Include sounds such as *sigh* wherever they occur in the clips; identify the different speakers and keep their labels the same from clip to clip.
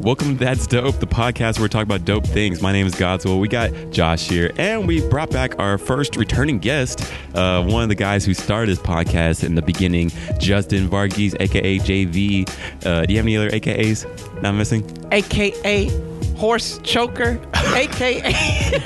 Speaker 1: Welcome to That's Dope, the podcast where we talk about dope things. My name is Godswell. We got Josh here, and we brought back our first returning guest, uh, one of the guys who started this podcast in the beginning, Justin Varghese, aka JV. Uh, do you have any other AKAs not missing?
Speaker 2: aka horse choker, aka *laughs*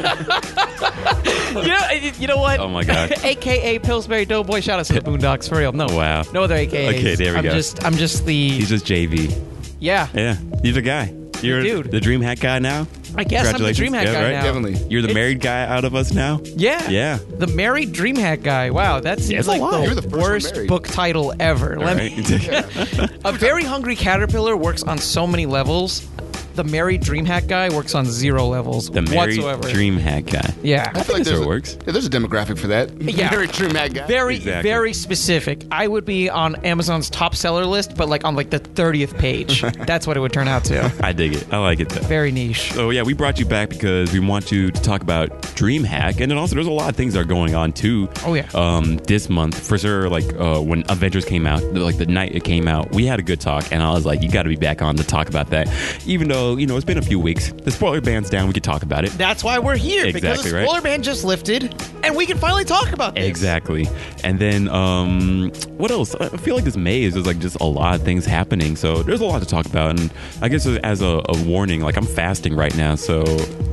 Speaker 2: you know you know what?
Speaker 1: Oh my
Speaker 2: *laughs*
Speaker 1: God.
Speaker 2: aka Pillsbury Doughboy. Shout out to the Boondocks for real. No,
Speaker 1: Wow.
Speaker 2: no other AKAs.
Speaker 1: Okay, there we
Speaker 2: I'm
Speaker 1: go.
Speaker 2: Just I'm just the
Speaker 1: He's just JV.
Speaker 2: yeah.
Speaker 1: Yeah, he's a guy. You're
Speaker 2: Dude.
Speaker 1: the dream hat guy now.
Speaker 2: I guess I'm the
Speaker 1: Congratulations.
Speaker 2: dream hat
Speaker 1: Yeah,
Speaker 2: guy
Speaker 1: right?
Speaker 2: now.
Speaker 3: Definitely.
Speaker 1: You're the
Speaker 2: It's-
Speaker 1: married guy out of us now.
Speaker 2: *laughs* Yeah.
Speaker 1: Yeah.
Speaker 2: The married Dreamhack guy. Wow, that seems
Speaker 1: it's a
Speaker 2: like
Speaker 1: lot.
Speaker 3: You're
Speaker 2: the,
Speaker 3: the first one
Speaker 2: worst
Speaker 3: married.
Speaker 2: book title ever. Let me-
Speaker 1: Right? *laughs*
Speaker 2: a very hungry caterpillar works on so many levels. The married Dreamhack guy works on zero levels
Speaker 1: the married
Speaker 2: whatsoever.
Speaker 1: dream hat guy.
Speaker 2: yeah.
Speaker 1: I think that's
Speaker 3: there's
Speaker 1: how it
Speaker 3: a,
Speaker 1: works.
Speaker 3: Yeah, there's a demographic for that.
Speaker 2: Yeah.
Speaker 3: Very true, Matt guy.
Speaker 2: Very,
Speaker 1: Exactly.
Speaker 2: very specific. I would be on Amazon's top seller list, but like on like the thirtieth page.
Speaker 1: *laughs*
Speaker 2: That's what it would turn out to.
Speaker 1: I dig it. I like it though.
Speaker 2: Very niche.
Speaker 1: So Oh, yeah, we brought you back because we want you to talk about DreamHack, and then also there's a lot of things that are going on too.
Speaker 2: Oh, yeah.
Speaker 1: Um, this month for sure, like uh, when Avengers came out, like the night it came out, we had a good talk, and I was like, you got to be back on to talk about that, even though you know it's been a few weeks. The spoiler ban's down. We could talk about it.
Speaker 2: That's why we're here because the
Speaker 1: Exactly right.
Speaker 2: spoiler ban just lifted, and we can finally talk about this.
Speaker 1: Exactly. And then um what else? I feel like this May is just like just a lot of things happening. So there's a lot to talk about and I guess as a, a warning, like I'm fasting right now, so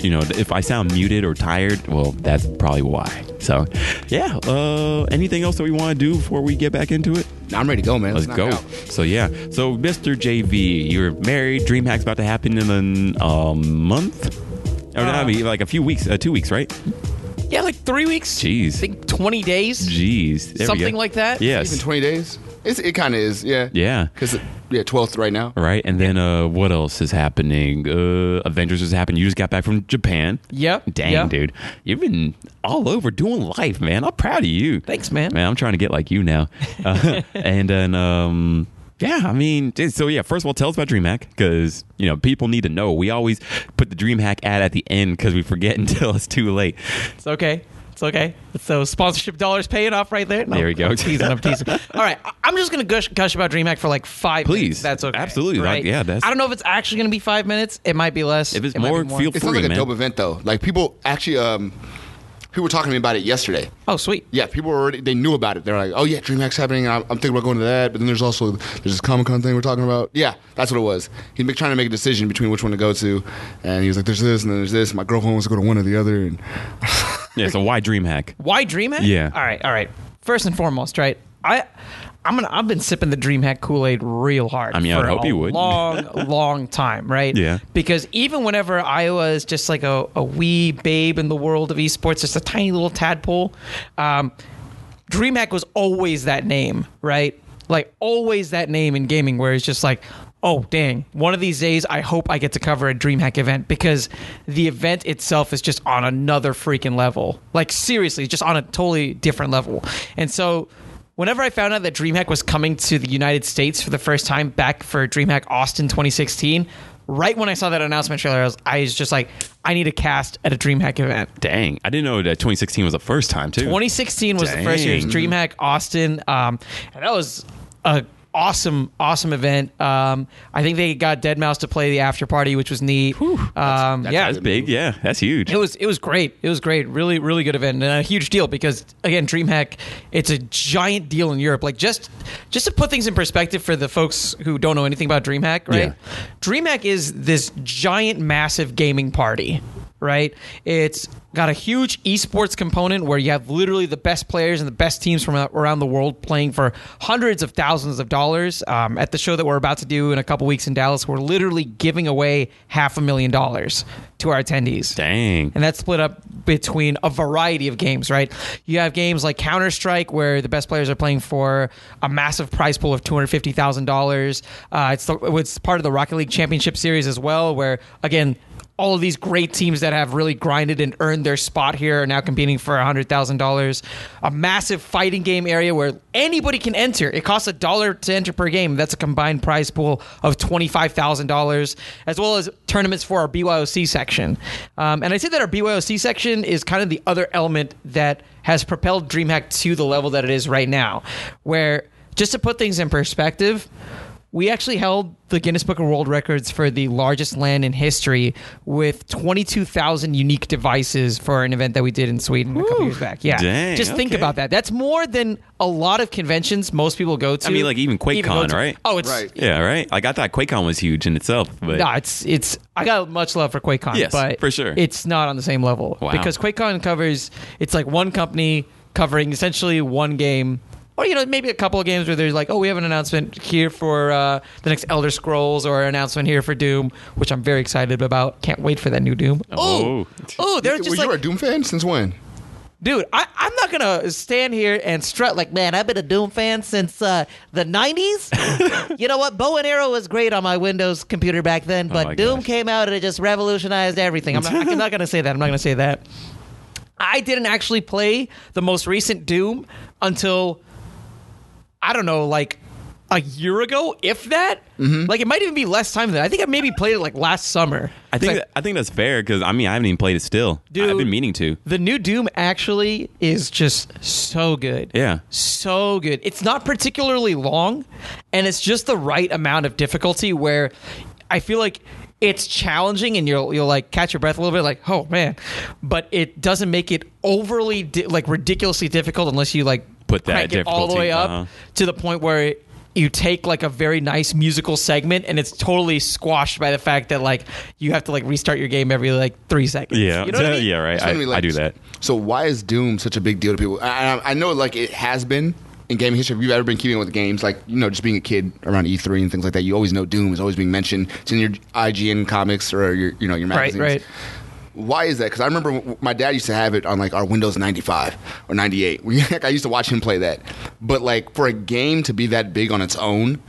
Speaker 1: you know, if I sound muted or tired, well, that's probably why. So, yeah, uh anything else that we want to do before we get back into it?
Speaker 3: I'm ready to go, man.
Speaker 1: Let's
Speaker 3: knock
Speaker 1: go.
Speaker 3: out.
Speaker 1: So yeah. So Mr. JV, you're married. DreamHack's about to happen in a um, month. Or no, I
Speaker 2: Uh,
Speaker 1: mean, like a few weeks, uh, two weeks, right?
Speaker 2: Yeah, like three weeks.
Speaker 1: Jeez.
Speaker 2: I think twenty days.
Speaker 1: Jeez, There we
Speaker 2: Something
Speaker 1: go.
Speaker 2: like that?
Speaker 1: Yes,
Speaker 3: Even 20 days? It's, it kind of is, yeah.
Speaker 1: Yeah.
Speaker 3: Because, yeah, 12th right now.
Speaker 1: Right, and then uh, what else is happening? Uh, Avengers is happening. You just got back from Japan.
Speaker 2: Yep.
Speaker 1: Dang,
Speaker 2: yep.
Speaker 1: dude, you've been all over doing life, man. I'm proud of you.
Speaker 2: Thanks, man.
Speaker 1: Man, I'm trying to get like you
Speaker 2: *laughs*
Speaker 1: now. Uh, and then, um, yeah, I mean, dude, so yeah. First of all, tell us about DreamHack because you know people need to know. We always put the DreamHack ad at the end because we forget *laughs* until it's too late.
Speaker 2: It's okay. It's okay. So sponsorship dollars paying off right there. No,
Speaker 1: There we go.
Speaker 2: I'm teasing.
Speaker 1: *laughs*
Speaker 2: I'm teasing. All right. I- I'm just gonna gush, gush about DreamHack for like five.
Speaker 1: Please.
Speaker 2: minutes. That's okay.
Speaker 1: Absolutely. Like,
Speaker 2: Right?
Speaker 1: yeah, that's-
Speaker 2: I don't know if it's actually gonna be five minutes. It might be less.
Speaker 1: If it's
Speaker 2: It might be
Speaker 1: more, feel free,
Speaker 3: It sounds like a
Speaker 1: man.
Speaker 3: dope event, though. Like, people actually, um, people were talking to me about it yesterday.
Speaker 2: Oh, sweet.
Speaker 3: Yeah, people were already, they knew about it. They're like, oh, yeah, DreamHack's happening. and I'm, I'm thinking about going to that. But then there's also, there's this Comic Con thing we're talking about. Yeah, that's what it was. He's been trying to make a decision between which one to go to. And he was like, there's this and then there's this. My girlfriend wants to go to one or the other. And *laughs*
Speaker 1: Yeah. So why DreamHack?
Speaker 2: Why DreamHack?
Speaker 1: Yeah.
Speaker 2: All right. All right. First and foremost, right? I. I'm gonna. I've been sipping the DreamHack Kool Aid real hard.
Speaker 1: I mean, I would
Speaker 2: for
Speaker 1: hope
Speaker 2: a
Speaker 1: you would. *laughs*
Speaker 2: Long, long time, right?
Speaker 1: Yeah.
Speaker 2: Because even whenever I was just like a, a wee babe in the world of esports, just a tiny little tadpole, um, DreamHack was always that name, right? Like always that name in gaming, where it's just like, oh dang, one of these days I hope I get to cover a DreamHack event because the event itself is just on another freaking level. Like seriously, just on a totally different level. And so whenever I found out that DreamHack was coming to the United States for the first time back for DreamHack Austin 2016, right when I saw that announcement trailer, I was, I was just like, I need a cast at a DreamHack event.
Speaker 1: Dang, I didn't know that 2016 was the first time too.
Speaker 2: 2016 was the first year. It was
Speaker 1: Dang.
Speaker 2: DreamHack Austin, um, and that was a awesome, awesome event. Um, I think they got Dead Mouse to play the after party, which was neat. um, yeah,
Speaker 1: That's big. Yeah, that's huge.
Speaker 2: it was it was great. It was great. Really, really good event and a huge deal because again, DreamHack, it's a giant deal in Europe. Like just just to put things in perspective for the folks who don't know anything about DreamHack,
Speaker 1: Yeah.
Speaker 2: right? DreamHack is this giant, massive gaming party, right? It's got a huge esports component where you have literally the best players and the best teams from around the world playing for hundreds of thousands of dollars. Um, at the show that we're about to do in a couple weeks in Dallas, we're literally giving away half a million dollars to our attendees
Speaker 1: Dang.
Speaker 2: and that's split up between a variety of games right you have games like counter-strike where the best players are playing for a massive prize pool of $250000 uh, it's, the, it's part of the rocket league championship series as well where again all of these great teams that have really grinded and earned their spot here are now competing for $100,000. A massive fighting game area where anybody can enter. It costs a dollar to enter per game. That's a combined prize pool of $25,000, as well as tournaments for our BYOC section. Um, and I say that our BYOC section is kind of the other element that has propelled DreamHack to the level that it is right now, where just to put things in perspective, we actually held the Guinness Book of World Records for the largest land in history with 22,000 unique devices for an event that we did in Sweden a couple years back. Yeah.
Speaker 1: Dang,
Speaker 2: Just think
Speaker 1: okay.
Speaker 2: about that. That's more than a lot of conventions most people go to.
Speaker 1: I mean, like, even
Speaker 2: go
Speaker 1: QuakeCon,
Speaker 2: to-
Speaker 1: right?
Speaker 2: Oh, it's
Speaker 3: Right.
Speaker 1: Yeah, right. Like I thought QuakeCon was huge in itself, but
Speaker 2: No, it's it's. I got much love for QuakeCon,
Speaker 1: Yes,
Speaker 2: but
Speaker 1: for sure.
Speaker 2: it's not on the same level
Speaker 1: Wow.
Speaker 2: because QuakeCon covers. It's like one company covering essentially one game, or you know maybe a couple of games where there's like, oh, we have an announcement here for uh, the next Elder Scrolls, or an announcement here for Doom, which I'm very excited about. Can't wait for that new Doom.
Speaker 1: Oh.
Speaker 2: Oh, oh, they're
Speaker 3: Were
Speaker 2: just
Speaker 3: you
Speaker 2: like,
Speaker 3: a Doom fan since when?
Speaker 2: dude, I, I'm not gonna stand here and strut like, man, I've been a Doom fan since uh, the
Speaker 1: *laughs*
Speaker 2: '90s. you know what? Bow and arrow was great on my Windows computer back then, but
Speaker 1: Oh my
Speaker 2: Doom
Speaker 1: gosh.
Speaker 2: came out and it just revolutionized everything. I'm not, I'm not gonna say that. I'm not gonna say that. I didn't actually play the most recent Doom until I don't know, like a year ago, if that.
Speaker 1: Mm-hmm.
Speaker 2: Like it might even be less time than that. I think I maybe played it like last summer.
Speaker 1: I think
Speaker 2: It's like-
Speaker 1: that- I think that's fair because I mean I haven't even played it still. I've
Speaker 2: Dude.
Speaker 1: been meaning to.
Speaker 2: The new Doom actually is just so good.
Speaker 1: Yeah.
Speaker 2: So good. It's not particularly long, and it's just the right amount of difficulty where I feel like it's challenging and you'll you'll like catch your breath a little bit like oh man but it doesn't make it overly di- like ridiculously difficult unless you like
Speaker 1: Put that
Speaker 2: crank it all the
Speaker 1: difficulty,
Speaker 2: way up
Speaker 1: uh-huh.
Speaker 2: to the point where it, you take like a very nice musical segment and it's totally squashed by the fact that like you have to like restart your game every like 3 seconds
Speaker 1: Yeah,
Speaker 2: you know what I
Speaker 1: *laughs*
Speaker 2: mean?
Speaker 1: yeah, right.
Speaker 3: It's gonna
Speaker 1: I,
Speaker 3: be like-
Speaker 1: I do that.
Speaker 3: So why is Doom such a big deal to people? I, I- I know like it has been in gaming history. If you've ever been keeping up with games, like you know, just being a kid around E3 and things like that, you always know Doom is always being mentioned. It's in your IGN comics or your you know your
Speaker 2: Right,
Speaker 3: magazines.
Speaker 2: right.
Speaker 3: Why is that? Because I remember w- my dad used to have it on like our Windows 95 or 98. We, *laughs* like, I used to watch him play that. But like for a game to be that big on its own,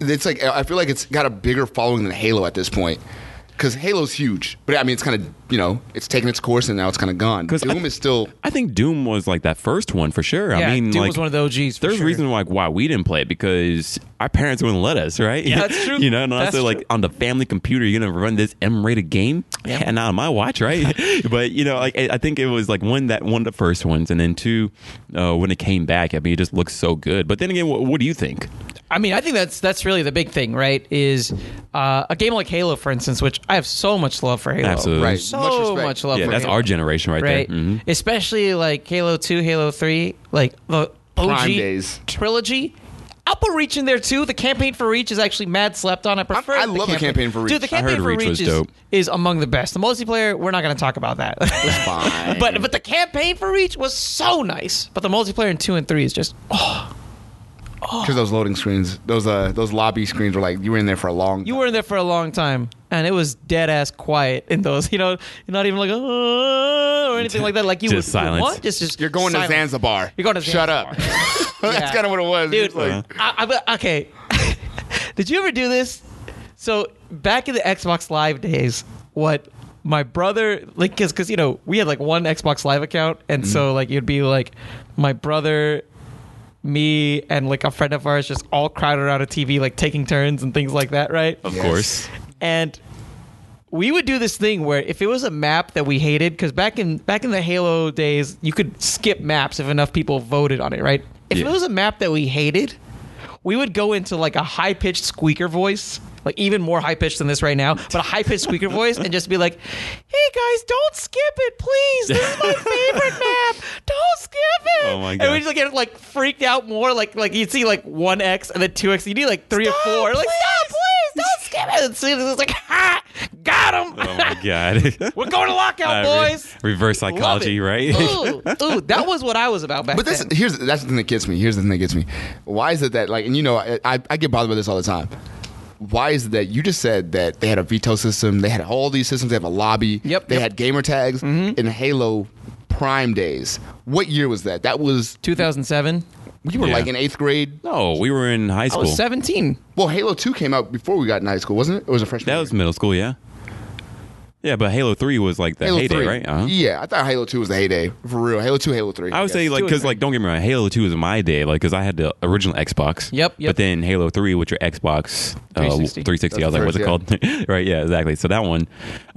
Speaker 3: it's like I feel like it's got a bigger following than Halo at this point. Because Halo's huge, but I mean it's kind of you know it's taken its course and now it's kind of gone.
Speaker 1: 'Cause I-
Speaker 3: Doom
Speaker 2: *laughs*
Speaker 3: is still
Speaker 1: I think Doom was like that first one for sure.
Speaker 2: Yeah,
Speaker 1: I mean,
Speaker 2: Doom
Speaker 1: like,
Speaker 2: was one of the OGs. For
Speaker 1: there's
Speaker 2: sure.
Speaker 1: a reason like why we didn't play it because our parents wouldn't let us, right? *laughs*
Speaker 2: Yeah, that's true.
Speaker 1: you know, and
Speaker 2: That's
Speaker 1: also like
Speaker 2: true.
Speaker 1: on the family computer, you're gonna run this M-rated game,
Speaker 2: Yeah.
Speaker 1: and not on my watch,
Speaker 2: *laughs*
Speaker 1: right? but you know, like I I think it was like one that one of the first ones, and then two uh, when it came back. I mean, it just looks so good. But then again, what, what do you think?
Speaker 2: I mean, I think that's that's really the big thing, right? Is uh, a game like Halo, for instance, which I have so much love for Halo.
Speaker 1: Absolutely.
Speaker 3: right.
Speaker 2: So
Speaker 3: much,
Speaker 2: much,
Speaker 3: respect.
Speaker 2: love
Speaker 1: Yeah,
Speaker 2: for
Speaker 1: that's
Speaker 2: Halo,
Speaker 1: our generation right,
Speaker 2: right?
Speaker 1: there. Mhm.
Speaker 2: Especially like Halo 2, Halo 3, like the OG
Speaker 3: Prime days.
Speaker 2: trilogy. Alpha Reach in there too. The campaign for Reach is actually mad slept on. I prefer.
Speaker 3: I love the campaign for
Speaker 2: Dude, the
Speaker 3: Reach.
Speaker 1: I heard
Speaker 2: campaign for
Speaker 1: Reach
Speaker 2: Reach,
Speaker 1: was
Speaker 2: is,
Speaker 1: dope.
Speaker 2: is among the best. The multiplayer, we're not going to talk about that. *laughs*
Speaker 3: *laughs* Fine.
Speaker 2: but but the campaign for Reach was so nice. But the multiplayer in two and three is just
Speaker 3: because those loading screens, those uh, those lobby screens were like you were in there for a long.
Speaker 2: you were in there for a long time and it was dead ass quiet in those *laughs* you know you're not even like oh, or anything like that like you
Speaker 1: Just
Speaker 2: would-
Speaker 1: silence.
Speaker 2: what? just just
Speaker 3: You're going
Speaker 2: silence.
Speaker 3: to Zanzibar.
Speaker 2: You're going to
Speaker 3: Shut
Speaker 2: Zanzibar.
Speaker 3: up. *laughs* That's
Speaker 2: Yeah.
Speaker 3: kind of what it was.
Speaker 2: dude
Speaker 3: It's like,
Speaker 2: I, I, okay *laughs* did you ever do this so back in the xbox live days what my brother like because because you know we had like one xbox live account and so
Speaker 1: Mm-hmm.
Speaker 2: like you'd be like my brother me and like a friend of ours just all crowded around a tv like taking turns and things like that right
Speaker 1: Of
Speaker 3: Yes.
Speaker 1: course.
Speaker 2: and we would do this thing where if it was a map that we hated because back in back in the halo days you could skip maps if enough people voted on it right if
Speaker 1: Yeah.
Speaker 2: it was a map that we hated we would go into like a high-pitched squeaker voice like even more high-pitched than this right now but a high-pitched squeaker voice and just be like hey guys don't skip it please this is
Speaker 1: *laughs*
Speaker 2: my favorite map don't skip it
Speaker 1: Oh my
Speaker 2: and
Speaker 1: gosh.
Speaker 2: we just get like freaked out more like like you'd see like 1x and then 2x you need like 3
Speaker 4: Stop,
Speaker 2: or 4 like
Speaker 4: please.
Speaker 2: stop please don't skip it. And Cena's just like, ha, got him.
Speaker 1: Oh
Speaker 2: *laughs*
Speaker 1: my god.
Speaker 2: We're going to lockout,
Speaker 1: Uh, re-
Speaker 2: boys.
Speaker 1: reverse
Speaker 2: Love
Speaker 1: psychology,
Speaker 2: it.
Speaker 1: right?
Speaker 2: ooh, ooh, that was what I was about back
Speaker 3: But that's
Speaker 2: then.
Speaker 3: here's that's the thing that gets me. Here's the thing that gets me. Why is it that like and you know I, I, I get bothered by this all the time. Why is it that you just said that they had a veto system? They had all these systems. They have a lobby.
Speaker 2: Yep, Mm-hmm.
Speaker 3: They
Speaker 2: yep.
Speaker 3: had gamer tags in Halo Prime days. What year was that? That was
Speaker 2: 2007.
Speaker 3: we were
Speaker 1: Yeah.
Speaker 3: like in eighth grade.
Speaker 1: *laughs* No, we were in high
Speaker 2: I
Speaker 1: school.
Speaker 2: was 17.
Speaker 3: Well, Halo Two came out before we got in high school, wasn't it? It was a freshman.
Speaker 1: That
Speaker 3: year.
Speaker 1: was middle school, yeah. Yeah, but Halo Three was like the
Speaker 3: Halo
Speaker 1: heyday,
Speaker 3: 3.
Speaker 1: right? Uh-huh.
Speaker 3: Yeah, I thought Halo 2 was the heyday. For real. Halo 2, Halo 3.
Speaker 1: I would say
Speaker 3: guess.
Speaker 1: like
Speaker 2: Do it,
Speaker 1: because
Speaker 2: man.
Speaker 1: like don't get me wrong, Halo Two was my day, like because I had the original Xbox.
Speaker 2: Yep, yep.
Speaker 1: But then Halo Three, which your Xbox uh,
Speaker 2: 360.
Speaker 1: 360 I was
Speaker 3: That's
Speaker 1: like, what's it
Speaker 3: the
Speaker 1: called? *laughs* right? Yeah, exactly. So that one,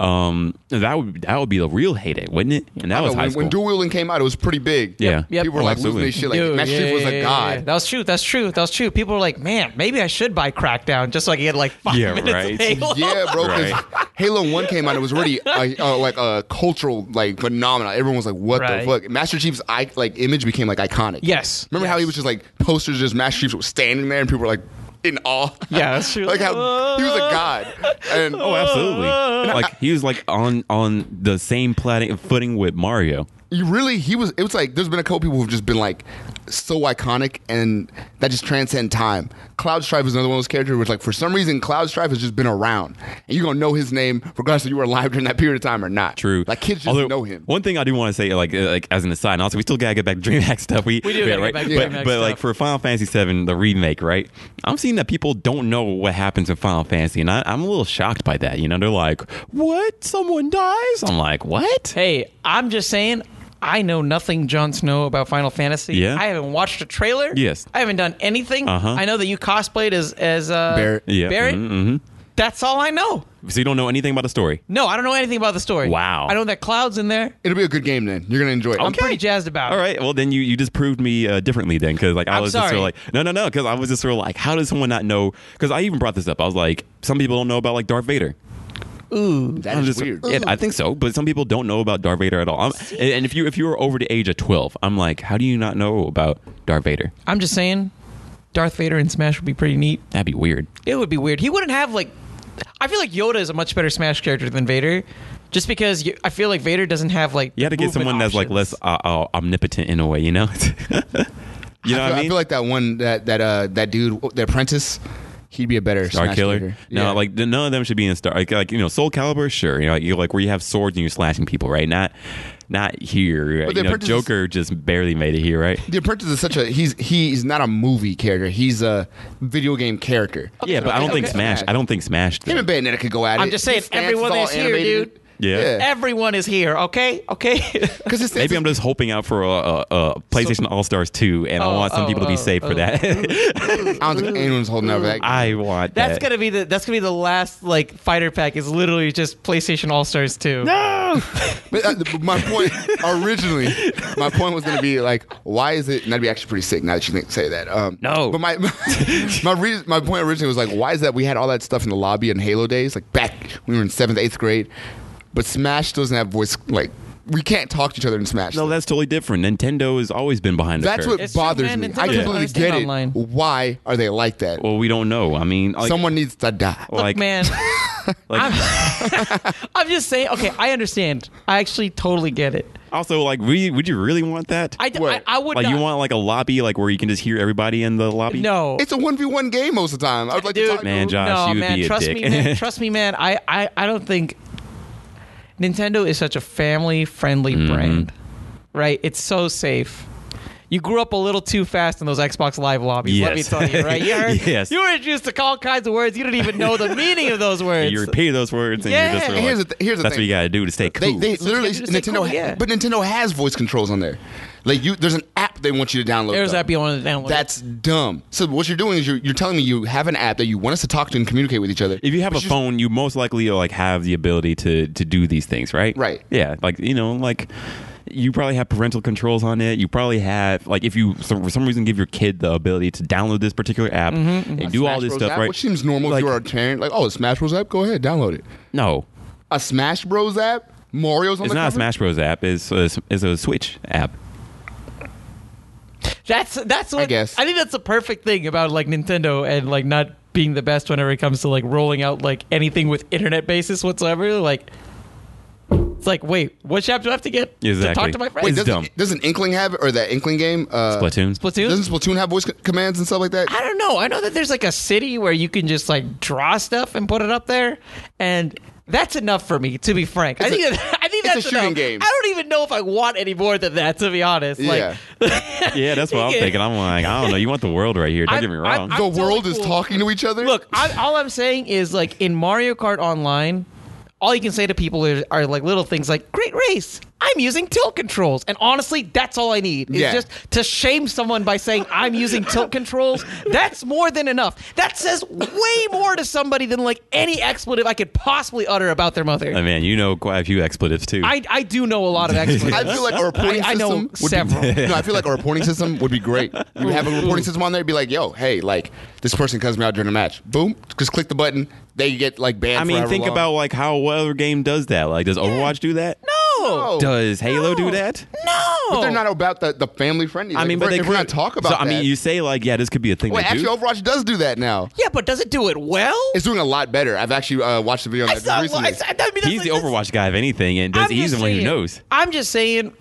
Speaker 1: um, that would that would be the real heyday, wouldn't it? And that
Speaker 3: I
Speaker 1: was
Speaker 3: know,
Speaker 1: high
Speaker 3: when,
Speaker 1: school.
Speaker 3: when dual wielding came out, it was pretty big.
Speaker 1: Yeah.
Speaker 2: Yep.
Speaker 3: People were
Speaker 1: Oh,
Speaker 3: like
Speaker 1: absolutely.
Speaker 3: losing their shit. Like
Speaker 2: Dude,
Speaker 3: that
Speaker 2: yeah,
Speaker 3: shit was
Speaker 2: yeah,
Speaker 3: a
Speaker 2: yeah,
Speaker 3: god.
Speaker 2: yeah. That was true. That's true. That was true. People were like, "Man, maybe I should buy Crackdown just so I can get like five
Speaker 1: Yeah,
Speaker 2: minutes
Speaker 1: right.
Speaker 2: of Halo."
Speaker 3: Yeah, bro. 'cause
Speaker 1: Right.
Speaker 3: Halo One came out. It was already uh, uh, like a cultural like phenomenon. Everyone was like, "What
Speaker 2: Right.
Speaker 3: the fuck?" Master Chief's I- like image became like iconic.
Speaker 2: Yes.
Speaker 3: Remember how he was just like posters, just Master Chief was standing there, and people were like in awe.
Speaker 2: Yeah, that's true.
Speaker 3: *laughs* like how he
Speaker 2: *laughs*
Speaker 3: was a god. And
Speaker 1: Oh, absolutely. like he was like on on the same planet footing with Mario.
Speaker 3: you really, he was. It was like there's been a couple people who've just been like so iconic, and that just transcend time. Cloud Strife is another one of those characters, which like for some reason Cloud Strife has just been around, and you're gonna know his name regardless if you were alive during that period of time or not.
Speaker 1: True.
Speaker 3: Like kids just
Speaker 1: Although,
Speaker 3: know him.
Speaker 1: One thing I do want to say, like, uh, like as an aside, and also we still gotta get back to DreamHack stuff. We,
Speaker 2: We do
Speaker 1: yeah,
Speaker 2: gotta get
Speaker 1: right?
Speaker 2: back to
Speaker 1: but,
Speaker 2: DreamHack
Speaker 1: but, like
Speaker 2: stuff.
Speaker 1: for Final Fantasy VII, the remake, right? I'm seeing that people don't know what happens in Final Fantasy, and I, I'm a little shocked by that. You know, they're like, "What? Someone dies?" I'm like, "What?"
Speaker 2: Hey, I'm just saying. I know nothing Jon Snow about Final Fantasy.
Speaker 1: Yeah.
Speaker 2: I haven't watched a trailer.
Speaker 1: Yes.
Speaker 2: I haven't done anything.
Speaker 1: Uh-huh.
Speaker 2: I know that you cosplayed as as uh,
Speaker 3: Barrett.
Speaker 1: Yeah.
Speaker 2: Barrett.
Speaker 1: Mm-hmm.
Speaker 2: That's all I know.
Speaker 1: So you don't know anything about the story.
Speaker 2: No, I don't know anything about the story.
Speaker 1: Wow.
Speaker 2: I know that Cloud's in there.
Speaker 3: It'll be a good game then. You're gonna enjoy it.
Speaker 2: I'm pretty jazzed about it.
Speaker 1: All right. Well, then you you just proved me uh, differently then, because like I
Speaker 2: I'm
Speaker 1: was just sort of
Speaker 2: sorry.
Speaker 1: like, no, no, no, because I was just sort of like, how does someone not know? Because I even brought this up. I was like, some people don't know about like Darth Vader.
Speaker 3: That
Speaker 1: I'm
Speaker 3: is
Speaker 1: just-
Speaker 3: weird.
Speaker 1: yeah, I think so, but some people don't know about Darth Vader at all. I'm, and and if you if you were over the age of twelve, I'm like, how do you not know about Darth Vader?
Speaker 2: I'm just saying, Darth Vader in Smash would be pretty neat.
Speaker 1: That'd be weird.
Speaker 2: It would be weird. He wouldn't have like. I feel like Yoda is a much better Smash character than Vader, just because you, I feel like Vader doesn't have like.
Speaker 1: You had to get
Speaker 2: movement
Speaker 1: someone that's like
Speaker 2: options.
Speaker 1: less uh, uh, omnipotent in a way, you know? *laughs* you know
Speaker 3: I,
Speaker 1: what
Speaker 3: feel,
Speaker 1: I
Speaker 3: I
Speaker 1: mean?
Speaker 3: feel like that one that that uh that dude the apprentice, he'd be a better
Speaker 1: Star
Speaker 3: Smash
Speaker 1: Killer.
Speaker 3: character.
Speaker 1: No,
Speaker 3: Yeah.
Speaker 1: like the- none of them should be in Star. Like, like you know, Soul Calibur, sure. You know, like, you like where you have swords and you're slashing people, right? Not, not here.
Speaker 3: But
Speaker 1: you
Speaker 3: the
Speaker 1: know,
Speaker 3: Apprentice is-
Speaker 1: Joker just barely made it here, right?
Speaker 3: the apprentice is such a he's he's not a movie character. He's a video game character.
Speaker 1: yeah, but I don't
Speaker 3: okay,
Speaker 1: think
Speaker 3: okay.
Speaker 1: Smash. I don't think Smash.
Speaker 3: Him
Speaker 1: though.
Speaker 3: and Bayonetta could go at it.
Speaker 2: I'm just saying,
Speaker 3: His stance
Speaker 2: everyone
Speaker 3: all
Speaker 2: is here,
Speaker 3: animated.
Speaker 2: dude.
Speaker 1: Yeah.
Speaker 2: Everyone is here, okay? Okay. *laughs*
Speaker 3: Because his stance
Speaker 1: Maybe I'm just hoping out for a, a, a PlayStation All Stars 2, and I
Speaker 2: Oh,
Speaker 1: want some
Speaker 2: oh,
Speaker 1: people to be
Speaker 2: oh,
Speaker 1: safe for
Speaker 2: oh.
Speaker 1: that. *laughs*
Speaker 3: is, I don't think anyone's holding over that.
Speaker 1: I want
Speaker 2: that's
Speaker 1: that.
Speaker 2: gonna be the that's gonna be the last like fighter pack is literally just PlayStation All Stars two.
Speaker 3: But uh, but my point originally, my point was going to be like, why is it? And that'd be actually pretty sick now that you think, say that. Um,
Speaker 1: No.
Speaker 3: But my *laughs* my my, reason, my point originally was like, why is that we had all that stuff in the lobby in Halo days, like back when we were in seventh, eighth grade, but Smash doesn't have voice like. We can't talk to each other in Smash.
Speaker 1: no, that's totally different. Nintendo has always been behind the
Speaker 3: That's
Speaker 1: curve.
Speaker 3: what
Speaker 2: It's true,
Speaker 3: bothers
Speaker 2: man.
Speaker 3: me.
Speaker 2: Nintendo
Speaker 3: I
Speaker 2: doesn't
Speaker 3: completely
Speaker 2: understand
Speaker 3: get it.
Speaker 2: online.
Speaker 3: Why are they like that?
Speaker 1: Well, we don't know. I mean, like,
Speaker 3: Someone needs to die.
Speaker 2: Look,
Speaker 1: like,
Speaker 2: man,
Speaker 1: *laughs* like-
Speaker 2: I'm *laughs* just saying. Okay, I understand. I actually totally get it.
Speaker 1: also, like, we, would you really want that?
Speaker 2: I, d- I,
Speaker 3: What?
Speaker 2: I would
Speaker 1: like,
Speaker 2: not,
Speaker 1: you want like a lobby, like where you can just hear everybody in the lobby?
Speaker 2: no.
Speaker 3: It's a one v one game most of the time. I would like to talk to
Speaker 1: Man, Josh,
Speaker 2: no,
Speaker 1: you would
Speaker 2: man,
Speaker 1: be a
Speaker 2: trust
Speaker 1: dick.
Speaker 2: me,
Speaker 1: *laughs*
Speaker 2: man. Trust me, man. I, I, I don't think Nintendo is such a family friendly
Speaker 1: Mm-hmm.
Speaker 2: brand, right? It's so safe. You grew up a little too fast in those Xbox Live lobbies. Let me
Speaker 1: Yes.
Speaker 2: tell you,
Speaker 1: *laughs*
Speaker 2: right? You, heard,
Speaker 1: Yes.
Speaker 2: you were introduced to all kinds of words. You didn't even know the meaning of those words.
Speaker 1: You repeat those words, and you're
Speaker 2: Yeah.
Speaker 1: just sort of
Speaker 3: Here's
Speaker 1: like,
Speaker 3: the th- here's the
Speaker 1: that's what
Speaker 3: thing.
Speaker 1: you got to do to stay
Speaker 3: They,
Speaker 1: cool.
Speaker 3: they literally
Speaker 2: you just say
Speaker 3: Nintendo,
Speaker 2: cool,
Speaker 3: ha-
Speaker 2: yeah.
Speaker 3: but Nintendo has voice controls on there. Like you, there's an app they want you to download.
Speaker 2: There's
Speaker 3: though.
Speaker 2: that be on the download.
Speaker 3: That's dumb. So what you're doing is you're, you're telling me you have an app that you want us to talk to and communicate with each other.
Speaker 1: if you have a phone, you most likely uh, like have the ability to to do these things, right?
Speaker 3: Right.
Speaker 1: Yeah, like you know, like you probably have parental controls on it. You probably have like if you some, for some reason give your kid the ability to download this particular app and do all
Speaker 3: Mm-hmm, Smash
Speaker 1: this
Speaker 3: Bros
Speaker 1: stuff,
Speaker 3: app,
Speaker 1: right?
Speaker 3: Which seems normal
Speaker 1: Like-
Speaker 3: if you are a parent. Like, oh, a Smash Bros app, go ahead, download it.
Speaker 1: no,
Speaker 3: A Smash Bros app, Mario's on
Speaker 1: it's
Speaker 3: the
Speaker 1: not a
Speaker 3: cover?
Speaker 1: Smash Bros. app. It's a, it's a Switch app.
Speaker 2: That's that's what
Speaker 3: guess.
Speaker 2: I think that's the perfect thing about like Nintendo and like not being the best whenever it comes to like rolling out like anything with internet basis whatsoever. Like it's like, wait, which app do I have to get to
Speaker 1: Exactly.
Speaker 2: talk to my
Speaker 1: Wait,
Speaker 2: friends?
Speaker 1: It's
Speaker 3: Doesn't,
Speaker 1: dumb.
Speaker 3: Doesn't Inkling have it or that Inkling game? Uh,
Speaker 1: Splatoon.
Speaker 2: Splatoon?
Speaker 3: Doesn't Splatoon have voice c- commands and stuff like that?
Speaker 2: I don't know. I know that there's like a city where you can just like draw stuff and put it up there, and that's enough for me. To be frank, I
Speaker 3: It's
Speaker 2: think
Speaker 3: a-
Speaker 2: that, I think
Speaker 3: it's a
Speaker 2: that's
Speaker 3: shooting
Speaker 2: enough.
Speaker 3: game.
Speaker 2: I don't even know if I want any more than that. To be honest, like
Speaker 3: Yeah.
Speaker 1: yeah, that's
Speaker 3: *laughs*
Speaker 1: what I'm
Speaker 2: Yeah.
Speaker 1: thinking. I'm like, I don't know. You want the world right here? Don't
Speaker 2: I'm-
Speaker 1: get me wrong.
Speaker 2: I'm-
Speaker 3: the
Speaker 2: totally
Speaker 3: world is
Speaker 2: cool.
Speaker 3: talking to each other.
Speaker 2: Look, I, all I'm saying is like in Mario Kart Online, all you can say to people are, are like little things like "Great race." I'm using tilt controls, and honestly, that's all I need. Is
Speaker 3: Yeah.
Speaker 2: just to shame someone by saying I'm using tilt controls. That's more than enough. That says way more to somebody than like any expletive I could possibly utter about their mother.
Speaker 1: Uh, man, you know quite a few expletives too.
Speaker 2: I, I do know a
Speaker 3: *laughs*
Speaker 2: lot of expletives.
Speaker 3: I feel like a reporting
Speaker 2: I- I know
Speaker 3: system. would be-
Speaker 2: several.
Speaker 3: *laughs* no, I
Speaker 1: *laughs*
Speaker 3: feel like a reporting system would be great. You would have a reporting system on there. Be like, yo, hey, like this person cuts me out during a match. Boom, just click the button. They get like banned.
Speaker 1: I mean,
Speaker 3: forever
Speaker 1: think
Speaker 3: long.
Speaker 1: about like how what other game does that? Like, does Overwatch do that?
Speaker 3: No.
Speaker 1: Does Halo do that?
Speaker 2: no.
Speaker 3: But they're not about the, the family friendly.
Speaker 1: Oh. I mean,
Speaker 3: we're,
Speaker 1: but they
Speaker 3: if we're not
Speaker 1: could-
Speaker 3: talk about.
Speaker 1: So I mean,
Speaker 3: that-
Speaker 1: you say like, yeah, this could be a thing.
Speaker 3: Wait,
Speaker 1: they do.
Speaker 3: actually, Overwatch does do that now.
Speaker 2: Yeah, but does it do it well?
Speaker 3: It's doing a lot better. I've actually uh, watched the video on
Speaker 2: I
Speaker 3: that
Speaker 2: saw-
Speaker 3: recently.
Speaker 2: I saw- I mean, that's
Speaker 1: He's
Speaker 2: like-
Speaker 1: the
Speaker 2: that's-
Speaker 1: Overwatch guy, if anything, and does
Speaker 2: I'm just
Speaker 1: he's the one who
Speaker 2: saying-
Speaker 1: knows.
Speaker 2: I'm just saying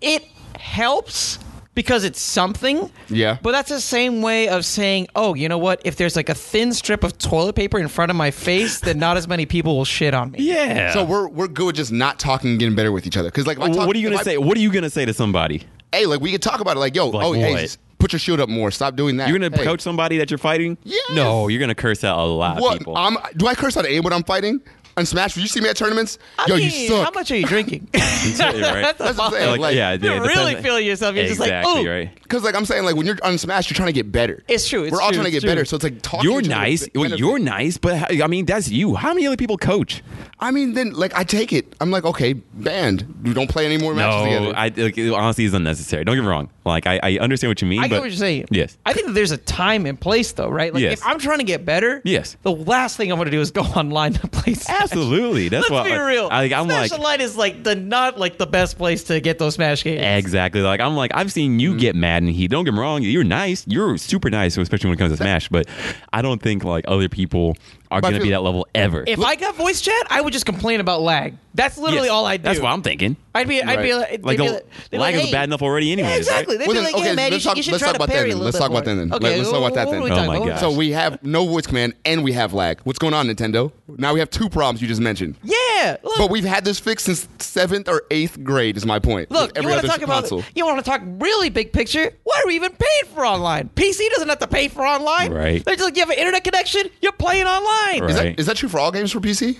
Speaker 2: it helps because it's something.
Speaker 3: Yeah.
Speaker 2: But that's the same way of saying, oh, you know what? If there's like a thin strip of toilet paper in front of my face, then not as many people will shit on me.
Speaker 1: Yeah.
Speaker 3: so we're we're good with just not talking and getting better with each other. Because like, if I talk-
Speaker 1: what are you
Speaker 3: if
Speaker 1: gonna
Speaker 3: I-
Speaker 1: say? What are you gonna say to somebody?
Speaker 3: Hey, like we could talk about it. Like, yo,
Speaker 1: Like
Speaker 3: oh, hey,
Speaker 1: what?
Speaker 3: just put your shield up more. Stop doing that.
Speaker 1: You're gonna
Speaker 3: hey.
Speaker 1: coach somebody that you're fighting?
Speaker 3: Yes.
Speaker 1: No, you're gonna curse out a lot of
Speaker 3: What?
Speaker 1: people.
Speaker 3: I'm, do I curse out anyone I'm fighting? On Smash, you see me at tournaments?
Speaker 2: I
Speaker 3: yo, you
Speaker 2: mean,
Speaker 3: suck.
Speaker 2: How much are
Speaker 1: *laughs*
Speaker 2: you drinking?
Speaker 1: right?
Speaker 2: *laughs* That's
Speaker 3: That's what I'm
Speaker 2: all.
Speaker 3: saying.
Speaker 1: like,
Speaker 3: like-
Speaker 1: yeah,
Speaker 2: You're
Speaker 1: yeah,
Speaker 2: really
Speaker 1: depend-
Speaker 2: feeling yourself. You're just like,
Speaker 1: exactly,
Speaker 2: "Ooh."
Speaker 1: right.
Speaker 3: Because like I'm saying, like when you're on Smash, you're trying to get better.
Speaker 2: It's true, it's
Speaker 3: We're all
Speaker 2: true,
Speaker 3: trying to get
Speaker 2: it's true.
Speaker 3: better. So it's like talking.
Speaker 1: You're
Speaker 3: to each other
Speaker 1: nice.
Speaker 3: with
Speaker 1: Well,
Speaker 3: benefit.
Speaker 1: you're nice, but how, I mean, that's you. How many other people coach?
Speaker 3: I mean, then like I take it. I'm like, okay, banned. We don't play any more matches
Speaker 1: No,
Speaker 3: together.
Speaker 1: I like, it honestly is unnecessary. Don't get me wrong. Like I, I understand what you mean.
Speaker 2: I
Speaker 1: but,
Speaker 2: get what you're saying.
Speaker 1: Yes.
Speaker 2: I think that there's a time and place, though, right? Like,
Speaker 1: Yes.
Speaker 2: if I'm trying to get better,
Speaker 1: Yes.
Speaker 2: the last thing I want to do is go *laughs* online to play
Speaker 1: *laughs*
Speaker 2: Smash.
Speaker 1: Absolutely. That's
Speaker 2: Let's
Speaker 1: why.
Speaker 2: be
Speaker 1: like,
Speaker 2: real.
Speaker 1: I, I'm
Speaker 2: Smash
Speaker 1: like
Speaker 2: Online is like the not like the best place to get those Smash games.
Speaker 1: Exactly. Like I'm like I've seen you get mad and he. Don't get me wrong. You're nice. You're super nice, especially when it comes to Smash. But I don't think like other people are
Speaker 3: But I
Speaker 1: going to be
Speaker 3: feel-
Speaker 1: that level ever.
Speaker 2: If I got voice chat, I would just complain about lag. That's literally
Speaker 1: Yes.
Speaker 2: all I'd do.
Speaker 1: That's what I'm thinking.
Speaker 2: I'd be. I'd be like,
Speaker 1: Like
Speaker 2: they'd be
Speaker 1: the
Speaker 2: they'd be
Speaker 1: lag
Speaker 2: like,
Speaker 1: is bad enough already, anyways,
Speaker 2: Yeah,
Speaker 1: right?
Speaker 2: exactly. They'd
Speaker 3: Well,
Speaker 2: be
Speaker 3: then,
Speaker 2: like,
Speaker 3: okay,
Speaker 2: yeah, man, you
Speaker 3: let's
Speaker 2: should,
Speaker 3: talk-
Speaker 2: you should
Speaker 3: let's
Speaker 2: try
Speaker 3: talk
Speaker 2: to
Speaker 3: about that
Speaker 2: parry a little
Speaker 3: then. Let's
Speaker 2: bit
Speaker 3: talk about
Speaker 2: more.
Speaker 3: that then.
Speaker 2: Okay,
Speaker 3: Let- let's talk about that
Speaker 2: what
Speaker 3: then.
Speaker 2: were we
Speaker 1: Oh
Speaker 2: talking
Speaker 1: my
Speaker 2: about?
Speaker 1: gosh.
Speaker 3: so we have no voice command, and we have lag. What's going on, Nintendo? Now we have two problems you just mentioned.
Speaker 2: Yeah. Look,
Speaker 3: But we've had this fixed since seventh or eighth grade. Is my point.
Speaker 2: Look,
Speaker 3: With
Speaker 2: you
Speaker 3: every
Speaker 2: want
Speaker 3: other
Speaker 2: to talk about
Speaker 3: console.
Speaker 2: you want to talk really big picture. Why are we even paying for online? PC doesn't have to pay for online.
Speaker 1: Right.
Speaker 2: They're just like you have an internet connection. You're playing online.
Speaker 1: Right.
Speaker 3: Is, that, is that true for all games for PC?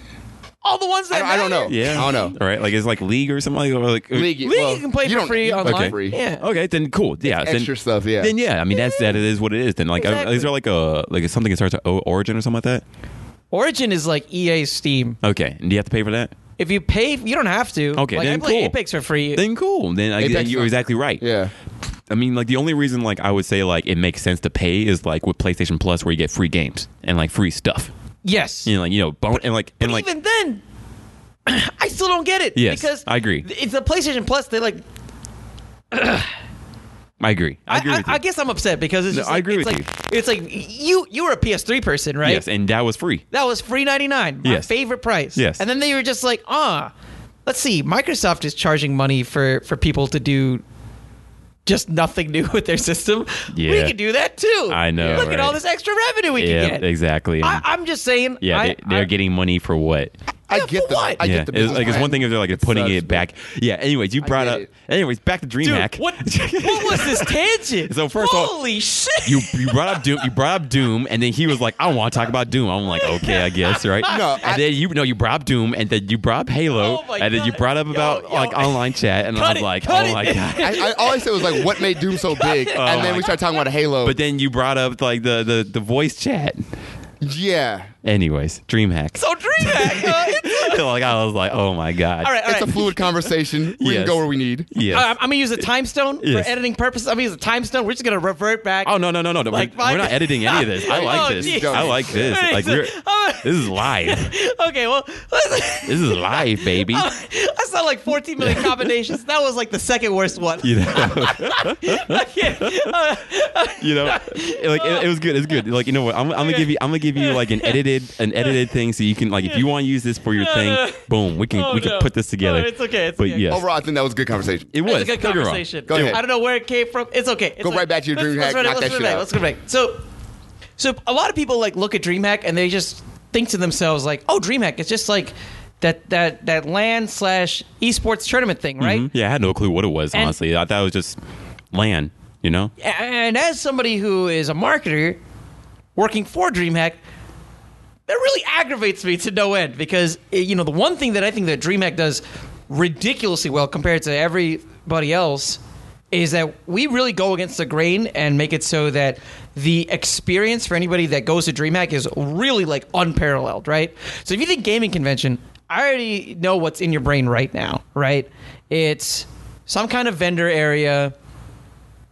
Speaker 2: All the ones that
Speaker 3: I don't, I don't know.
Speaker 2: matter.
Speaker 1: Yeah,
Speaker 3: I don't know.
Speaker 1: Right, like it's like League or something. Like, like
Speaker 3: League,
Speaker 2: League
Speaker 3: well,
Speaker 2: you can play
Speaker 3: you
Speaker 2: for
Speaker 3: don't-
Speaker 2: free
Speaker 3: you don't play
Speaker 2: online.
Speaker 3: free.
Speaker 2: Yeah. Oh,
Speaker 1: Okay, then cool. Yeah, then,
Speaker 3: extra stuff, yeah.
Speaker 1: Then yeah, I mean that's that is what it is. Then like, uh,
Speaker 2: Exactly.
Speaker 1: is there like a like something that starts with O Origin or something like that?
Speaker 2: Origin is like EA Steam.
Speaker 1: Okay, and do you have to pay for that?
Speaker 2: If you pay, you don't have to.
Speaker 1: Okay,
Speaker 2: like,
Speaker 1: then
Speaker 2: I play
Speaker 1: cool.
Speaker 2: Apex for free.
Speaker 1: Then cool. Then, I, then
Speaker 3: Apex
Speaker 1: you're
Speaker 3: Legends.
Speaker 1: exactly right.
Speaker 3: Yeah.
Speaker 1: I mean, like the only reason like I would say like it makes sense to pay is like with PlayStation Plus where you get free games and like free stuff.
Speaker 2: yes.
Speaker 1: You know, like you know, bon- and like and
Speaker 2: But
Speaker 1: like
Speaker 2: even then, *clears throat* I still don't get it.
Speaker 1: Yes,
Speaker 2: because
Speaker 1: I agree.
Speaker 2: It's the PlayStation Plus. They like.
Speaker 1: I agree. I agree
Speaker 2: I,
Speaker 1: with you.
Speaker 2: I guess I'm upset because it's.
Speaker 1: No,
Speaker 2: just
Speaker 1: I
Speaker 2: like,
Speaker 1: agree
Speaker 2: it's
Speaker 1: with
Speaker 2: like, It's like you. You were a PS3 person, right?
Speaker 1: Yes, and that was free.
Speaker 2: That was free ninety nine. My
Speaker 1: Yes.
Speaker 2: favorite price.
Speaker 1: Yes.
Speaker 2: And then they were just like, ah, let's see. Microsoft is charging money for for people to do just nothing new with their system. We
Speaker 1: Yeah.
Speaker 2: can do that too.
Speaker 1: I know,
Speaker 2: Look at all
Speaker 1: right.
Speaker 2: this extra revenue we
Speaker 1: Yeah,
Speaker 2: can get.
Speaker 1: exactly.
Speaker 2: I, I'm just saying.
Speaker 1: yeah,
Speaker 2: I,
Speaker 1: they, they're
Speaker 2: I-
Speaker 1: getting money for what?
Speaker 3: I
Speaker 2: Yeah,
Speaker 3: get
Speaker 2: for
Speaker 3: the.
Speaker 2: what?
Speaker 3: I
Speaker 1: yeah,
Speaker 3: get the.
Speaker 1: it's,
Speaker 3: business
Speaker 1: like it's one
Speaker 3: plan.
Speaker 1: thing if they're like
Speaker 3: It
Speaker 1: putting
Speaker 3: sucks,
Speaker 1: it
Speaker 3: but-
Speaker 1: back. Yeah. Anyways, you brought
Speaker 3: get
Speaker 1: up.
Speaker 3: it.
Speaker 1: Anyways, back to
Speaker 2: Dude,
Speaker 1: DreamHack.
Speaker 2: what, what
Speaker 1: *laughs*
Speaker 2: was this tangent?
Speaker 1: So first of
Speaker 2: Holy
Speaker 1: all-
Speaker 2: Holy shit.
Speaker 1: you you brought up Doom. You brought up Doom, and then he was like, "I want to talk about Doom." I'm like, "Okay, I guess,
Speaker 2: *laughs*
Speaker 1: right?"
Speaker 3: No,
Speaker 1: and
Speaker 3: I-
Speaker 1: then you no, you brought up Doom, and then you brought up Halo,
Speaker 2: Oh my
Speaker 1: and then you
Speaker 2: God.
Speaker 1: brought up about
Speaker 2: Yo, yo.
Speaker 1: like online chat, and *laughs*
Speaker 2: Cut
Speaker 1: I'm
Speaker 2: it,
Speaker 1: like,
Speaker 2: cut
Speaker 1: "Oh
Speaker 2: it.
Speaker 1: my
Speaker 2: *laughs*
Speaker 1: god."
Speaker 3: I, I, all I said was like, what made
Speaker 1: *laughs*
Speaker 3: Doom so big? and then
Speaker 1: Oh my
Speaker 3: we started talking about Halo.
Speaker 1: But then you brought up like the the, the voice chat.
Speaker 3: yeah,
Speaker 1: Anyways, DreamHack.
Speaker 2: so DreamHack.
Speaker 1: *laughs*
Speaker 2: uh, it's-
Speaker 1: like I was like, "Oh my god."
Speaker 2: all right, all
Speaker 3: it's
Speaker 2: right.
Speaker 3: a fluid conversation. We
Speaker 1: Yes.
Speaker 3: can go where we need.
Speaker 1: Yes.
Speaker 2: Uh, I'm gonna use a time stone
Speaker 1: Yes.
Speaker 2: for editing purposes. I'm gonna use a time stone. We're just gonna revert back.
Speaker 1: Oh no no no no! no.
Speaker 2: Like,
Speaker 1: we're, we're not
Speaker 2: my-
Speaker 1: editing any of this. I like
Speaker 2: *laughs* Oh,
Speaker 1: this.
Speaker 2: geez.
Speaker 1: I like this.
Speaker 2: Hey,
Speaker 1: Like
Speaker 2: so-
Speaker 1: we're,
Speaker 2: I'm-
Speaker 1: this is live.
Speaker 2: okay, well, *laughs*
Speaker 1: This is live, baby.
Speaker 2: Oh, I saw like 14 million combinations. That was like the second worst one.
Speaker 1: You
Speaker 2: *laughs*
Speaker 1: know.
Speaker 2: Okay. Uh,
Speaker 1: you
Speaker 2: *laughs*
Speaker 1: know, like it, it was good. It's good. Like you know what? I'm, I'm gonna give you. I'm gonna give you like an edited, an edited thing, so you can like if you want to use this for your
Speaker 2: *laughs*
Speaker 1: thing, boom, we can
Speaker 2: Oh,
Speaker 1: we can
Speaker 2: no.
Speaker 1: put this together.
Speaker 2: Oh, it's okay, it's
Speaker 1: but
Speaker 2: okay.
Speaker 1: yes,
Speaker 3: Overall, I think that was a good conversation.
Speaker 1: it was
Speaker 2: It's a good
Speaker 1: Don't get me wrong.
Speaker 2: conversation.
Speaker 3: Go ahead.
Speaker 2: I don't know where it came from. It's okay. It's
Speaker 3: Go
Speaker 2: like-
Speaker 3: right back to your
Speaker 2: let's-
Speaker 3: DreamHack,
Speaker 2: Let's run it-
Speaker 3: knock
Speaker 2: let's run it
Speaker 3: that shit
Speaker 2: back.
Speaker 3: out.
Speaker 2: Let's go back. So, so a lot of people like look at DreamHack and they just think to themselves like, "Oh, DreamHack, it's just like that that that LAN slash esports tournament thing, right?"
Speaker 1: Mhm. Yeah, I had no clue what it was.
Speaker 2: And-
Speaker 1: honestly, I thought it was just land. You know,
Speaker 2: and as somebody who is a marketer working for DreamHack, that really aggravates me to no end because eh, you know the one thing that I think that DreamHack does ridiculously well compared to everybody else is that we really go against the grain and make it so that the experience for anybody that goes to DreamHack is really like unparalleled, right? So if you think gaming convention, I already know what's in your brain right now, right? It's some kind of vendor area,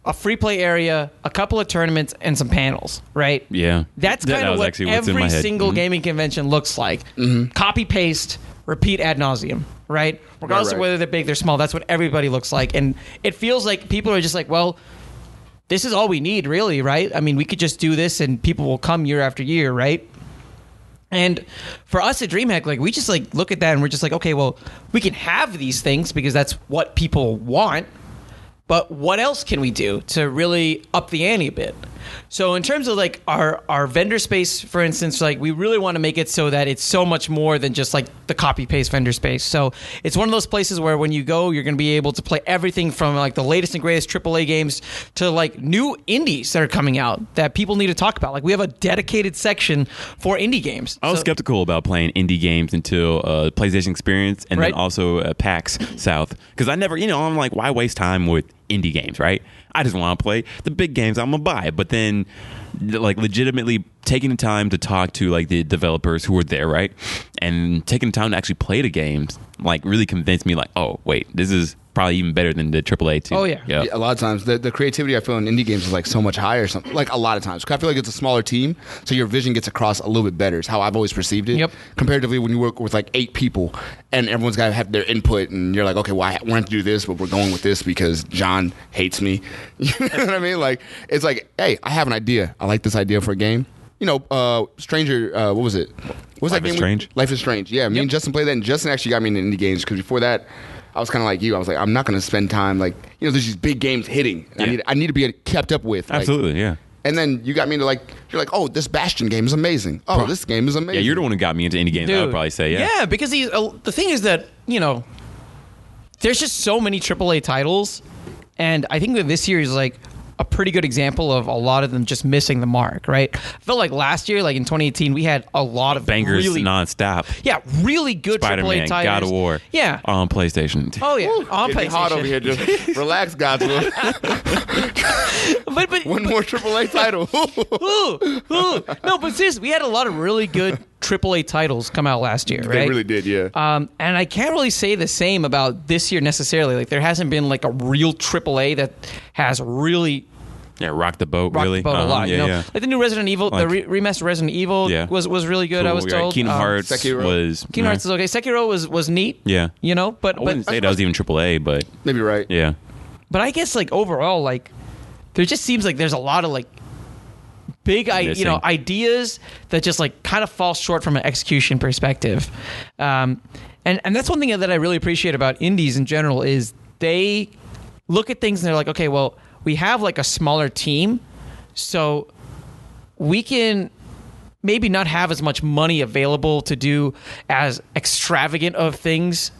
Speaker 2: a free play area, a couple of tournaments, and some panels, right?
Speaker 1: Yeah.
Speaker 2: That's
Speaker 1: That-
Speaker 2: kind
Speaker 1: that
Speaker 2: of
Speaker 1: was
Speaker 2: what
Speaker 1: actually what's in
Speaker 2: every
Speaker 1: my head.
Speaker 2: single
Speaker 1: Mhm.
Speaker 2: gaming convention looks like. Copy paste, repeat ad nauseum, right? Regardless of
Speaker 3: right.
Speaker 2: whether they're big, they're small. That's what everybody looks like, and it feels like people are just like, well, this is all we need, really, right? I mean, we could just do this, and people will come year after year, right? And for us at DreamHack, like we just like look at that and we're just like, okay, well, we can have these things because that's what people want. But what else can we do to really up the ante a bit? So in terms of like our our vendor space, for instance, like we really want to make it so that it's so much more than just like the copy paste vendor space. So it's one of those places where when you go, you're going to be able to play everything from like the latest and greatest AAA games to like new indies that are coming out that people need to talk about. Like we have a dedicated section for indie games.
Speaker 1: I was
Speaker 2: So-
Speaker 1: skeptical about playing indie games until uh, PlayStation Experience and
Speaker 2: Right.
Speaker 1: then also uh, PAX South because I never, you know, I'm like, why waste time with indie games, right? I just want to play the big games I'm gonna buy. But then, like, legitimately taking the time to talk to like the developers who were there, right, and taking the time to actually play the games, like, really convinced me, like, oh wait, this is probably even better than the AAA too.
Speaker 2: Oh, yeah.
Speaker 3: Yeah, a lot of times the, the creativity I feel in indie games is like so much higher. or Something like a lot of times, 'Cause I feel like it's a smaller team, so your vision gets across a little bit better. Is how I've always perceived it.
Speaker 2: Yep.
Speaker 3: Comparatively, when you work with like eight people and everyone's got to have their input, and you're like, okay, well, I, we're going to do this, but we're going with this because John hates me. *laughs* You know what I mean? Like it's like, hey, I have an idea. I like this idea for a game. You know, uh, Stranger. Uh, what was it? What was
Speaker 1: Life
Speaker 3: that
Speaker 1: is
Speaker 3: game? we-
Speaker 1: Strange.
Speaker 3: Life is Strange. Yeah, me and Justin played that, and Justin actually got me into indie games because before that, I was kind of like you. I was like, I'm not going to spend time like you know, there's these big games hitting. And I
Speaker 1: Yeah.
Speaker 3: need I need to be kept up with. like-
Speaker 1: absolutely, yeah.
Speaker 3: And then you got me into like you're like, oh, this Bastion game is amazing. Oh, this game is
Speaker 1: Yeah,
Speaker 3: amazing.
Speaker 1: you're the one who got me into indie games. I would probably say, yeah.
Speaker 2: because he, uh, the thing is that you know, there's just so many AAA titles, and I think that this year is like a pretty good example of a lot of them just missing the mark. Right? I felt like last year, like in 2018, we had a lot of
Speaker 1: Bangers
Speaker 2: really,
Speaker 1: nonstop.
Speaker 2: yeah, really good AAA
Speaker 1: Spider-Man,
Speaker 2: titles.
Speaker 1: God of War,
Speaker 2: yeah.
Speaker 1: on PlayStation.
Speaker 2: Oh yeah, on
Speaker 3: Getting hot
Speaker 2: PlayStation.
Speaker 3: over
Speaker 1: *laughs*
Speaker 3: here. Just relax, guys. *laughs* We'll-
Speaker 2: But but
Speaker 3: one more AAA title. *laughs*
Speaker 2: ooh, ooh. no, but seriously, we had a lot of really good AAA titles come out last year.
Speaker 3: They
Speaker 2: right?
Speaker 3: really did, yeah.
Speaker 2: Um, and I can't really say the same about this year necessarily. Like there hasn't been like a real AAA that has really
Speaker 1: Yeah, rock the boat.
Speaker 2: rocked
Speaker 1: really,
Speaker 2: the boat
Speaker 1: Uh-huh,
Speaker 2: a lot.
Speaker 1: Yeah,
Speaker 2: you know,
Speaker 1: yeah.
Speaker 2: like the new Resident Evil,
Speaker 1: Like-
Speaker 2: the re- remastered Resident Evil
Speaker 1: Yeah.
Speaker 2: was was really good. I
Speaker 1: Cool,
Speaker 2: was
Speaker 1: right.
Speaker 2: told
Speaker 1: Kingdom
Speaker 2: Um,
Speaker 1: Hearts
Speaker 3: Sekiro.
Speaker 1: was.
Speaker 2: Kingdom Hearts is okay. Sekiro was was neat.
Speaker 1: Yeah.
Speaker 2: you know, but
Speaker 1: I wouldn't
Speaker 2: but
Speaker 1: say that was even AAA, but
Speaker 3: Maybe right.
Speaker 1: yeah.
Speaker 2: but I guess like overall, like there just seems like there's a lot of like big, I, you
Speaker 1: Missing.
Speaker 2: know, ideas that just like kind of fall short from an execution perspective. Um, and and that's one thing that I really appreciate about indies in general is they look at things and they're like, okay, well, we have like a smaller team, so we can maybe not have as much money available to do as extravagant of things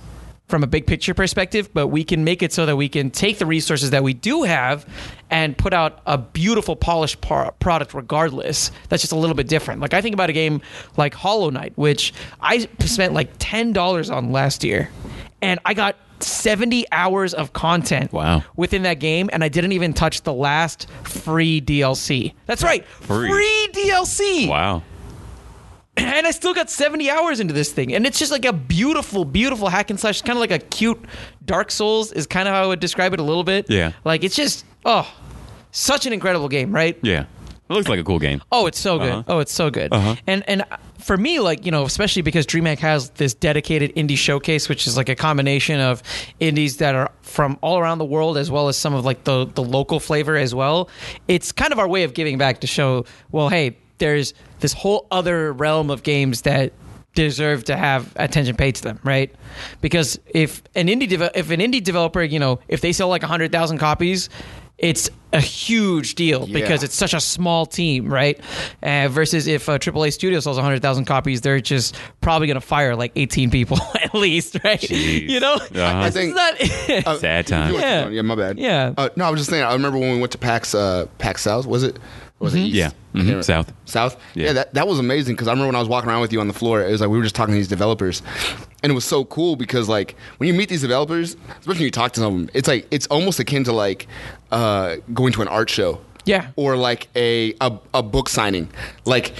Speaker 2: from a big picture perspective, but we can make it so that we can take the resources that we do have and put out a beautiful polished par- product regardless. That's just a little bit different. Like I think about a game like Hollow Knight, which I spent like $10 on last year and I got 70 hours of content
Speaker 1: Wow.
Speaker 2: within that game and I didn't even touch the last free DLC. That's right.
Speaker 1: Free.
Speaker 2: free DLC
Speaker 1: Wow.
Speaker 2: *clears throat* and I still got 70 hours into this thing. And it's just like a beautiful, beautiful hack and slash, kind of like a cute Dark Souls, is kind of how I would describe it a little bit.
Speaker 1: Yeah.
Speaker 2: Like it's just, oh, such an incredible game, right?
Speaker 1: Yeah. It looks like a cool game.
Speaker 2: Oh, it's so good.
Speaker 1: Uh-huh.
Speaker 2: Oh, it's so good.
Speaker 1: Uh-huh.
Speaker 2: And and for me, like you know, especially because DreamHack has this dedicated indie showcase, which is like a combination of indies that are from all around the world, as well as some of like the the local flavor as well. It's kind of our way of giving back to show. Well, hey, there's this whole other realm of games that deserve to have attention paid to them, right? Because if an indie deve- if an indie developer, you know, if they sell like 100,000 copies, it's a huge deal because
Speaker 3: Yeah.
Speaker 2: it's such a small team, right? Uh, versus if a AAA studio sells 100,000 copies, they're just probably going to fire like 18 people *laughs* at least, right?
Speaker 1: Jeez.
Speaker 2: You know?
Speaker 1: Uh-huh.
Speaker 3: I
Speaker 2: This is
Speaker 3: think-
Speaker 2: not- *laughs*
Speaker 3: Uh,
Speaker 1: Sad
Speaker 3: you
Speaker 1: time.
Speaker 3: went-
Speaker 2: Yeah.
Speaker 3: yeah, my bad.
Speaker 2: Yeah.
Speaker 3: Uh, no, I was just saying. I remember when we went to PAX, uh, PAX South. Was it? Or was it east?
Speaker 1: Yeah.
Speaker 3: I can't
Speaker 1: Mhm.
Speaker 3: remember.
Speaker 1: South.
Speaker 3: South.
Speaker 1: Yeah.
Speaker 3: Yeah, that, that was amazing because I remember when I was walking around with you on the floor, it was like we were just talking to these developers, and it was so cool because like when you meet these developers, especially when you talk to some of them, it's like it's almost akin to like uh, going to an art show.
Speaker 2: Yeah.
Speaker 3: Or like a, a a book signing, like.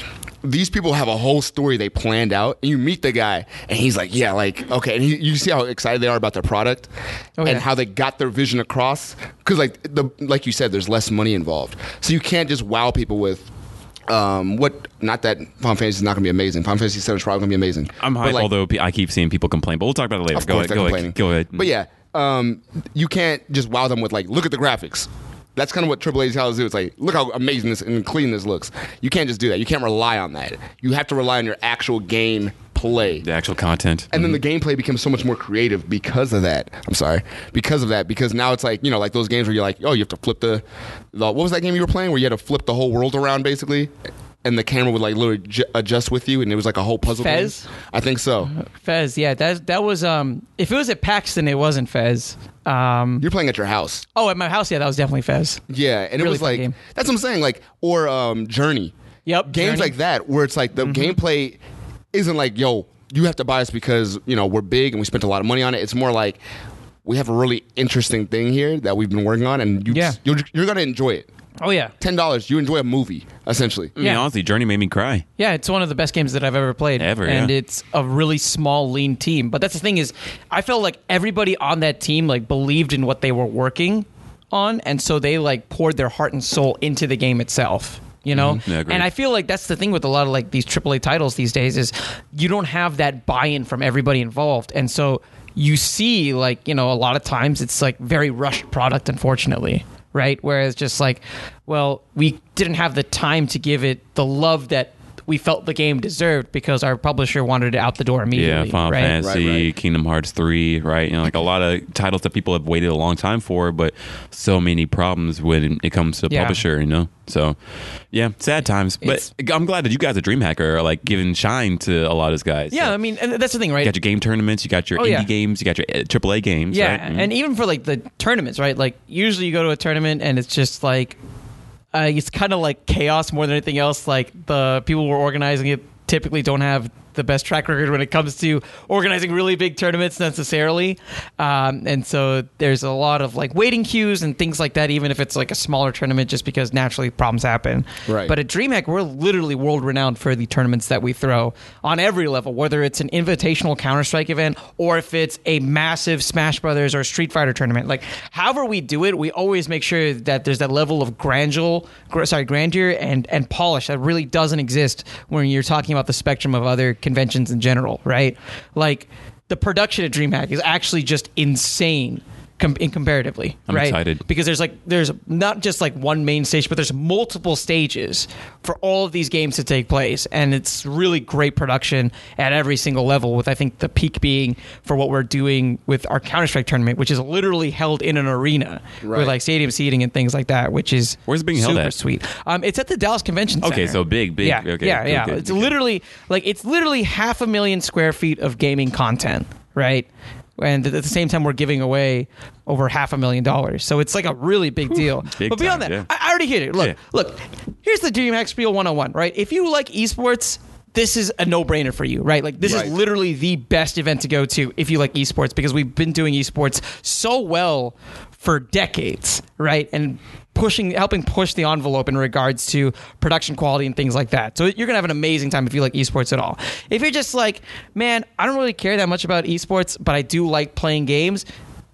Speaker 3: These people have a whole story they planned out, and you meet the guy, and he's like, "Yeah, like okay." And he, you see how excited they are about their product,
Speaker 2: Oh,
Speaker 3: and
Speaker 2: yeah.
Speaker 3: how they got their vision across. Because like the like you said, there's less money involved, so you can't just wow people with um, what. Not that Final Fantasy is not going to be amazing. Final Fantasy Seven is probably going to be amazing.
Speaker 1: I'm
Speaker 3: But,
Speaker 1: hyped,
Speaker 3: like,
Speaker 1: although pe- I keep seeing people complain, but we'll talk about it later.
Speaker 3: of
Speaker 1: go
Speaker 3: course
Speaker 1: ahead,
Speaker 3: they're
Speaker 1: go
Speaker 3: complaining.
Speaker 1: ahead, go ahead.
Speaker 3: But yeah, um, you can't just wow them with like, look at the graphics. That's kind of what AAA titles do. It's like, look how amazing this and clean this looks. You can't just do that. You can't rely on that. You have to rely on your actual game play.
Speaker 1: the actual content.
Speaker 3: And then the gameplay becomes so much more creative because of that. I'm sorry, because of that. Because now it's like you know, like those games where you're like, oh, you have to flip the, the what was that game you were playing where you had to flip the whole world around basically, and the camera would like literally ju- adjust with you, and it was like a whole puzzle. game?
Speaker 2: Fez?
Speaker 3: I think so.
Speaker 2: Fez, yeah, that that was um. If it was at Paxton, it wasn't Fez. Um.
Speaker 3: You're playing at your house.
Speaker 2: Oh, at my house, yeah, that was definitely Fez.
Speaker 3: Yeah, and it
Speaker 2: Really
Speaker 3: was
Speaker 2: fun
Speaker 3: like
Speaker 2: game.
Speaker 3: that's what I'm saying. Like or um, Journey.
Speaker 2: Yep,
Speaker 3: Games
Speaker 2: Journey. Mm-hmm.
Speaker 3: like that where it's like the gameplay isn't like yo you have to buy us because you know we're big and we spent a lot of money on it. It's more like we have a really interesting thing here that we've been working on, and you
Speaker 2: Yeah.
Speaker 3: just- you're, you're gonna enjoy it.
Speaker 2: Oh yeah,
Speaker 3: Ten dollars, you enjoy a movie essentially.
Speaker 1: I mean,
Speaker 2: yeah.
Speaker 1: honestly, Journey made me cry.
Speaker 2: Yeah, it's one of the best games that I've ever played.
Speaker 1: Ever,
Speaker 2: and
Speaker 1: yeah.
Speaker 2: it's a really small, lean team. But that's the thing is, I felt like everybody on that team like believed in what they were working on, and so they like poured their heart and soul into the game itself. You know,
Speaker 1: Mm-hmm. Yeah, agreed.
Speaker 2: and I feel like that's the thing with a lot of like these AAA titles these days is you don't have that buy-in from everybody involved, and so you see like you know a lot of times it's like very rushed product, unfortunately right? Whereas just like, well, we didn't have the time to give it the love that we felt the game deserved because our publisher wanted it out the door
Speaker 1: Yeah,
Speaker 2: immediately.
Speaker 1: Final
Speaker 2: right?
Speaker 1: Fantasy,
Speaker 3: Right, right.
Speaker 1: Kingdom Hearts 3, right? You know, like a lot of titles that people have waited a long time for, but so many problems when it comes to
Speaker 2: Yeah.
Speaker 1: publisher, you know? So, yeah, sad times.
Speaker 2: It's-
Speaker 1: but I'm glad that you guys at DreamHacker are like giving shine to a lot of these guys.
Speaker 2: Yeah,
Speaker 1: So,
Speaker 2: I mean, and that's the thing,
Speaker 1: you
Speaker 2: right?
Speaker 1: got your game tournaments, you got your
Speaker 2: Oh,
Speaker 1: indie
Speaker 2: yeah.
Speaker 1: games, you got your uh, AAA games.
Speaker 2: Yeah,
Speaker 1: right? Mhm.
Speaker 2: and even for like the tournaments, right? Like usually you go to a tournament and it's just like uh, it's kind of like chaos more than anything else. Like the people who are organizing it typically don't have the best track record when it comes to organizing really big tournaments necessarily, um, and so there's a lot of like waiting queues and things like that. Even if it's like a smaller tournament, just because naturally problems happen.
Speaker 3: Right.
Speaker 2: But at DreamHack, we're literally world renowned for the tournaments that we throw on every level, whether it's an invitational Counter Strike event or if it's a massive Smash Brothers or Street Fighter tournament. Like, however we do it, we always make sure that there's that level of grandeur, gr- sorry, grandeur and and polish that really doesn't exist when you're talking about the spectrum of other conventions in general, right? Like, the production at DreamHack is actually just insane. Com- in comparatively,
Speaker 1: I'm
Speaker 2: right?
Speaker 1: excited.
Speaker 2: because there's like there's not just like one main stage but there's multiple stages for all of these games to take place and it's really great production at every single level with i think the peak being for what we're doing with our counter-strike tournament which is literally held in an arena
Speaker 3: Right.
Speaker 2: with like stadium seating and things like that which is
Speaker 1: Where's it being held
Speaker 2: super
Speaker 1: at?
Speaker 2: sweet um it's at the dallas convention
Speaker 1: Okay,
Speaker 2: Center.
Speaker 1: so big, big,
Speaker 2: yeah
Speaker 1: okay,
Speaker 2: yeah yeah
Speaker 1: okay,
Speaker 2: it's
Speaker 1: okay.
Speaker 2: literally like it's literally half a million square feet of gaming content, right? And at the same time, we're giving away over half a million dollars, so it's like a really big deal.
Speaker 1: big
Speaker 2: but beyond
Speaker 1: time,
Speaker 2: that,
Speaker 1: yeah.
Speaker 2: I, I already hit it. Look,
Speaker 1: Yeah.
Speaker 2: look, here's the DreamHack Spiel 101, right? If you like esports. This is a no-brainer for you, right? Like this
Speaker 3: Right.
Speaker 2: is literally the best event to go to if you like esports because we've been doing esports so well for decades, right? And pushing helping push the envelope in regards to production quality and things like that. So you're going to have an amazing time if you like esports at all. If you're just like, man, I don't really care that much about esports, but I do like playing games,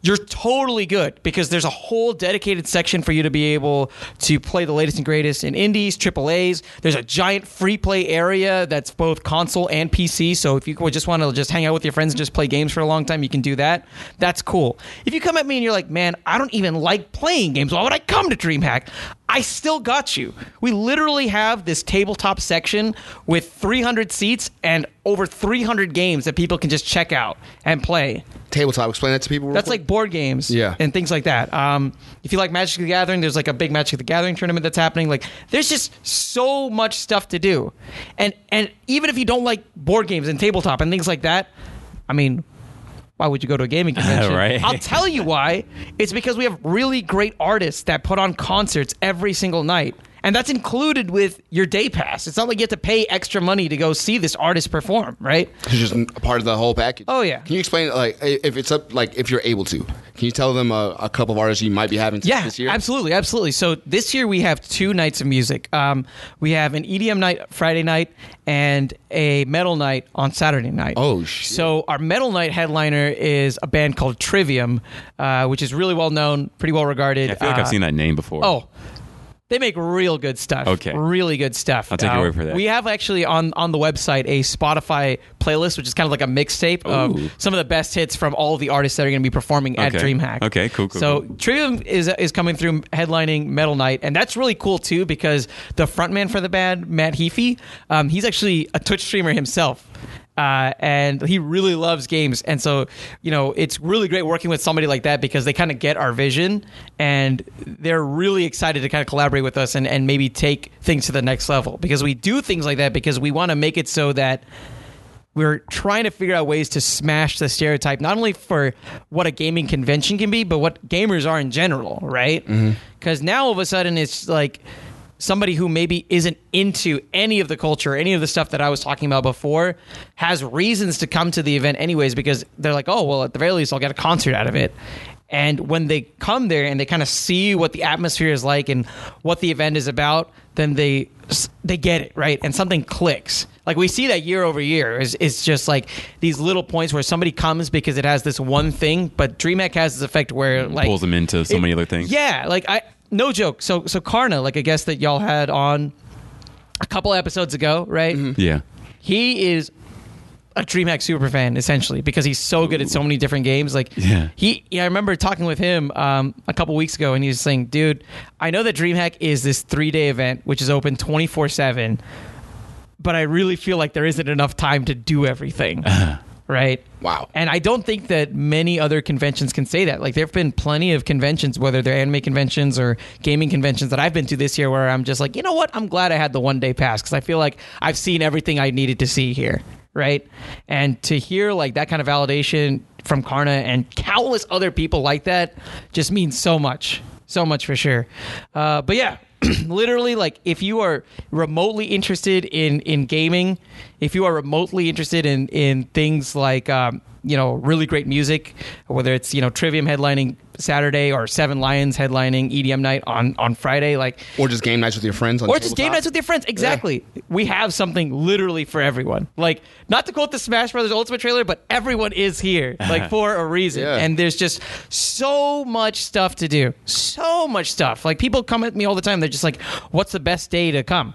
Speaker 2: you're totally good because there's a whole dedicated section for you to be able to play the latest and greatest in indies, triple A's. There's a giant free play area that's both console and PC. So if you just want to just hang out with your friends and just play games for a long time, you can do that. That's cool. If you come at me and you're like, man, I don't even like playing games. Why would I come to DreamHack? I still got you. We literally have this tabletop section with 300 seats and over 300 games that people can just check out and play.
Speaker 3: Tabletop, explain that to people. real
Speaker 2: That's
Speaker 3: quick.
Speaker 2: like board games,
Speaker 3: Yeah.
Speaker 2: and things like that. Um, if you like Magic the Gathering, there's like a big Magic the Gathering tournament that's happening. Like, there's just so much stuff to do, and and even if you don't like board games and tabletop and things like that, I mean, why would you go to a gaming convention?
Speaker 1: Right.
Speaker 2: I'll tell you why. It's because we have really great artists that put on concerts every single night. and that's included with your day pass. It's not like you have to pay extra money to go see this artist perform, right?
Speaker 3: It's just a part of the whole package.
Speaker 2: Oh, yeah.
Speaker 3: Can you explain like i- if it's up like if you're able to? Can you tell them a, a couple of artists you might be having to
Speaker 2: Yeah,
Speaker 3: this year?
Speaker 2: absolutely, absolutely. So this year we have two nights of music. Um, we have an EDM night Friday night and a metal night on Saturday night.
Speaker 3: Oh, shit.
Speaker 2: So our metal night headliner is a band called Trivium, uh, which is really well known, pretty well regarded.
Speaker 1: I feel like
Speaker 2: Uh,
Speaker 1: I've seen that name before.
Speaker 2: Oh, they make real good stuff.
Speaker 1: Okay.
Speaker 2: really good stuff.
Speaker 1: I'll take your word for that.
Speaker 2: We have actually on on the website a Spotify playlist, which is kind of like a mixtape
Speaker 1: Ooh.
Speaker 2: of some of the best hits from all the artists that are going to be performing at
Speaker 1: Okay.
Speaker 2: DreamHack.
Speaker 1: Okay, cool, cool,
Speaker 2: So
Speaker 1: cool.
Speaker 2: Trivium is is coming through headlining Metal Night, and that's really cool too because the frontman for the band, Matt Heafy, um, he's actually a Twitch streamer himself. Uh, and he really loves games, and so you know it's really great working with somebody like that because they kind of get our vision, and they're really excited to kind of collaborate with us and and maybe take things to the next level because we do things like that because we want to make it so that we're trying to figure out ways to smash the stereotype not only for what a gaming convention can be but what gamers are in general right because now all of a sudden it's like somebody who maybe isn't into any of the culture any of the stuff that i was talking about before has reasons to come to the event anyways because they're like oh well at the very least i'll get a concert out of it and when they come there and they kind of see what the atmosphere is like and what the event is about, then they they get it right, and something clicks. Like we see that year over year is it's just like these little points where somebody comes because it has this one thing, but DreamHack has this effect where like
Speaker 1: Pulls them into so
Speaker 2: it-
Speaker 1: many other things.
Speaker 2: Yeah, like I no joke. So so Karna, like a guest that y'all had on a couple episodes ago, right?
Speaker 1: Yeah.
Speaker 2: he is a DreamHack superfan essentially because he's so good at so many different games. Like,
Speaker 1: Yeah.
Speaker 2: he, yeah, I remember talking with him um, a couple weeks ago, and he was saying, "Dude, I know that DreamHack is this three day event which is open twenty four seven, but I really feel like there isn't enough time to do everything." Right.
Speaker 3: Wow.
Speaker 2: And I don't think that many other conventions can say that. Like there have been plenty of conventions, whether they're anime conventions or gaming conventions that I've been to this year, where I'm just like, you know what? I'm glad I had the one day pass because I feel like I've seen everything I needed to see here, right? And to hear like that kind of validation from Karna and countless other people like that just means so much, so much for sure. Uh, but yeah. *clears throat* literally like if you are remotely interested in in gaming if you are remotely interested in in things like um you know really great music whether it's you know trivium headlining saturday or seven lions headlining edm night on on friday like
Speaker 3: Or just game nights with your friends. On
Speaker 2: or just game
Speaker 3: tabletop?
Speaker 2: nights with your friends exactly we have something literally for everyone like not to quote the smash brothers ultimate trailer but everyone is
Speaker 3: *laughs*
Speaker 2: here like for a reason
Speaker 3: Yeah.
Speaker 2: and there's just so much stuff to do so much stuff like people come at me all the time they're just like what's the best day to come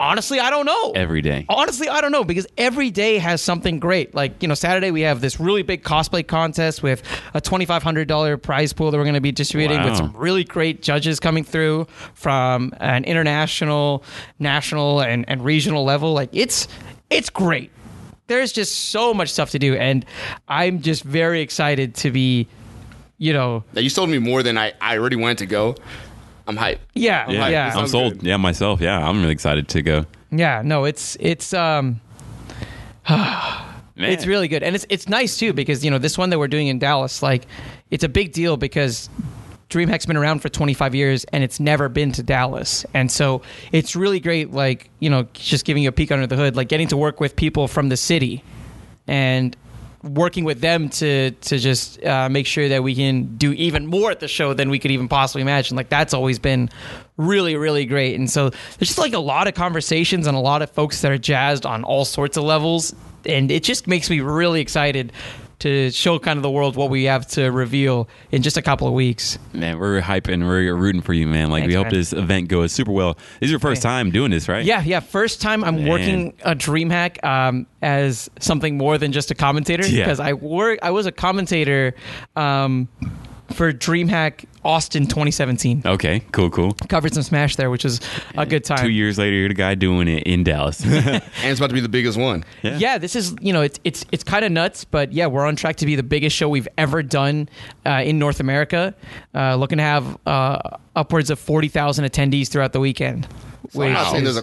Speaker 2: honestly i don't know
Speaker 1: Every day.
Speaker 2: honestly i don't know because every day has something great like you know saturday we have this really big cosplay contest with a $2500 prize pool that we're going to be distributing
Speaker 1: Wow.
Speaker 2: with some really great judges coming through from an international, national, and, and regional level. Like it's it's great. There's just so much stuff to do, and I'm just very excited to be, you know,
Speaker 3: That you sold me more than I, I already wanted to go. I'm hyped.
Speaker 2: yeah,
Speaker 1: Yeah.
Speaker 2: yeah, yeah.
Speaker 1: I'm
Speaker 3: Sounds
Speaker 1: sold.
Speaker 3: good.
Speaker 1: Yeah, myself. Yeah, I'm really excited to go.
Speaker 2: no, it's it's um. *sighs*
Speaker 1: Man.
Speaker 2: It's really good, and it's it's nice too because you know this one that we're doing in Dallas, like, it's a big deal because DreamHack's been around for 25 years and it's never been to Dallas, and so it's really great. Like, you know, just giving you a peek under the hood, like getting to work with people from the city, and working with them to to just uh, make sure that we can do even more at the show than we could even possibly imagine. Like that's always been really really great, and so there's just like a lot of conversations and a lot of folks that are jazzed on all sorts of levels, and it just makes me really excited to show kind of the world what we have to reveal in just a couple of weeks.
Speaker 1: Man, we're hyping. We're rooting for you, man. Like,
Speaker 2: Thanks,
Speaker 1: we hope
Speaker 2: man.
Speaker 1: this event goes super well. This is your first time doing this, right?
Speaker 2: Yeah, yeah. First time I'm
Speaker 1: Man.
Speaker 2: working a DreamHack um, as something more than just a commentator
Speaker 1: Yeah.
Speaker 2: because I work. I was a commentator um, for DreamHack Austin 2017.
Speaker 1: Okay, cool, cool.
Speaker 2: Covered some Smash there, which was a good time.
Speaker 1: Two years later, you're the guy doing it in
Speaker 2: *laughs*
Speaker 1: Dallas.
Speaker 3: And it's about to be the biggest one.
Speaker 1: Yeah.
Speaker 2: Yeah. this is you know it's it's it's kind of nuts, but yeah, we're on track to be the biggest show we've ever done uh, in North America. Uh, looking to have uh, upwards of forty thousand attendees throughout the weekend.
Speaker 3: I'm
Speaker 2: which
Speaker 3: not saying
Speaker 2: is-
Speaker 3: there's a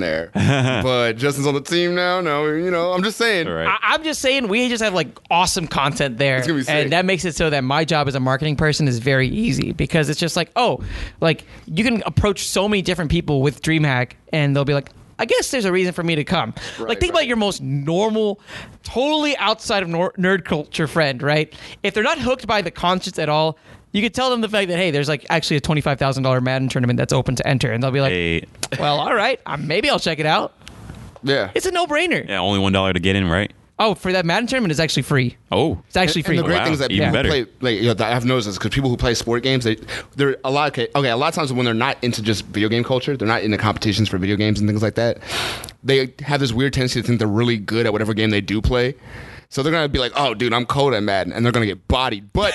Speaker 1: *laughs*
Speaker 3: there, but Justin's on the team now. No, you know, I'm just saying.
Speaker 1: All right.
Speaker 2: I, I'm just saying we just have like awesome content there,
Speaker 3: gonna be sick.
Speaker 2: and that makes it so that my job as a marketing person is very easy because it's just like oh, like you can approach so many different people with DreamHack, and they'll be like. I guess there's a reason for me to come. like, think
Speaker 3: right.
Speaker 2: about your most normal, totally outside of nor- nerd culture friend, right? If they're not hooked by the conscience at all, you could tell them the fact that, hey, there's like actually a $25,000 Madden tournament that's open to enter. And they'll be like,
Speaker 1: Hey,
Speaker 2: well, all right, uh, maybe I'll check it out.
Speaker 3: Yeah.
Speaker 2: It's a no brainer.
Speaker 1: yeah, only one dollar to get in, right?
Speaker 2: Oh, for that Madden tournament is actually free.
Speaker 1: Oh,
Speaker 2: It's actually free.
Speaker 3: And the great
Speaker 1: Wow,
Speaker 3: thing is that
Speaker 1: even
Speaker 3: people who
Speaker 1: better.
Speaker 3: play, like, you know, that I've noticed this because people who play sport games, they, they're a lot. Okay, okay, a lot of times when they're not into just video game culture, they're not into competitions for video games and things like that. They have this weird tendency to think they're really good at whatever game they do play. So they're gonna be like, "Oh, dude, I'm cold at Madden," and they're gonna get bodied.
Speaker 1: *laughs*
Speaker 3: But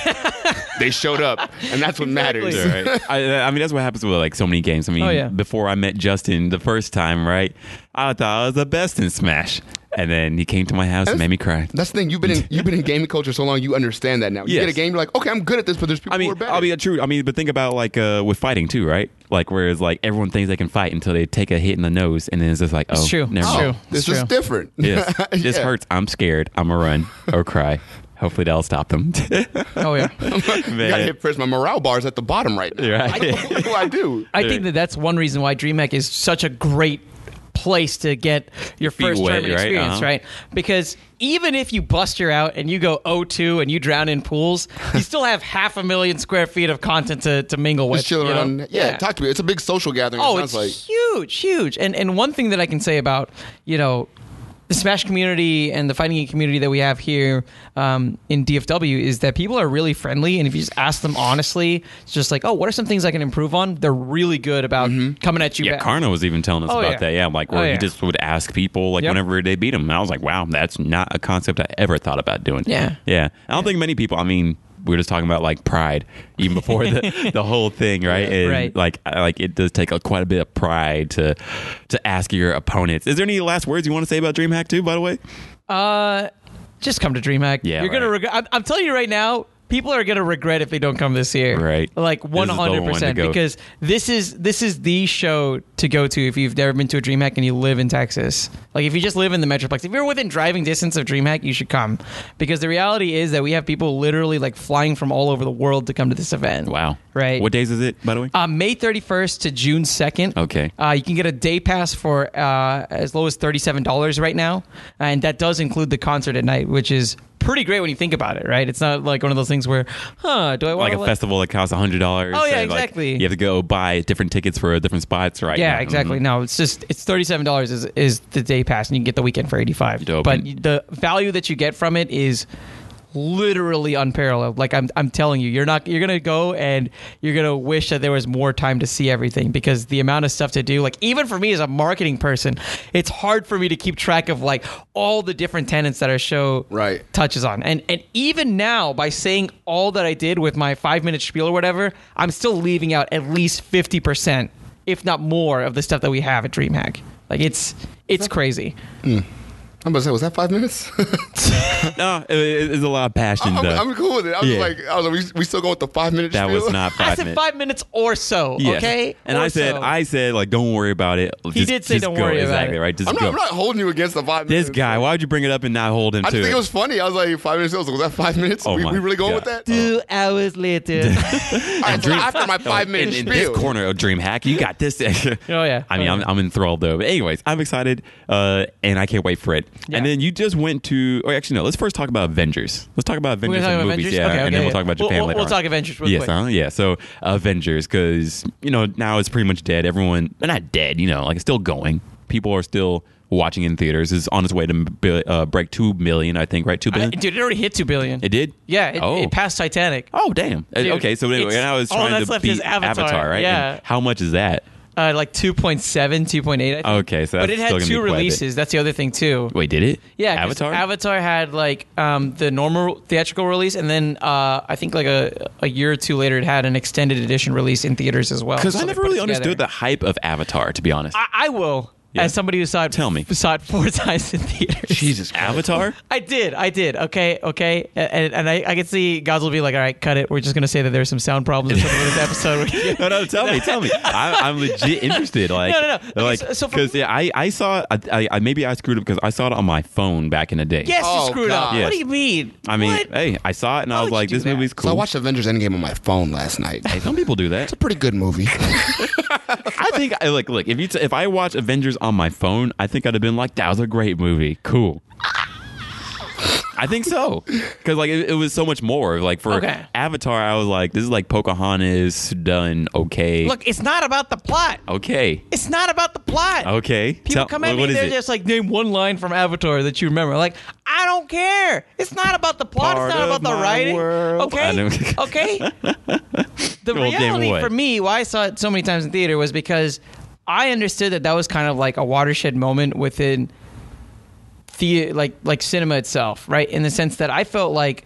Speaker 3: they showed up, and that's what matters.
Speaker 1: All
Speaker 2: *laughs*
Speaker 1: right. I, I mean, that's what happens with like so many games. I mean,
Speaker 2: Oh, yeah.
Speaker 1: before I met Justin the first time, right? I thought I was the best in Smash, and then he came to my house and made me cry.
Speaker 3: *laughs* That's the thing. You've been in, you've been in gaming culture so long, you understand that now. You
Speaker 1: Yes.
Speaker 3: get a game, you're like, "Okay, I'm good at this," but there's people
Speaker 1: I
Speaker 3: who
Speaker 1: mean,
Speaker 3: are better.
Speaker 1: I'll be true. I mean, but think about like uh, with fighting too, right? Like, whereas like everyone thinks they can fight until they take a hit in the nose, and then it's just like, oh,
Speaker 2: It's true.
Speaker 1: never
Speaker 2: It's
Speaker 1: mind.
Speaker 2: true.
Speaker 3: this is
Speaker 2: true.
Speaker 3: different. *laughs*
Speaker 2: *laughs*
Speaker 1: Yes, this
Speaker 3: Yeah.
Speaker 1: hurts. I'm scared. I'm gonna run or cry. Hopefully that'll stop them. *laughs*
Speaker 2: Oh yeah.
Speaker 3: *laughs* You gotta
Speaker 1: Man.
Speaker 3: hit first. My morale bar is at the bottom right now.
Speaker 1: You're right. *laughs*
Speaker 3: I don't know what do I do?
Speaker 2: I think that that's one reason why DreamHack is such a great place to get your
Speaker 1: feet
Speaker 2: first
Speaker 1: wet,
Speaker 2: tournament
Speaker 1: right?
Speaker 2: experience,
Speaker 1: Uh-huh.
Speaker 2: right? Because even if you bust your out and you go 0-2 and you drown in pools, you still have half a million square feet of content to, to mingle with.
Speaker 3: Just chill
Speaker 2: you know?
Speaker 3: around. Yeah, talk to me. It's a big social gathering.
Speaker 2: Oh,
Speaker 3: it
Speaker 2: it's
Speaker 3: sounds like
Speaker 2: huge, huge. And and one thing that I can say about you know the Smash community and the fighting game community that we have here um, in DFW is that people are really friendly, and if you just ask them honestly, it's just like, oh, what are some things I can improve on? They're really good about
Speaker 3: Mm-hmm.
Speaker 2: coming at you.
Speaker 1: Yeah,
Speaker 2: back.
Speaker 1: Karna was even telling us
Speaker 2: Oh,
Speaker 1: about
Speaker 2: yeah.
Speaker 1: that. Yeah, like where
Speaker 2: Oh,
Speaker 1: he
Speaker 2: yeah.
Speaker 1: just would ask people like
Speaker 2: Yep.
Speaker 1: whenever they beat him, and I was like, wow, that's not a concept I ever thought about doing.
Speaker 2: Yeah.
Speaker 1: yeah. I don't think many people. I mean, we were just talking about like pride even before
Speaker 2: *laughs*
Speaker 1: the, the whole thing, right? And
Speaker 2: Right.
Speaker 1: Like, I- like it does take a, quite a bit of pride to to ask your opponents. Is there any last words you want to say about DreamHack too? By the way,
Speaker 2: Uh, just come to DreamHack.
Speaker 1: Yeah,
Speaker 2: you're gonna
Speaker 1: right.
Speaker 2: regret. I'm, I'm telling you right now. People are gonna regret if they don't come this year,
Speaker 1: Right.
Speaker 2: Like
Speaker 1: This is the one
Speaker 2: one
Speaker 1: to
Speaker 2: hundred percent,
Speaker 1: go.
Speaker 2: because this is this is the show to go to if you've never been to a DreamHack and you live in Texas. Like if you just live in the Metroplex, if you're within driving distance of DreamHack, you should come, because the reality is that we have people literally like flying from all over the world to come to this event.
Speaker 1: wow,
Speaker 2: Right.
Speaker 1: What days is it? By the way,
Speaker 2: Uh, May 31st to June 2nd.
Speaker 1: Okay.
Speaker 2: Uh, you can get a day pass for uh, as low as $37 right now. And that does include the concert at night, which is pretty great when you think about it, right? It's not like one of those things where, huh, do I want
Speaker 1: like a festival that costs hundred dollars.
Speaker 2: Oh, yeah, exactly.
Speaker 1: you have to go buy different tickets for different spots, right?
Speaker 2: Yeah,
Speaker 1: now.
Speaker 2: exactly.
Speaker 1: Mhm.
Speaker 2: No, it's just it's thirty seven dollars is is the day pass, and you can get the weekend for eighty five.
Speaker 1: Dope.
Speaker 2: But the value that you get from it is literally unparalleled. Like I'm I'm telling you, you're not you're gonna go and you're gonna wish that there was more time to see everything because the amount of stuff to do, like even for me as a marketing person, it's hard for me to keep track of like all the different tenants that our show
Speaker 3: Right.
Speaker 2: touches on. And and even now, by saying all that I did with my five minute spiel or whatever, I'm still leaving out at least fifty percent, if not more, of the stuff that we have at DreamHack. Like it's it's crazy.
Speaker 3: I'm about to say, was that five minutes? *laughs*
Speaker 1: No, mm, it, it- it's a lot of passion.
Speaker 3: I'm,
Speaker 1: though.
Speaker 3: I'm cool with it. I was
Speaker 1: Yeah.
Speaker 3: like, I was like, we, we still going with the five minutes.
Speaker 1: That
Speaker 3: *laughs*
Speaker 1: was not
Speaker 2: I
Speaker 1: five
Speaker 2: said
Speaker 1: minutes.
Speaker 2: five minutes or so.
Speaker 1: Yeah.
Speaker 2: Okay.
Speaker 1: And
Speaker 2: Or
Speaker 1: I said,
Speaker 2: so.
Speaker 1: I said, like, don't worry about it. He
Speaker 2: did say don't
Speaker 1: go.
Speaker 2: worry about
Speaker 1: exactly,
Speaker 2: it.
Speaker 1: Right? Just
Speaker 3: I'm not,
Speaker 1: go.
Speaker 3: I'm not holding you against the five.
Speaker 1: this
Speaker 3: minutes.
Speaker 1: guy, why would you bring it up and not hold him
Speaker 3: I
Speaker 1: to
Speaker 3: just think
Speaker 1: it?
Speaker 3: it was funny. I was like, five minutes. I was like, was that five minutes?
Speaker 1: Oh
Speaker 3: we,
Speaker 1: my
Speaker 3: we really going
Speaker 1: God.
Speaker 3: with that?
Speaker 2: two hours
Speaker 1: *laughs*
Speaker 2: later. *laughs*
Speaker 3: All right, so after my five
Speaker 1: Oh, in,
Speaker 3: minutes
Speaker 1: in
Speaker 3: spiel,
Speaker 1: this corner of DreamHack, you got this. *laughs* oh
Speaker 2: yeah.
Speaker 1: I mean,
Speaker 2: Oh,
Speaker 1: I'm,
Speaker 2: yeah.
Speaker 1: I'm enthralled though. But anyways, I'm excited, uh, and I can't wait for it.
Speaker 2: Yeah.
Speaker 1: And then you just went to. Oh, actually, no. Let's first talk about Avengers. Let's talk about
Speaker 2: We're
Speaker 1: Avengers
Speaker 2: gonna talk
Speaker 1: and
Speaker 2: about
Speaker 1: movies,
Speaker 2: Avengers.
Speaker 1: yeah.
Speaker 2: okay, okay,
Speaker 1: and then
Speaker 2: yeah.
Speaker 1: we'll talk about Japan
Speaker 2: We'll,
Speaker 1: later.
Speaker 2: we'll
Speaker 1: on.
Speaker 2: talk Avengers real
Speaker 1: yes, uh-huh.
Speaker 2: quick.
Speaker 1: huh? yeah. So Avengers, because you know now it's pretty much dead. Everyone, but not dead. You know, like it's still going. People are still watching in theaters. It's on its way to bi- uh, break two million, I think. Right, two
Speaker 2: I-
Speaker 1: billion.
Speaker 2: dude, it already hit two billion.
Speaker 1: it did.
Speaker 2: yeah, it,
Speaker 1: oh.
Speaker 2: it passed Titanic.
Speaker 1: Oh damn! Uh,
Speaker 2: Dude,
Speaker 1: okay, so anyway,
Speaker 2: it's-
Speaker 1: and I was
Speaker 2: all
Speaker 1: trying
Speaker 2: that's
Speaker 1: to
Speaker 2: left
Speaker 1: beat
Speaker 2: is Avatar,
Speaker 1: right?
Speaker 2: yeah.
Speaker 1: And how much is that?
Speaker 2: Uh, like 2.7, 2.8, I think.
Speaker 1: Okay, so
Speaker 2: but
Speaker 1: that's
Speaker 2: it
Speaker 1: still
Speaker 2: had
Speaker 1: gonna be quite a
Speaker 2: two
Speaker 1: bit.
Speaker 2: releases. That's the other thing too.
Speaker 1: Wait, did it?
Speaker 2: Yeah, 'cause
Speaker 1: Avatar.
Speaker 2: Avatar had like um, the normal theatrical release, and then uh, I think like a a year or two later, it had an extended edition release in theaters as well.
Speaker 1: Because I
Speaker 2: So they
Speaker 1: never
Speaker 2: put it
Speaker 1: really
Speaker 2: together. Ah,
Speaker 1: understood the hype of Avatar, to be honest.
Speaker 2: I, I will.
Speaker 1: Yeah.
Speaker 2: As somebody who saw it,
Speaker 1: Tell me.
Speaker 2: saw it four *laughs* times in theaters.
Speaker 3: Jesus Christ.
Speaker 2: *laughs*
Speaker 1: Avatar?
Speaker 2: I did, I did. Okay, okay, and, and I, I could see Gods will be like, all right, cut it. We're just gonna say that there's some sound problems or something in this
Speaker 1: *laughs*
Speaker 2: episode. *laughs*
Speaker 1: No, no, tell me, tell me. I, I'm legit interested. Like,
Speaker 2: No, no, no. Okay,
Speaker 1: Like,
Speaker 2: so-
Speaker 1: because
Speaker 2: so for me-
Speaker 1: yeah, I, I saw, I, I, I maybe I screwed up because I saw it on my phone back in the day.
Speaker 2: yes,
Speaker 3: Oh,
Speaker 2: you screwed up.
Speaker 3: God.
Speaker 2: What do you mean?
Speaker 1: I mean,
Speaker 2: What?
Speaker 1: hey, I saw it and
Speaker 2: Why
Speaker 1: I was
Speaker 2: would you
Speaker 1: like,
Speaker 2: do
Speaker 1: this
Speaker 2: that?
Speaker 1: movie's
Speaker 3: So
Speaker 1: cool.
Speaker 3: I watched Avengers Endgame on my phone last night.
Speaker 1: Hey, some people do that.
Speaker 3: Pretty good movie. *laughs*
Speaker 1: I think, I- like, look, if you t- if I watch Avengers on my phone, I think I'd have been like, that was a great movie. Cool. I think so, because like it, it was so much more. Like for
Speaker 2: Okay.
Speaker 1: Avatar, I was like, this is like Pocahontas done okay.
Speaker 2: Look, it's not about the plot.
Speaker 1: okay,
Speaker 2: It's not about the plot.
Speaker 1: okay.
Speaker 2: People
Speaker 1: Tell-
Speaker 2: come at
Speaker 1: what-
Speaker 2: me.
Speaker 1: what is
Speaker 2: they're
Speaker 1: it?
Speaker 2: just like, name one line from Avatar that you remember. Like, I don't care. It's not about the plot.
Speaker 1: Part
Speaker 2: it's not
Speaker 1: of
Speaker 2: about the
Speaker 1: my
Speaker 2: writing.
Speaker 1: world. I
Speaker 2: Okay.
Speaker 1: don't- *laughs*
Speaker 2: *laughs* okay. The
Speaker 1: Well, damn
Speaker 2: reality
Speaker 1: what?
Speaker 2: for me, why I saw it so many times in theater was because I understood that that was kind of like a watershed moment within the like like cinema itself, right? In the sense that I felt like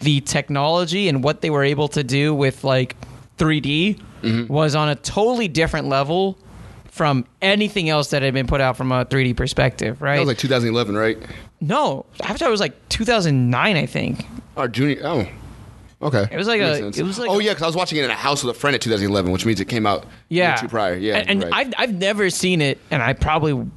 Speaker 2: the technology and what they were able to do with like 3D
Speaker 3: Mm-hmm.
Speaker 2: was on a totally different level from anything else that had been put out from a 3D perspective, right?
Speaker 3: That was like 2011, right?
Speaker 2: no, Avatar was like 2009, I think.
Speaker 3: Our junior. Oh. Okay.
Speaker 2: It was like
Speaker 3: That makes
Speaker 2: a- it was like
Speaker 3: oh
Speaker 2: a-
Speaker 3: yeah, because I was watching it in a house with a friend at 2011, which means it came out
Speaker 2: yeah
Speaker 3: year two prior. Yeah,
Speaker 2: and, and
Speaker 3: you're right.
Speaker 2: I've, I've never seen it and i probably *laughs*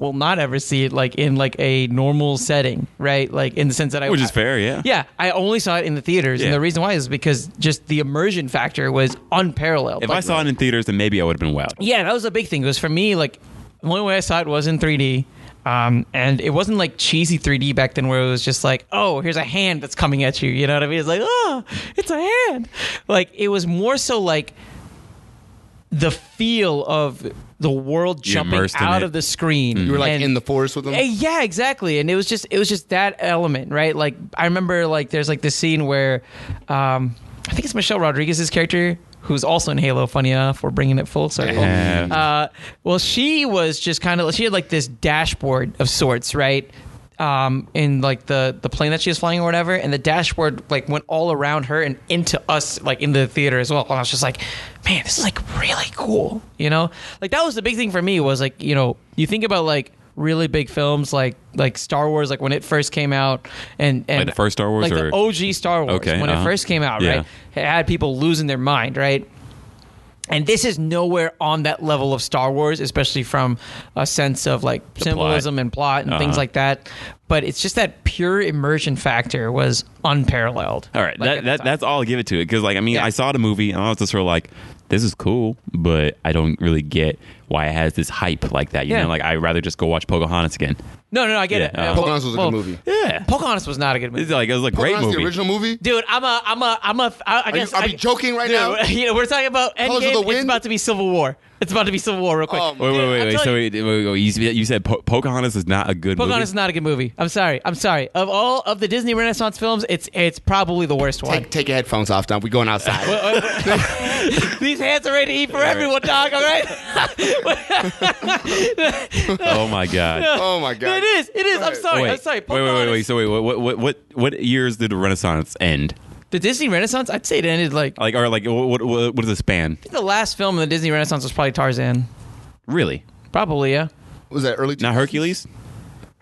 Speaker 2: will not ever see it like in like a normal setting right like in the sense that i
Speaker 1: Which is fair, yeah.
Speaker 2: yeah i only saw it in the theaters and
Speaker 1: Yeah.
Speaker 2: the reason why is because just the immersion factor was unparalleled
Speaker 1: If
Speaker 2: Like,
Speaker 1: I saw it in theaters, then maybe I would have been wowed.
Speaker 2: yeah, that was a big thing. It was for me, like, the only way I saw it was in 3D. Um, and it wasn't like cheesy 3D back then where it was just like, oh, here's a hand that's coming at you. You know what I mean? It's like, oh, it's a hand. Like, it was more so like the feel of the world
Speaker 1: You're
Speaker 2: jumping
Speaker 1: immersed in
Speaker 2: out
Speaker 1: it. Mm.
Speaker 2: of the screen.
Speaker 3: you were like in the forest with them.
Speaker 2: Eh, yeah, exactly. And it was just it was just that element, right? Like I remember like there's like this scene where um I think it's Michelle Rodriguez's character who's also in Halo. Funny enough, we're bringing it full circle.
Speaker 1: Yeah.
Speaker 2: Uh, well, she was just kind of she had like this dashboard of sorts, right? Um, in like the the plane that she was flying or whatever, and the dashboard like went all around her and into us, like in the theater as well. And I was just like, man, this is like really cool, you know? Like that was the big thing for me was like, you know, you think about like really big films like like Star Wars, like when it first came out, and and
Speaker 1: Like the first Star Wars
Speaker 2: like the
Speaker 1: or-
Speaker 2: OG Star Wars
Speaker 1: Okay,
Speaker 2: when it
Speaker 1: uh-huh.
Speaker 2: first came out,
Speaker 1: Yeah.
Speaker 2: right? It had people losing their mind, right? And this is nowhere on that level of Star Wars, especially from a sense of like symbolism and plot and things
Speaker 1: Uh-huh.
Speaker 2: like that. But it's just that pure immersion factor was unparalleled.
Speaker 1: All right,
Speaker 2: Like,
Speaker 1: that,
Speaker 2: at the
Speaker 1: that
Speaker 2: time.
Speaker 1: that's all I'll give it to it because like I mean
Speaker 2: Yeah.
Speaker 1: I saw the movie and I was just sort of like this is cool, but I don't really get why it has this hype like that. You
Speaker 2: Yeah.
Speaker 1: know, like I'd rather just go watch Pocahontas again.
Speaker 2: no, no, no, I get
Speaker 1: Yeah,
Speaker 2: it.
Speaker 1: uh,
Speaker 2: Uh,
Speaker 3: Pocahontas was a
Speaker 2: well,
Speaker 3: good movie.
Speaker 1: Yeah,
Speaker 2: Pocahontas was not a good movie.
Speaker 1: it's like it was a great
Speaker 3: Pocahontas,
Speaker 1: movie.
Speaker 3: The original movie.
Speaker 2: Dude, I'm a, I'm a, I'm a. I, I
Speaker 3: Are you,
Speaker 2: guess
Speaker 3: are
Speaker 2: I-
Speaker 3: we joking right
Speaker 2: Dude,
Speaker 3: now?
Speaker 2: *laughs* you know, we're talking about
Speaker 3: Colors of
Speaker 2: Endgame.
Speaker 3: the
Speaker 2: It's
Speaker 3: Wind?
Speaker 2: about to be Civil War. It's about to be Civil War, real quick.
Speaker 3: Oh, my
Speaker 1: Wait, wait,
Speaker 2: Dude,
Speaker 1: wait,
Speaker 2: I'm
Speaker 1: wait.
Speaker 2: telling
Speaker 1: So
Speaker 2: you-
Speaker 1: wait, wait, wait, you, said- you said po- Pocahontas is not a good
Speaker 2: Pocahontas is
Speaker 1: movie.
Speaker 2: not a good movie. I'm sorry. I'm sorry. Of all of the Disney Renaissance films, it's it's probably the worst one.
Speaker 3: Take, take your headphones off, Dom. We going outside.
Speaker 2: *laughs* These hands are ready to eat for everyone, dog. All
Speaker 3: *laughs*
Speaker 2: right.
Speaker 1: *laughs* oh my
Speaker 2: *laughs*
Speaker 1: god.
Speaker 3: oh my god!
Speaker 2: it is. It is. I'm
Speaker 3: Wait.
Speaker 2: sorry.
Speaker 1: wait,
Speaker 2: I'm sorry.
Speaker 1: wait, wait, wait,
Speaker 2: Pocahontas-
Speaker 1: wait. So wait, what, what, what, what, what years did the Renaissance end?
Speaker 2: The Disney Renaissance. I'd say it ended like I
Speaker 1: Like, or like, what, what, what is the span?
Speaker 2: think the last film in the Disney Renaissance was probably Tarzan.
Speaker 1: Really?
Speaker 2: Probably yeah.
Speaker 3: Was that early?
Speaker 1: Not Hercules?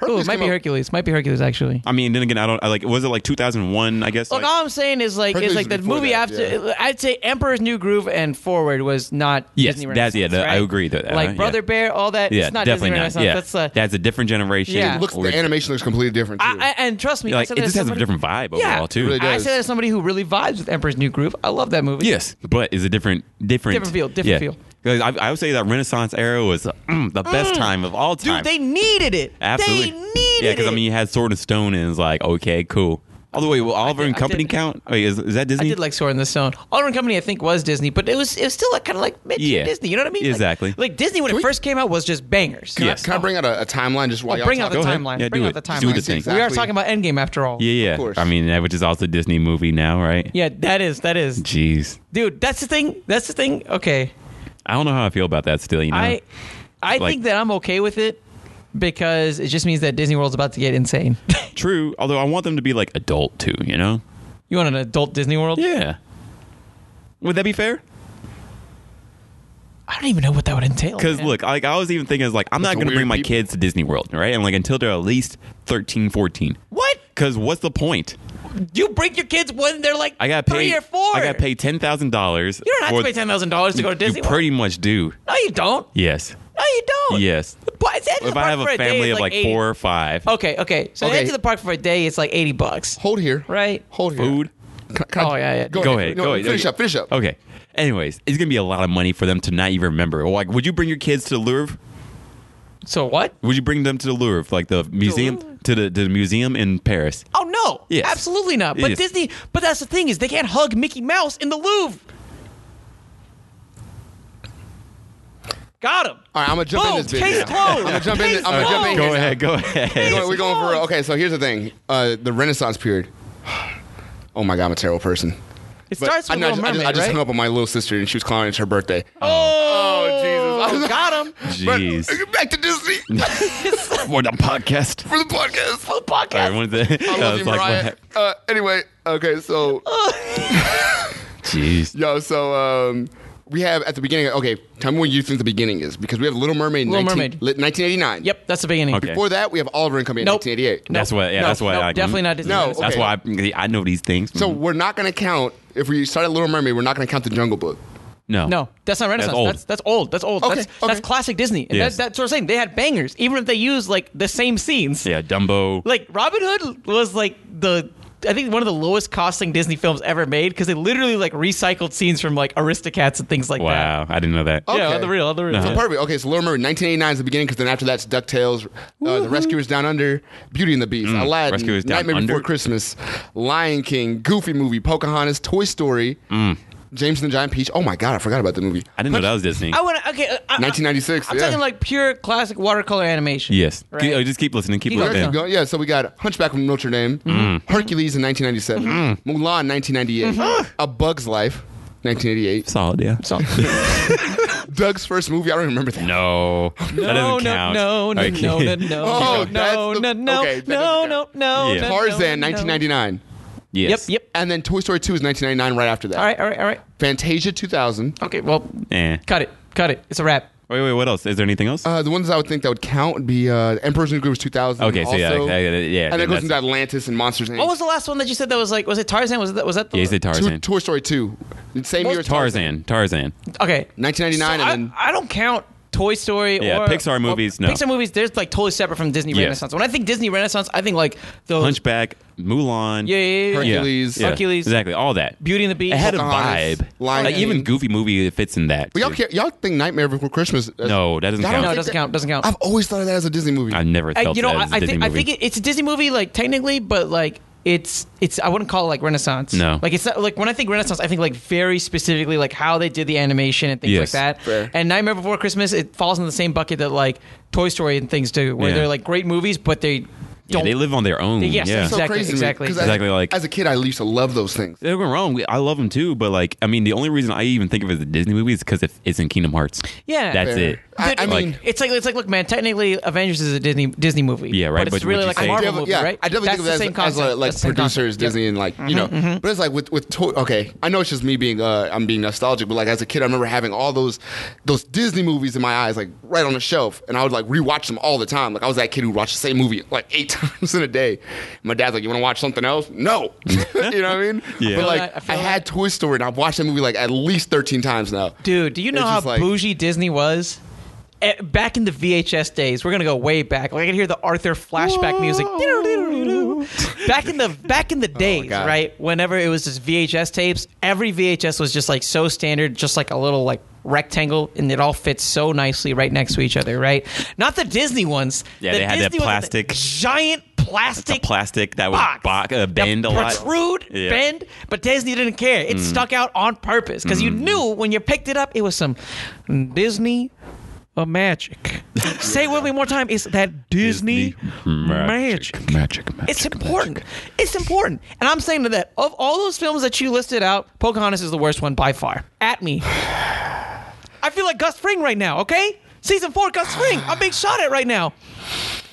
Speaker 2: Oh,
Speaker 3: Hercules
Speaker 2: it might
Speaker 3: came
Speaker 2: be
Speaker 3: out-
Speaker 2: Hercules. Might be Hercules actually.
Speaker 1: I mean, then again, I don't. I like. Was it like 2001? I guess.
Speaker 2: Look,
Speaker 1: like-
Speaker 2: all I'm saying is like it's
Speaker 3: Hercules
Speaker 2: like
Speaker 3: was
Speaker 2: the
Speaker 3: before
Speaker 2: movie
Speaker 3: that,
Speaker 2: after.
Speaker 3: yeah.
Speaker 2: I'd say Emperor's New Groove and Forward was not
Speaker 1: Yes,
Speaker 2: Disney
Speaker 1: that's-
Speaker 2: Renaissance.
Speaker 1: yeah, that- I
Speaker 2: right?
Speaker 1: agree with that,
Speaker 2: Like
Speaker 1: uh, yeah.
Speaker 2: Brother Bear, all that.
Speaker 1: yeah,
Speaker 2: it's not
Speaker 1: definitely
Speaker 2: Disney
Speaker 1: not.
Speaker 2: Renaissance.
Speaker 1: Yeah,
Speaker 2: That's uh,
Speaker 1: a different generation.
Speaker 2: Yeah.
Speaker 3: It looks
Speaker 1: Or-
Speaker 3: the animation looks completely different too.
Speaker 2: I, I, and trust me, I
Speaker 1: like
Speaker 2: said
Speaker 1: it
Speaker 2: that
Speaker 1: just
Speaker 2: as
Speaker 1: has a
Speaker 2: somebody-
Speaker 1: different vibe
Speaker 2: Yeah.
Speaker 1: overall too.
Speaker 3: Really does.
Speaker 2: I say that as somebody who really vibes with Emperor's New Groove. I love that movie.
Speaker 1: Yes, but is a different, different,
Speaker 2: Different feel, different feel.
Speaker 1: Because I, I would say that Renaissance era was uh, mm, the best time of all
Speaker 2: Dude,
Speaker 1: time.
Speaker 2: they needed it.
Speaker 1: Absolutely.
Speaker 2: They needed
Speaker 1: yeah, because I
Speaker 2: it.
Speaker 1: mean, you had Sword and Stone, and it's like, okay, cool. All the way, will Oliver
Speaker 2: did-
Speaker 1: and
Speaker 2: I
Speaker 1: Company
Speaker 2: did-
Speaker 1: count? Wait, is, is that
Speaker 2: I
Speaker 1: Disney?
Speaker 2: did like Sword in the Stone. Oliver and Company, I think, was Disney, but it was it was still like kind of like mid
Speaker 1: Yeah.
Speaker 2: Disney. You know what I mean? Like-
Speaker 1: Exactly.
Speaker 2: Like, Disney when it
Speaker 3: we-
Speaker 2: first came out was just bangers.
Speaker 1: Yeah.
Speaker 3: Can I bring out a, a timeline just while
Speaker 2: Oh,
Speaker 3: y'all
Speaker 2: bring out the
Speaker 3: talk?
Speaker 1: Go ahead.
Speaker 2: timeline.
Speaker 1: Yeah,
Speaker 2: bring
Speaker 1: do
Speaker 2: out the
Speaker 1: it.
Speaker 2: timeline.
Speaker 1: Do the
Speaker 3: Nice,
Speaker 1: thing.
Speaker 2: We are
Speaker 3: exactly.
Speaker 2: talking about Endgame after all.
Speaker 1: yeah, yeah.
Speaker 3: Of course.
Speaker 1: I mean, that which is also a Disney movie now, right?
Speaker 2: Yeah, that is that is.
Speaker 1: Jeez,
Speaker 2: Dude, that's the thing. That's the thing. Okay.
Speaker 1: I don't know how I feel about that. Still, you know,
Speaker 2: I I
Speaker 1: Like-
Speaker 2: think that I'm okay with it because it just means that Disney World's about to get insane. *laughs*
Speaker 1: true. Although I want them to be like adult too. You know?
Speaker 2: you want an adult Disney World?
Speaker 1: Yeah. Would that be fair?
Speaker 2: I don't even know what that would entail.
Speaker 1: Because
Speaker 2: man.
Speaker 1: look, like I was even thinking, is like I'm not
Speaker 3: With the
Speaker 1: going to bring
Speaker 3: weird
Speaker 1: my
Speaker 3: people.
Speaker 1: kids to Disney World, right? And like until they're at least 13, 14.
Speaker 2: what
Speaker 1: Because what's the point?
Speaker 2: you break your kids when they're like
Speaker 1: I got paid.
Speaker 2: three or four.
Speaker 1: I got paid ten thousand dollars.
Speaker 2: You don't have to pay ten thousand dollars to go to Disney.
Speaker 1: You
Speaker 2: World.
Speaker 1: pretty much do.
Speaker 2: no, you don't.
Speaker 1: Yes.
Speaker 2: No, you don't.
Speaker 1: Yes.
Speaker 2: But it's
Speaker 1: If I have a family of like, four or five,
Speaker 2: Okay, okay. So
Speaker 3: Okay.
Speaker 2: into the park for a day, it's like eighty bucks.
Speaker 3: Hold here.
Speaker 2: Right.
Speaker 3: Hold here.
Speaker 1: food.
Speaker 3: Can I- can I-
Speaker 2: Oh, yeah, yeah.
Speaker 1: Go ahead, go ahead.
Speaker 3: Finish
Speaker 1: Okay.
Speaker 3: up. Finish up.
Speaker 1: Okay. Anyways, it's gonna be a lot of money for them to not even remember. Like, would you bring your kids to the Louvre?
Speaker 2: So what?
Speaker 1: Would you bring them to the Louvre, like the museum, to the, to the museum in Paris?
Speaker 2: Oh no!
Speaker 1: Yes.
Speaker 2: absolutely not. But
Speaker 1: Yes.
Speaker 2: Disney. But that's the thing is they can't hug Mickey Mouse in the Louvre. Got him.
Speaker 3: All right, I'm gonna jump
Speaker 2: Boom,
Speaker 3: in this bitch.
Speaker 2: case
Speaker 3: now.
Speaker 2: closed.
Speaker 3: I'm gonna jump in.
Speaker 2: Case
Speaker 3: I'm gonna jump in.
Speaker 2: closed.
Speaker 3: here
Speaker 1: Go
Speaker 3: now.
Speaker 1: ahead. Go
Speaker 3: We're
Speaker 1: ahead. *laughs*
Speaker 3: going, we're going for real. Okay, so here's the thing. Uh, the Renaissance period. *sighs* Oh my god, I'm a terrible person.
Speaker 2: It
Speaker 3: But
Speaker 2: starts with
Speaker 3: I, know, I
Speaker 2: Little
Speaker 3: just- I
Speaker 2: Mermaid,
Speaker 3: just, I just
Speaker 2: right?
Speaker 3: hung up on my little sister and she was clowning. It's her birthday.
Speaker 2: oh,
Speaker 3: *laughs* Jesus.
Speaker 2: Got him.
Speaker 3: But-
Speaker 1: Jeez.
Speaker 3: back
Speaker 1: *laughs*
Speaker 3: to Disney
Speaker 1: for the podcast.
Speaker 3: for the podcast. For the
Speaker 1: *laughs*
Speaker 3: podcast.
Speaker 1: Sorry, what is that?
Speaker 3: I
Speaker 1: I
Speaker 3: love
Speaker 1: was
Speaker 3: you,
Speaker 1: like,
Speaker 3: Mariah.
Speaker 1: what?
Speaker 3: Uh, anyway, okay, so
Speaker 1: Jeez.
Speaker 3: yo, so um, we have at the beginning. Okay, tell me what you think the beginning is because we have Little Mermaid. in
Speaker 2: Little
Speaker 3: 19
Speaker 2: Mermaid.
Speaker 3: li- 1989.
Speaker 2: Yep, that's the beginning.
Speaker 1: Okay.
Speaker 3: Before that, we have Oliver and Company. in
Speaker 2: Nope.
Speaker 3: 1988.
Speaker 1: That's what- yeah,
Speaker 2: no,
Speaker 1: that's why
Speaker 2: no,
Speaker 1: I-
Speaker 2: definitely not Disney.
Speaker 3: No,
Speaker 2: Princess.
Speaker 1: That's
Speaker 3: Okay.
Speaker 1: why I, I know these things.
Speaker 3: So we're not going to count if we start at Little Mermaid. We're not going to count the Jungle Book.
Speaker 1: no,
Speaker 2: No, that's not Renaissance.
Speaker 1: old.
Speaker 2: That's that's old. That's old.
Speaker 3: Okay,
Speaker 2: that's
Speaker 3: okay.
Speaker 2: that's classic Disney. And
Speaker 1: Yes.
Speaker 2: that, that's what I'm saying. They had bangers, even if they used like the same scenes.
Speaker 1: yeah, Dumbo.
Speaker 2: Like Robin Hood was like the I think one of the lowest costing Disney films ever made because they literally like recycled scenes from like Aristocats and things like that.
Speaker 1: wow, I didn't know that.
Speaker 3: Oh.
Speaker 2: Yeah,
Speaker 3: Okay.
Speaker 2: on the real, on the real.
Speaker 1: Uh-huh.
Speaker 3: Perfect. Okay, so Little Mermaid, 1989 is the beginning because then after that's DuckTales, uh, The Rescuers Down Under, Beauty and the Beast,
Speaker 2: Mm,
Speaker 3: Aladdin,
Speaker 1: Rescuers Down
Speaker 3: Nightmare
Speaker 1: Under?
Speaker 3: Before Christmas, Lion King, Goofy Movie, Pocahontas, Toy Story,
Speaker 2: Mm.
Speaker 3: James and the Giant Peach. Oh my God, I forgot about the movie.
Speaker 1: I didn't know that was Disney.
Speaker 2: I want to okay. uh, I,
Speaker 3: 1996.
Speaker 2: I'm
Speaker 3: yeah.
Speaker 2: talking like pure classic watercolor animation.
Speaker 1: yes.
Speaker 2: Right.
Speaker 1: Keep- oh,
Speaker 3: *laughs*
Speaker 1: just keep listening. Keep
Speaker 2: Keep
Speaker 3: Yeah,
Speaker 1: listening.
Speaker 3: keep going. Yeah, so we got Hunchback from Notre Dame,
Speaker 2: Mm. Mm-hmm.
Speaker 3: Hercules in 1997, Mulan 1998, A Bug's Life 1988,
Speaker 1: Solid. Yeah. *laughs*
Speaker 2: So,
Speaker 3: Doug's first movie. I don't even remember that.
Speaker 1: No. that
Speaker 2: no, no,
Speaker 1: doesn't count.
Speaker 2: no,
Speaker 1: Okay.
Speaker 2: no,
Speaker 1: *laughs*
Speaker 2: no, no, no,
Speaker 3: Oh, that's
Speaker 2: no,
Speaker 3: the-
Speaker 2: no, no,
Speaker 3: okay, that
Speaker 2: no,
Speaker 3: doesn't
Speaker 2: no,
Speaker 3: count.
Speaker 2: no,
Speaker 1: Yeah.
Speaker 2: no,
Speaker 3: Tarzan
Speaker 2: no, no.
Speaker 3: 1999,
Speaker 2: Yep,
Speaker 1: Yes.
Speaker 2: yep.
Speaker 3: and then Toy Story 2 is 1999. Right after that,
Speaker 2: All right, all right, all right.
Speaker 3: Fantasia 2000.
Speaker 2: Okay, well,
Speaker 1: Eh.
Speaker 2: cut it, cut it. It's a wrap.
Speaker 1: Wait, wait. What else? Is there anything else?
Speaker 3: Uh, the ones I would think that would count would be uh, Emperor's New Groove was 2000.
Speaker 1: okay. So yeah,
Speaker 3: also.
Speaker 1: I- I- yeah.
Speaker 3: and that
Speaker 1: then
Speaker 3: goes into
Speaker 1: that's-
Speaker 3: Atlantis and Monsters Inc.
Speaker 2: What was the last one that you said that was like? Was it Tarzan? Was that was that? The,
Speaker 1: Yeah, you said
Speaker 3: Two-
Speaker 1: Tarzan.
Speaker 3: Toy Story 2. The Same year as
Speaker 1: Tarzan. Tarzan.
Speaker 2: Okay,
Speaker 3: 1999
Speaker 2: So
Speaker 3: and
Speaker 2: I,
Speaker 3: then-
Speaker 2: I don't count Toy Story.
Speaker 1: Yeah,
Speaker 2: or,
Speaker 1: Pixar
Speaker 2: or-
Speaker 1: movies, no.
Speaker 2: Pixar movies. They're like totally separate from Disney
Speaker 1: Yes.
Speaker 2: Renaissance. When I think Disney Renaissance, I think like the
Speaker 1: Hunchback. Mulan.
Speaker 2: Yeah, yeah, yeah, yeah.
Speaker 3: Hercules.
Speaker 1: Yeah.
Speaker 2: Hercules.
Speaker 1: Exactly. All that.
Speaker 2: Beauty and the Beast.
Speaker 1: It had a
Speaker 3: Pocahontas,
Speaker 1: vibe.
Speaker 3: Lion
Speaker 1: Like
Speaker 3: King.
Speaker 1: even Goofy movie it fits in that.
Speaker 3: But y'all,
Speaker 1: too.
Speaker 3: care, y'all think Nightmare Before Christmas? uh,
Speaker 1: No, that doesn't
Speaker 3: I
Speaker 1: count.
Speaker 3: don't
Speaker 2: no, it
Speaker 3: think
Speaker 2: doesn't
Speaker 3: that-
Speaker 2: count. Doesn't count.
Speaker 3: I've always thought of that as a Disney movie.
Speaker 1: I never
Speaker 2: I,
Speaker 1: felt
Speaker 2: you know,
Speaker 1: that
Speaker 2: I,
Speaker 1: as a
Speaker 2: I
Speaker 1: Disney
Speaker 2: think I
Speaker 1: movie.
Speaker 2: think it, it's a Disney movie, like technically, but like it's it's I wouldn't call it like Renaissance.
Speaker 1: No.
Speaker 2: like it's not, like when I think Renaissance, I think like very specifically like how they did the animation and things
Speaker 1: Yes.
Speaker 2: like that.
Speaker 3: Fair.
Speaker 2: And Nightmare Before Christmas, it falls in the same bucket that like Toy Story and things do, where
Speaker 1: Yeah.
Speaker 2: they're like great movies, but they
Speaker 1: yeah,
Speaker 2: don't.
Speaker 1: they live on their own.
Speaker 2: Yes,
Speaker 1: yeah.
Speaker 3: so
Speaker 2: Exactly,
Speaker 3: crazy to me,
Speaker 2: exactly.
Speaker 3: 'cause
Speaker 1: Exactly,
Speaker 3: As,
Speaker 1: like-
Speaker 3: as a kid, I used to love those things.
Speaker 1: Don't get me wrong. We, I love them too, but like, I mean, the only reason I even think of it as a Disney movie is because it's in Kingdom Hearts.
Speaker 2: Yeah.
Speaker 1: that's
Speaker 3: Fair.
Speaker 1: it.
Speaker 3: I- I
Speaker 1: like,
Speaker 3: mean-
Speaker 2: it's like it's like look, man. Technically, Avengers is a Disney Disney movie.
Speaker 1: Yeah, right,
Speaker 2: But
Speaker 1: but
Speaker 2: it's really
Speaker 1: would you
Speaker 2: like a
Speaker 1: say-
Speaker 2: Marvel
Speaker 3: Definitely-
Speaker 2: movie,
Speaker 3: yeah,
Speaker 2: right?
Speaker 3: I definitely
Speaker 2: That's
Speaker 3: think of
Speaker 2: the
Speaker 3: that as-
Speaker 2: same
Speaker 3: as,
Speaker 2: concept.
Speaker 3: like, like
Speaker 2: That's the same
Speaker 3: producers,
Speaker 2: concept. Mm-hmm.
Speaker 3: Disney, and like you know. But it's like with with toy, okay, I know it's just me being uh, I'm being nostalgic, but like as a kid, I remember having all those those Disney movies in my eyes, like right on the shelf, and I would like rewatch them all the time. Like I was that kid who watched the same movie like eight *laughs* times in a day. My dad's like, "You want to watch something else?" No, *laughs* you know what I mean?
Speaker 1: Yeah.
Speaker 2: I
Speaker 3: But
Speaker 2: feel that, I
Speaker 3: like I,
Speaker 2: feel
Speaker 3: had Toy Story, and I've watched that movie like at least thirteen times now.
Speaker 2: Dude, do you know
Speaker 3: It's
Speaker 2: how
Speaker 3: just like-
Speaker 2: bougie Disney was? Eh, Back in the VHS days, we're gonna go way back. Like I can hear the Arthur flashback music. *laughs* Back in the back
Speaker 3: *laughs*
Speaker 2: in the days,
Speaker 3: Oh God.
Speaker 2: right? Whenever it was just VHS tapes, every VHS was just like so standard, just like a little like rectangle, and it all fits so nicely right next to each other, right? Not the Disney ones.
Speaker 1: Yeah,
Speaker 2: the
Speaker 1: they had that
Speaker 2: Disney ones had
Speaker 1: plastic-
Speaker 2: the giant
Speaker 1: the
Speaker 2: plastic
Speaker 1: plastic that would
Speaker 2: box
Speaker 1: bock, uh,
Speaker 2: that
Speaker 1: bend a lot.
Speaker 2: protrude,
Speaker 1: Yeah. Mm.
Speaker 2: bend. But Disney didn't care. It stuck out on purpose because you knew when you picked it up, it was some Disney
Speaker 1: *laughs*
Speaker 2: uh, magic. Say it with me one more time. It's that Disney, magic.
Speaker 1: magic, magic.
Speaker 2: It's important. It's important. And I'm saying to that, of all those films that you listed out, Pocahontas is the worst one by far. At me. *sighs* I feel like Gus Fring right now, okay? Season four, Gus Fring. I'm being shot at right now.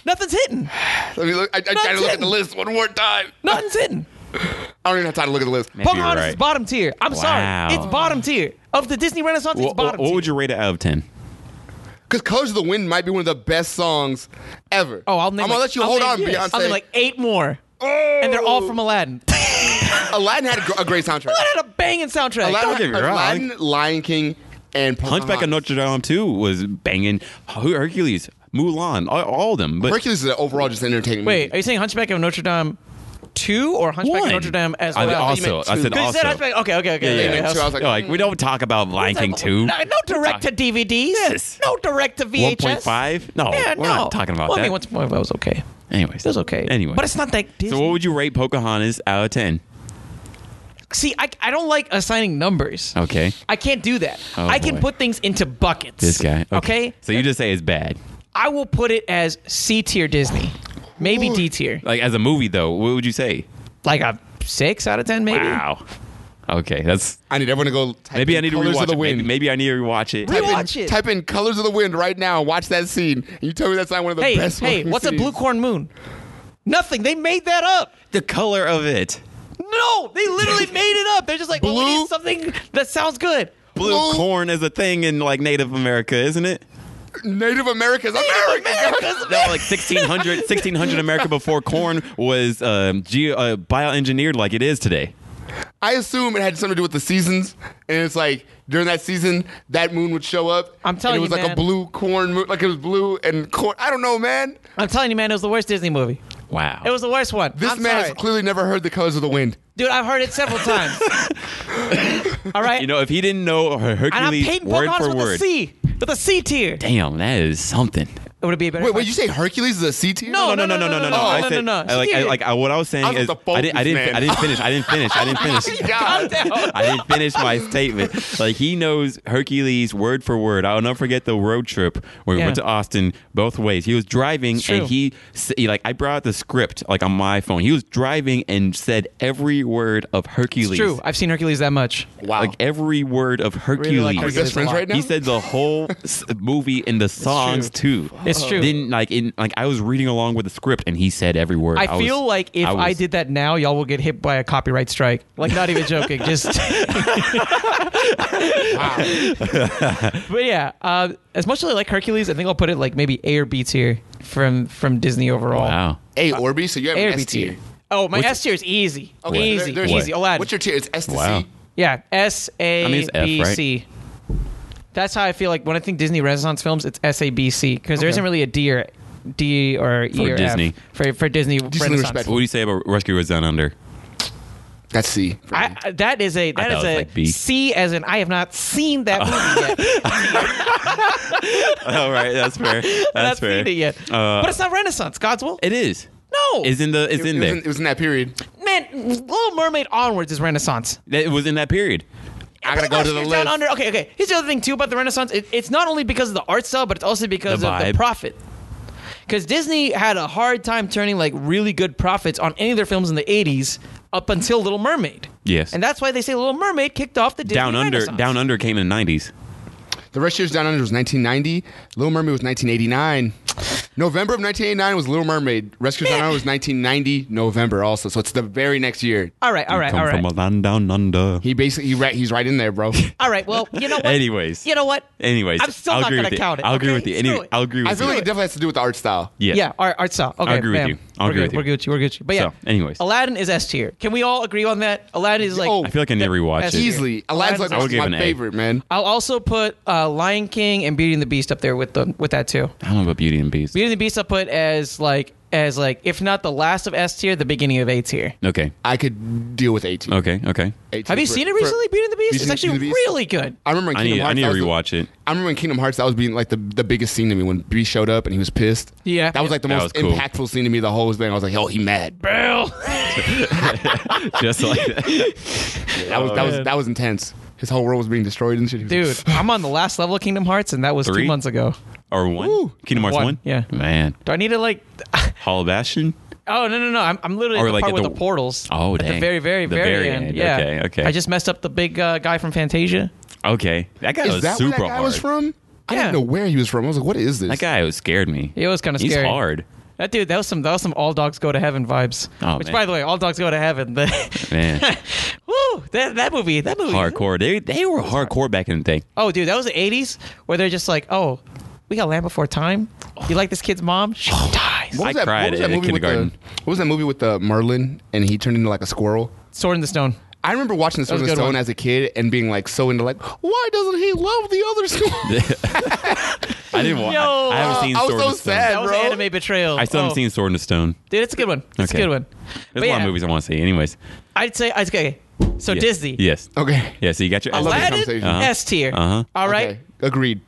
Speaker 2: Nothing's hitting.
Speaker 3: Let me look. I, I tried to look at
Speaker 2: it.
Speaker 3: the list one more time.
Speaker 2: Nothing's hitting.
Speaker 3: I don't even have time to look at the list.
Speaker 1: Maybe
Speaker 2: Pocahontas
Speaker 1: you're
Speaker 2: is
Speaker 1: right.
Speaker 2: bottom tier. I'm
Speaker 1: Wow.
Speaker 2: sorry. It's bottom tier. Of the Disney Renaissance, it's
Speaker 1: What,
Speaker 2: bottom
Speaker 1: what
Speaker 2: tier.
Speaker 1: would you rate it out of ten?
Speaker 3: Because Colors of the Wind might be one of the best songs ever.
Speaker 2: oh, I'll name
Speaker 3: I'm going to
Speaker 2: like-
Speaker 3: let you
Speaker 2: I'll
Speaker 3: hold
Speaker 2: name-
Speaker 3: on,
Speaker 2: yes. I'll
Speaker 3: Beyonce. Oh.
Speaker 2: name *laughs* like "Oh." eight more. And they're all from Aladdin. *laughs* that
Speaker 3: Aladdin had a gr- a great soundtrack.
Speaker 2: had a banging soundtrack.
Speaker 1: don't get
Speaker 3: Aladdin,
Speaker 1: me wrong.
Speaker 3: Aladdin Lion King, and Pocahontas.
Speaker 1: Hunchback of Notre Dame too was banging. Her- Hercules, Mulan, all, all of them. But
Speaker 3: Hercules is overall just an entertaining.
Speaker 2: Wait,
Speaker 3: movie.
Speaker 2: are you saying Hunchback of Notre Dame 2 or Hunchback
Speaker 1: One.
Speaker 2: of Notre Dame as
Speaker 1: I
Speaker 2: well?
Speaker 3: mean
Speaker 1: also, I
Speaker 3: two.
Speaker 1: said
Speaker 2: Because you
Speaker 1: also.
Speaker 2: said Hunchback. Okay, okay, okay.
Speaker 1: Yeah,
Speaker 2: okay,
Speaker 1: yeah.
Speaker 2: okay.
Speaker 3: Two, I was like,
Speaker 1: Yeah, like we don't talk about Lion King two.
Speaker 2: No, no direct to DVDs.
Speaker 1: Yes.
Speaker 2: No direct to VHS.
Speaker 1: 1.5? No,
Speaker 2: Yeah,
Speaker 1: we're
Speaker 2: no.
Speaker 1: not talking about
Speaker 2: well, I mean,
Speaker 1: that.
Speaker 2: 1.5 was okay.
Speaker 1: Anyways,
Speaker 2: It was okay.
Speaker 1: Anyway,
Speaker 2: But it's not that Disney.
Speaker 1: So what would you rate Pocahontas out of ten?
Speaker 2: See, I, I don't like assigning numbers.
Speaker 1: Okay,
Speaker 2: I can't do that.
Speaker 1: Oh,
Speaker 2: I can
Speaker 1: boy.
Speaker 2: put things into buckets.
Speaker 1: this guy.
Speaker 2: Okay.
Speaker 1: so you just say it's bad.
Speaker 2: I will put it as C tier Disney, maybe D tier,
Speaker 1: Like as a movie though, what would you say?
Speaker 2: like a six out of ten, maybe.
Speaker 1: Wow. Okay, that's
Speaker 3: I need everyone to go. Type
Speaker 1: maybe
Speaker 3: in
Speaker 1: I need to
Speaker 3: Colors
Speaker 1: rewatch
Speaker 3: of the
Speaker 1: it.
Speaker 3: Wind.
Speaker 1: Maybe, maybe I need to rewatch it.
Speaker 2: Really?
Speaker 3: Type in-
Speaker 2: Watch it.
Speaker 3: Type in Colors of the Wind right now and watch that scene. And you tell me that's not one of the
Speaker 2: Hey,
Speaker 3: best
Speaker 2: hey,
Speaker 3: fucking
Speaker 2: what's a
Speaker 3: scenes.
Speaker 2: blue corn moon? Nothing. They made that up.
Speaker 1: The color of it,
Speaker 2: No,
Speaker 1: *laughs*
Speaker 2: they literally made it up. They're just like, well, we
Speaker 3: Blue-
Speaker 2: need something that sounds good.
Speaker 1: blue,
Speaker 3: Blue-
Speaker 1: corn is a thing in like Native America, isn't it?
Speaker 3: Native Americans. America.
Speaker 1: No, like 1600,
Speaker 2: *laughs*
Speaker 1: 1600 America before corn was um, ge- uh, bioengineered like it is today.
Speaker 3: I assume it had something to do with the seasons, and it's like during that season that moon would show up.
Speaker 2: I'm telling
Speaker 3: and
Speaker 2: you,
Speaker 3: it was like
Speaker 2: man.
Speaker 3: a blue corn moon, like it was blue and corn. I don't know, man.
Speaker 2: I'm telling you, man, it was the worst Disney movie.
Speaker 1: Wow.
Speaker 2: It was the worst one.
Speaker 3: This
Speaker 2: I'm
Speaker 3: man
Speaker 2: sorry.
Speaker 3: has clearly never heard the colors of the wind.
Speaker 2: dude. I've heard it several
Speaker 3: *laughs*
Speaker 2: times. All right,
Speaker 1: you know, if he didn't know Her-
Speaker 2: and I'm
Speaker 1: Hercules
Speaker 2: painting
Speaker 1: word
Speaker 2: Pocahontas
Speaker 1: for
Speaker 2: with a
Speaker 1: word,
Speaker 2: C, with a C tier.
Speaker 1: damn, that is something.
Speaker 2: Would it be a better?
Speaker 3: Wait,
Speaker 2: if I-
Speaker 3: wait, you say Hercules is a C tier?
Speaker 2: No,
Speaker 1: Oh, no, no, no, no, no, no.
Speaker 3: Oh,
Speaker 2: no,
Speaker 1: I
Speaker 2: no,
Speaker 1: said,
Speaker 2: no, no.
Speaker 1: I, like, I,
Speaker 2: Serious.
Speaker 1: like, I, what I was saying
Speaker 3: I was
Speaker 1: is,
Speaker 3: the focus,
Speaker 1: I didn't, I didn't,
Speaker 3: man.
Speaker 1: I didn't finish. I didn't finish. I didn't
Speaker 3: *laughs*
Speaker 1: finish.
Speaker 3: God.
Speaker 1: I didn't finish my statement. Like he knows Hercules word for word. I'll never forget the road trip where we
Speaker 2: Yeah.
Speaker 1: went to Austin both ways. He was driving
Speaker 2: It's true.
Speaker 1: and he, s- he like I brought the script like on my phone. He was driving and said every word of Hercules.
Speaker 2: It's true. I've seen Hercules that much.
Speaker 3: Wow.
Speaker 1: Like every word of Hercules.
Speaker 2: Really like
Speaker 3: Are we
Speaker 2: Hercules
Speaker 3: best friends
Speaker 2: a lot.
Speaker 3: right now?
Speaker 1: He said the whole s- movie and the songs too.
Speaker 2: It's true.
Speaker 1: Then like in like I was reading along with the script and he said every word.
Speaker 2: I, feel
Speaker 1: was-
Speaker 2: like if I,
Speaker 1: was-
Speaker 2: did that now, y'all will get hit by a copyright strike. Like, not even joking.
Speaker 1: *laughs*
Speaker 2: Just. *laughs* but yeah, uh, as much as I like Hercules, I think I'll put it like maybe A or B tier from from Disney overall.
Speaker 1: *laughs* Wow.
Speaker 3: A or B, so you have
Speaker 2: A
Speaker 3: an
Speaker 2: or B
Speaker 3: S
Speaker 2: tier.
Speaker 3: tier.
Speaker 2: Oh, my S tier is easy. Easy,
Speaker 3: There- there's-
Speaker 2: easy. Aladdin.
Speaker 3: What's your tier? It's S to
Speaker 1: Wow.
Speaker 3: C.
Speaker 2: yeah, S
Speaker 1: I mean,
Speaker 2: A
Speaker 1: it's F,
Speaker 2: B
Speaker 1: right?
Speaker 2: C. That's how I feel like when I think Disney Renaissance films, it's S A B C because there isn't really a D or D or E
Speaker 1: For
Speaker 2: or
Speaker 1: Disney.
Speaker 2: F for for Disney Renaissance.
Speaker 3: respectful.
Speaker 1: What do you say about Rescuers Down Under?
Speaker 3: That's C. for me.
Speaker 2: I, I- that is a that
Speaker 1: thought it
Speaker 2: is
Speaker 1: was
Speaker 2: a
Speaker 1: like B.
Speaker 2: C as in I have not seen that
Speaker 1: *laughs*
Speaker 2: movie yet.
Speaker 1: *laughs* All right, that's
Speaker 2: *laughs*
Speaker 1: fair. That's
Speaker 2: I've not
Speaker 1: fair.
Speaker 2: seen it yet.
Speaker 1: Uh,
Speaker 2: but it's not Renaissance, God's will.
Speaker 1: it is.
Speaker 2: no,
Speaker 1: It's in the. It's
Speaker 3: it,
Speaker 1: in
Speaker 3: was
Speaker 1: there.
Speaker 3: in, it was in that period.
Speaker 2: man, Little Mermaid onwards is Renaissance.
Speaker 1: it was in that period.
Speaker 3: I gotta go to the
Speaker 2: It's down
Speaker 3: list.
Speaker 2: under. Okay, okay. Here's the other thing too about the Renaissance. It, it's not only because of the art style, but it's also because
Speaker 1: The
Speaker 2: of the
Speaker 1: vibe.
Speaker 2: profit. Because Disney had a hard time turning like really good profits on any of their films in the '80s up until Little Mermaid.
Speaker 1: Yes.
Speaker 2: and that's why they say Little Mermaid kicked off the Disney
Speaker 1: down under.
Speaker 2: Renaissance.
Speaker 1: Down under came in the nineties.
Speaker 3: The rest years down under was 1990. Little Mermaid was 1989. November of 1989 was Little Mermaid. Rescuers Down Under was 1990 November also. So it's the very next year.
Speaker 2: All right, all right,
Speaker 1: Come
Speaker 2: all right.
Speaker 1: from a land down under.
Speaker 3: He basically he right, he's right in
Speaker 2: *laughs*
Speaker 3: there, bro.
Speaker 2: All right. Well, you know what?
Speaker 1: *laughs* Anyways.
Speaker 2: you know what?
Speaker 1: Anyways,
Speaker 2: I'm still
Speaker 1: I'll
Speaker 2: not
Speaker 1: agree
Speaker 2: gonna
Speaker 1: with you.
Speaker 2: count it.
Speaker 1: I'll agree
Speaker 2: okay?
Speaker 1: with you.
Speaker 2: Screw
Speaker 1: Anyway,
Speaker 2: it.
Speaker 1: I'll agree with
Speaker 3: I
Speaker 1: you.
Speaker 3: feel like it definitely has to do with the art style.
Speaker 1: yes.
Speaker 2: Yeah. All right. Art style. Okay.
Speaker 1: agree with
Speaker 2: bam.
Speaker 1: you. I'll
Speaker 2: we're
Speaker 1: agree
Speaker 2: good.
Speaker 1: with you.
Speaker 2: We're Gucci. We're Gucci. But yeah.
Speaker 1: So, anyways.
Speaker 2: Aladdin is S tier. Can we all agree on that? Aladdin is like.
Speaker 3: Oh,
Speaker 1: I feel like I need to rewatch
Speaker 2: That's
Speaker 1: it.
Speaker 2: easy.
Speaker 3: Easily. Aladdin's like
Speaker 2: I would
Speaker 3: my
Speaker 1: give an A.
Speaker 3: favorite, man.
Speaker 2: I'll also put uh, Lion King and Beauty and the Beast up there with the with that too.
Speaker 1: I don't know about Beauty and the Beast.
Speaker 2: Beauty and the Beast I'll put as like as like if not the last of S tier, the beginning of A tier.
Speaker 1: Okay.
Speaker 3: I could deal with 18.
Speaker 1: Okay. Okay.
Speaker 2: Have you seen it recently? Beauty and the Beast.
Speaker 3: You've
Speaker 2: It's
Speaker 3: seen
Speaker 2: actually
Speaker 3: Beauty and the Beast?
Speaker 2: really good.
Speaker 3: I remember in
Speaker 1: I
Speaker 3: Kingdom
Speaker 1: need.
Speaker 3: Hearts.
Speaker 1: I need to
Speaker 3: that was the-
Speaker 1: rewatch it. *laughs*
Speaker 3: I remember in Kingdom Hearts that was being like the, the biggest scene to me when Beast showed up and he was pissed.
Speaker 2: Yeah.
Speaker 3: That was like the
Speaker 1: That
Speaker 3: most
Speaker 1: was cool.
Speaker 3: impactful scene to me the whole thing. I was like, oh, he mad.
Speaker 2: Bill.
Speaker 1: Just like that.
Speaker 3: *laughs* That was that was that was intense. His whole world was being destroyed and shit. He was
Speaker 2: Dude, I'm on the last level of Kingdom Hearts, and that was
Speaker 1: Three?
Speaker 2: two months ago.
Speaker 1: or one. Kingdom Hearts
Speaker 2: One,
Speaker 1: one.
Speaker 2: yeah.
Speaker 1: Man.
Speaker 2: Do I need to like?
Speaker 1: Hall of Bastion.
Speaker 2: Oh no no no! I'm, I'm literally
Speaker 1: Or,
Speaker 2: at the
Speaker 1: like,
Speaker 2: part
Speaker 1: at
Speaker 2: with
Speaker 1: the-
Speaker 2: the, portals.
Speaker 1: Oh,
Speaker 2: at the
Speaker 1: dang.
Speaker 2: very very
Speaker 1: The
Speaker 2: very,
Speaker 1: very
Speaker 2: end.
Speaker 1: end.
Speaker 2: Yeah.
Speaker 1: Okay, okay.
Speaker 2: I just messed up the big uh, guy from Fantasia.
Speaker 1: Okay. That guy
Speaker 3: Is
Speaker 1: was
Speaker 3: that
Speaker 1: super
Speaker 3: where that guy
Speaker 1: hard.
Speaker 3: was from? I
Speaker 2: Yeah.
Speaker 3: didn't know where he was from. I was like, what is this?
Speaker 1: That guy was scared me.
Speaker 2: It was kinda
Speaker 1: He's
Speaker 2: scary.
Speaker 1: hard.
Speaker 2: That dude, that was some that was some all dogs go to heaven vibes.
Speaker 1: Oh,
Speaker 2: Which,
Speaker 1: man.
Speaker 2: by the way, all dogs go to heaven. *laughs* the-
Speaker 1: Man.
Speaker 2: Woo! That, that movie, that movie.
Speaker 1: hardcore. They they were hardcore back in the day.
Speaker 2: Oh, dude, that was the '80s where they're just like, oh, we got Land Before Time. You like this kid's mom? She dies.
Speaker 1: I cried at kindergarten.
Speaker 3: With the, what was that movie with the Merlin and he turned into like a squirrel?
Speaker 2: Sword in
Speaker 1: *laughs*
Speaker 2: the Stone.
Speaker 3: I remember watching this
Speaker 2: was
Speaker 3: one
Speaker 2: a good
Speaker 3: Stone
Speaker 2: one.
Speaker 3: as a kid and being like so into like, why doesn't he love the
Speaker 1: *laughs*
Speaker 3: other squirrel?
Speaker 1: I didn't watch.
Speaker 2: *laughs* Yo,
Speaker 1: I haven't
Speaker 3: uh,
Speaker 1: seen
Speaker 3: I was
Speaker 1: Sword
Speaker 3: so
Speaker 1: in the Stone.
Speaker 3: sad.
Speaker 2: That was
Speaker 3: Bro.
Speaker 2: anime betrayal.
Speaker 1: I still
Speaker 2: Oh,
Speaker 1: haven't seen Sword in the Stone.
Speaker 2: Dude, it's a good one. It's
Speaker 1: Okay.
Speaker 2: a good one. But
Speaker 1: There's a lot
Speaker 2: yeah,
Speaker 1: of movies I want to see. Anyways,
Speaker 2: I'd say. I'd, okay. So
Speaker 1: Yeah.
Speaker 2: Disney.
Speaker 1: Yes.
Speaker 3: okay.
Speaker 1: Yeah. So you got your.
Speaker 3: love this
Speaker 2: Aladdin,
Speaker 3: conversation.
Speaker 2: S tier.
Speaker 1: Uh-huh.
Speaker 2: All right.
Speaker 3: Okay. Agreed.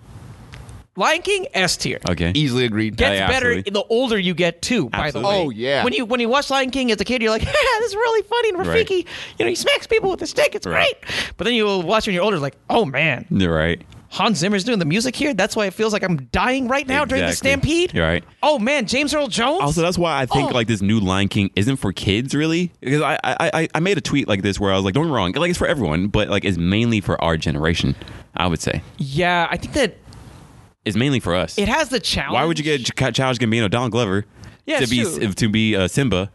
Speaker 2: Lion King, S tier.
Speaker 1: Okay.
Speaker 3: Easily agreed.
Speaker 1: Uh-huh. Yeah,
Speaker 2: Gets
Speaker 1: yeah,
Speaker 2: better
Speaker 1: absolutely.
Speaker 2: the older you get too. By the
Speaker 1: Absolutely.
Speaker 2: way.
Speaker 3: Oh yeah.
Speaker 2: When you when you watch Lion King as a kid, you're like, *laughs* "Yeah, this is really funny and
Speaker 1: Right.
Speaker 2: Rafiki, you know, he smacks people with a stick. It's
Speaker 1: Right.
Speaker 2: great. But then you will watch when you're older, like, oh man,
Speaker 1: You're right.
Speaker 2: Hans Zimmer's doing the music here. That's why it feels like I'm dying right now during the
Speaker 1: Exactly.
Speaker 2: stampede.
Speaker 1: You're right.
Speaker 2: Oh man, James Earl Jones.
Speaker 1: Also, that's why I think
Speaker 2: Oh.
Speaker 1: like this new Lion King isn't for kids really, because I, I I- I made a tweet like this where I was like, don't get me wrong, like it's for everyone, but like it's mainly for our generation. I would say
Speaker 2: yeah, I think that
Speaker 1: it's mainly for us.
Speaker 2: it has the challenge.
Speaker 1: Why would you get Ch- Childish Gambino, Donald Glover,
Speaker 2: Yeah,
Speaker 1: to
Speaker 2: it's
Speaker 1: be
Speaker 2: true.
Speaker 1: to be uh, Simba?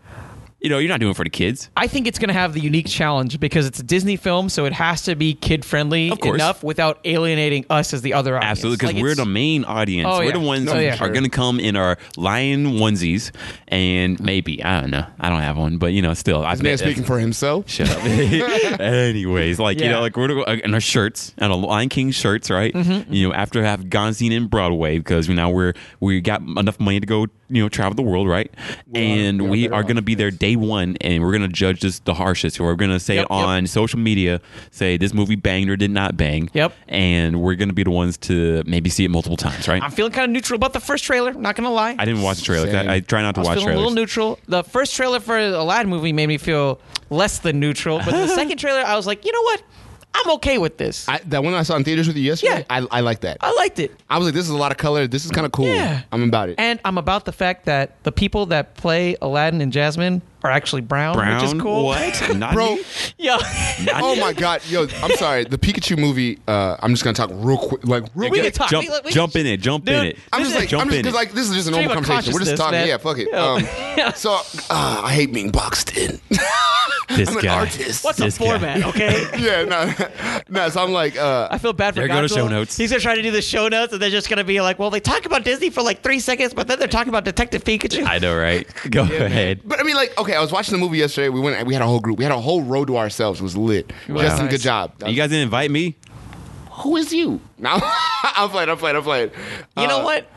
Speaker 1: You know, you're not doing it for the kids.
Speaker 2: I think it's going to have the unique challenge because it's a Disney film, so it has to be kid friendly
Speaker 1: Of course.
Speaker 2: enough without alienating us as the other audience.
Speaker 1: Absolutely, because
Speaker 2: Like,
Speaker 1: we're the
Speaker 2: it's-
Speaker 1: main audience.
Speaker 2: Oh,
Speaker 1: we're
Speaker 2: yeah.
Speaker 1: the ones
Speaker 2: No,
Speaker 1: who
Speaker 2: yeah.
Speaker 1: are going to come in our lion onesies, and
Speaker 2: Mm-hmm.
Speaker 1: maybe I don't know. I don't have one, but you know, still, I
Speaker 3: This man
Speaker 1: bet
Speaker 3: speaking for himself.
Speaker 1: Shut up. *laughs* Anyways, like you
Speaker 2: Yeah.
Speaker 1: know, like we're gonna go- and our shirts and our Lion King shirts, right?
Speaker 2: Mm-hmm.
Speaker 1: You know, after have gone seen in Broadway because we now we're we got enough money to go, you know, travel the world, right? and we are gonna be there day one, and we're gonna judge this the harshest. We're gonna say
Speaker 2: Yep,
Speaker 1: it
Speaker 2: yep.
Speaker 1: on social media, say this movie banged or did not bang.
Speaker 2: Yep.
Speaker 1: And we're gonna be the ones to maybe see it multiple times, right?
Speaker 2: I'm feeling kind of neutral about the first trailer. Not going to lie.
Speaker 1: I didn't watch the trailer. 'cause
Speaker 3: Same.
Speaker 1: I, I try not to
Speaker 2: I was
Speaker 1: watch
Speaker 2: feeling
Speaker 1: trailers.
Speaker 2: a little neutral. The first trailer for the Aladdin movie made me feel less than neutral, but the second trailer, I was like, you know what? I'm okay with this. I,
Speaker 3: I, that one I saw in theaters with you yesterday,
Speaker 2: Yeah.
Speaker 3: I, I like that.
Speaker 2: liked it.
Speaker 3: I was like, this is a lot of color. This is kind of cool.
Speaker 2: Yeah.
Speaker 3: I'm about it.
Speaker 2: And I'm about the fact that the people that play Aladdin and Jasmine are actually brown,
Speaker 1: Brown,
Speaker 2: which is cool. *laughs*
Speaker 1: what? Not
Speaker 3: Bro,
Speaker 1: me?
Speaker 2: Yo. *laughs*
Speaker 3: *laughs* oh my God. Yo, I'm sorry. The Pikachu movie, uh, I'm just going to talk real quick. Like, real
Speaker 2: We can
Speaker 3: quick.
Speaker 2: talk.
Speaker 1: Jump,
Speaker 2: We- we-
Speaker 1: jump in it. Jump in
Speaker 2: Dude,
Speaker 1: it.
Speaker 3: I'm
Speaker 2: This
Speaker 3: just
Speaker 2: is-
Speaker 3: like,
Speaker 1: jump
Speaker 3: I'm just
Speaker 1: in it.
Speaker 3: because like this is just a
Speaker 2: Stream
Speaker 3: normal
Speaker 2: of
Speaker 3: conversation. We're just
Speaker 2: consciousness,
Speaker 3: talking.
Speaker 2: man.
Speaker 3: Yeah, fuck it.
Speaker 2: *laughs* Yeah.
Speaker 3: Um, so uh, I hate being boxed in. *laughs*
Speaker 1: This
Speaker 3: I'm an
Speaker 1: guy.
Speaker 3: artist.
Speaker 2: What's the
Speaker 1: This guy.
Speaker 2: format, okay?
Speaker 3: yeah, no, *laughs* no. So I'm like, uh,
Speaker 2: I feel bad for
Speaker 1: There go to
Speaker 2: Godzilla.
Speaker 1: show notes.
Speaker 2: He's gonna try to do the show notes, and they're just gonna be like, "Well, they talk about Disney for like three seconds, but then they're talking about Detective Pikachu."
Speaker 1: I know, right? Go ahead.
Speaker 3: but I mean, like, okay, I was watching the movie yesterday. We went, we had a whole group. We had a whole row to ourselves. It was lit. Justin,
Speaker 2: Nice.
Speaker 3: good job.
Speaker 1: You guys didn't invite me.
Speaker 3: Who is you? No, *laughs* I'm playing. I'm playing. I'm playing.
Speaker 2: you know
Speaker 3: Uh,
Speaker 2: what?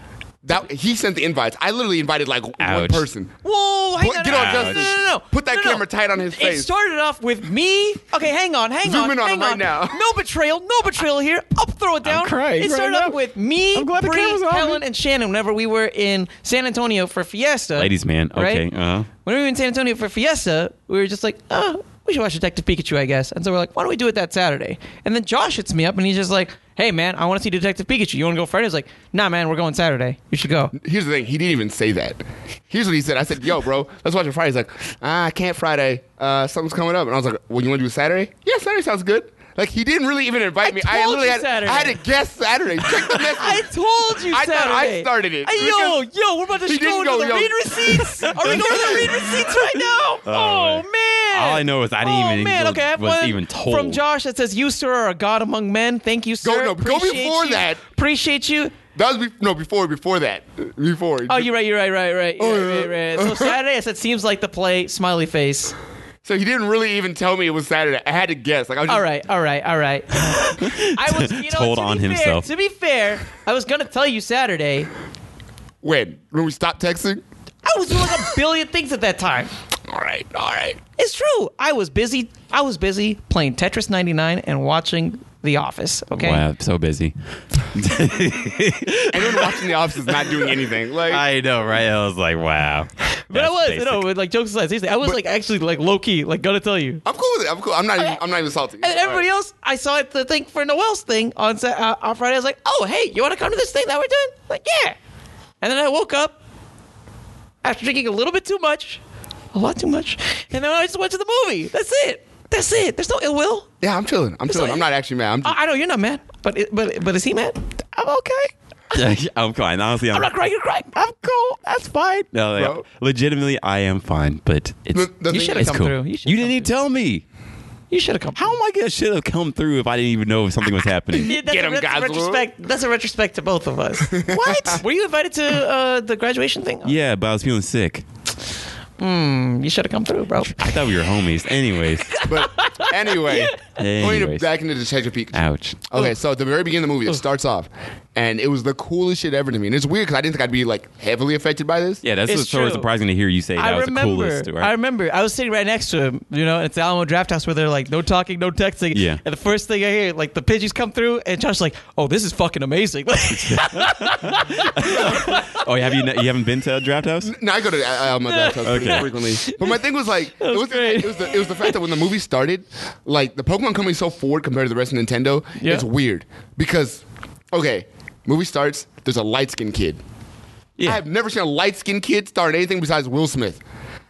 Speaker 3: That he sent the invites. I literally invited like one
Speaker 1: Ouch.
Speaker 3: person.
Speaker 2: Whoa, hang
Speaker 3: Put-
Speaker 2: on.
Speaker 3: get
Speaker 2: no,
Speaker 3: on
Speaker 2: no,
Speaker 3: Justin.
Speaker 2: No, no, no, no.
Speaker 3: Put that
Speaker 2: No, no.
Speaker 3: camera tight on his
Speaker 2: It
Speaker 3: face.
Speaker 2: started off with me. Okay, hang on, hang
Speaker 3: Zoom
Speaker 2: on.
Speaker 3: in on
Speaker 2: hang
Speaker 3: him right
Speaker 2: on.
Speaker 3: now.
Speaker 2: No betrayal, no betrayal here. I'll throw it down.
Speaker 1: crying
Speaker 2: It started
Speaker 1: right
Speaker 2: off
Speaker 1: now.
Speaker 2: with me,
Speaker 1: I'm glad the
Speaker 2: Bree,
Speaker 1: camera's on me.
Speaker 2: Helen, and Shannon whenever we were in San Antonio for Fiesta.
Speaker 1: Ladies, man.
Speaker 2: Right?
Speaker 1: Okay. Uh-huh.
Speaker 2: Whenever we were in San Antonio for Fiesta, we were just like, oh, we should watch Detective Pikachu, I guess. And so we're like, why don't we do it that Saturday? And then Josh hits me up and he's just like, hey, man, I want to see Detective Pikachu. You want to go Friday? I was like, nah, man, we're going Saturday. You should go.
Speaker 3: Here's the thing. He didn't even say that. Here's what he said. I said, "Yo, bro, let's watch it Friday." He's like, "Ah, I can't Friday. Uh, something's coming up." And I was like, "Well, you want to do Saturday?" Yeah, Saturday sounds good. Like he didn't really even invite me. I
Speaker 2: told
Speaker 3: literally
Speaker 2: you
Speaker 3: had,
Speaker 2: Saturday.
Speaker 3: I had to guess Saturday. Check
Speaker 2: *laughs*
Speaker 3: the message.
Speaker 2: I told you
Speaker 3: I
Speaker 2: Saturday.
Speaker 3: thought I started it.
Speaker 2: Hey, yo, yo, we're about to
Speaker 3: He
Speaker 2: go
Speaker 3: didn't
Speaker 2: into
Speaker 3: go,
Speaker 2: the
Speaker 3: yo.
Speaker 2: read receipts. Are we going to the read receipts right
Speaker 3: *laughs*
Speaker 2: now? Oh, man.
Speaker 1: All I know is I didn't
Speaker 2: oh,
Speaker 1: even-
Speaker 2: man.
Speaker 1: was-
Speaker 2: okay, I have
Speaker 1: was
Speaker 2: one
Speaker 1: even told.
Speaker 2: From Josh that says, You, sir, are a god among men. Thank you, sir.
Speaker 3: no, go
Speaker 2: Appreciate
Speaker 3: before
Speaker 2: you.
Speaker 3: that.
Speaker 2: Appreciate you.
Speaker 3: That was be- no before before that before.
Speaker 2: Oh, you're right, you're right, right, right.
Speaker 3: Oh,
Speaker 2: right,
Speaker 3: yeah.
Speaker 2: right, right. So Saturday, I said, seems like the play, smiley face.
Speaker 3: So he didn't really even tell me it was Saturday. I had to guess. Like I was just,
Speaker 2: All right, all right, all
Speaker 3: *laughs*
Speaker 2: right. I was you know,
Speaker 1: Told
Speaker 2: to be
Speaker 1: on
Speaker 2: fair-
Speaker 1: himself.
Speaker 2: To be fair, I was gonna tell you Saturday.
Speaker 3: When when we stopped texting.
Speaker 2: I was doing like a billion things at that time.
Speaker 3: All right, all right.
Speaker 2: It's true. I was busy. I was busy playing Tetris 99 and watching The Office. Okay.
Speaker 1: Wow, I'm so busy.
Speaker 3: And then watching The Office is not doing anything. Like
Speaker 1: I know, right? I was like, wow.
Speaker 2: But I was, you know, with, like jokes aside, seriously, I was like actually like low key, like gonna tell you.
Speaker 3: I'm cool with it. I'm cool. I'm not. Even, I'm not even salty.
Speaker 2: And everybody else, I saw it, the thing for Noel's thing on Sa- uh, on Friday. I was like, "Oh, hey, you want to come to this thing that we're doing?" Like, yeah. And then I woke up after drinking a little bit too much, a lot too much, and then I just went to the movie. That's it. That's it. There's no ill will.
Speaker 3: Yeah, I'm chilling. I'm chilling. I'm not actually mad. I'm just,
Speaker 2: I, I know you're not mad, but it, but but is he mad? I'm okay.
Speaker 1: *laughs* I'm fine. Honestly, I'm,
Speaker 2: I'm oh, not crying. You're crying.
Speaker 1: I'm cool. That's fine. No, like,
Speaker 3: Bro.
Speaker 1: legitimately, I am fine. But it's
Speaker 3: The-
Speaker 2: You
Speaker 3: the thing
Speaker 2: should
Speaker 3: is-
Speaker 2: have
Speaker 1: it's
Speaker 2: come
Speaker 1: cool.
Speaker 2: through.
Speaker 1: You,
Speaker 2: You should
Speaker 1: didn't
Speaker 2: come
Speaker 1: even tell me.
Speaker 2: You should have come.
Speaker 1: How am I gonna should have come through if I didn't even know if something was
Speaker 2: *laughs*
Speaker 1: happening?
Speaker 2: Yeah, that's
Speaker 3: Get
Speaker 2: a,
Speaker 3: 'em,
Speaker 2: that's a
Speaker 3: Godzilla.
Speaker 2: retrospect. That's a retrospect to both of *laughs* us.
Speaker 1: what?
Speaker 2: Were you invited to uh, the graduation thing? Hmm,
Speaker 1: Yeah, but I was feeling sick.
Speaker 2: You should have come through, bro.
Speaker 1: I thought we were homies.
Speaker 2: *laughs*
Speaker 1: Anyways,
Speaker 3: But
Speaker 1: *laughs*
Speaker 3: anyway, going
Speaker 1: Anyways.
Speaker 3: back into Detective Pikachu.
Speaker 1: ouch.
Speaker 3: Okay, so at the very beginning of the movie, it starts off, and it was the coolest shit ever to me. And it's weird because I didn't think I'd be like heavily affected by this.
Speaker 1: Yeah, that's
Speaker 2: It's
Speaker 1: what's so
Speaker 2: true.
Speaker 1: surprising to hear you say *laughs* that
Speaker 2: I
Speaker 1: was
Speaker 2: remember.
Speaker 1: the coolest. Right?
Speaker 2: I remember. I was sitting right next to him. You know, it's the Alamo Draft House where they're like, no talking, no texting.
Speaker 1: Yeah.
Speaker 2: And the first thing I hear, like the pigeons come through, and Josh's like, oh, this is fucking amazing. *laughs*
Speaker 1: oh, have you? You haven't been to a draft house?
Speaker 3: No, I go to uh, Alamo Draft House pretty
Speaker 1: Okay. *laughs*
Speaker 3: frequently. But my thing was like, it,
Speaker 2: was
Speaker 3: was the,
Speaker 2: great.
Speaker 3: it, was the, it was the fact that when the movie started, like the Pokemon coming so forward compared to the rest of Nintendo,
Speaker 2: Yeah.
Speaker 3: it's weird because, okay, movie starts. There's a light skinned kid.
Speaker 1: *laughs* Yeah.
Speaker 3: I have never seen a light skinned kid start anything besides Will Smith.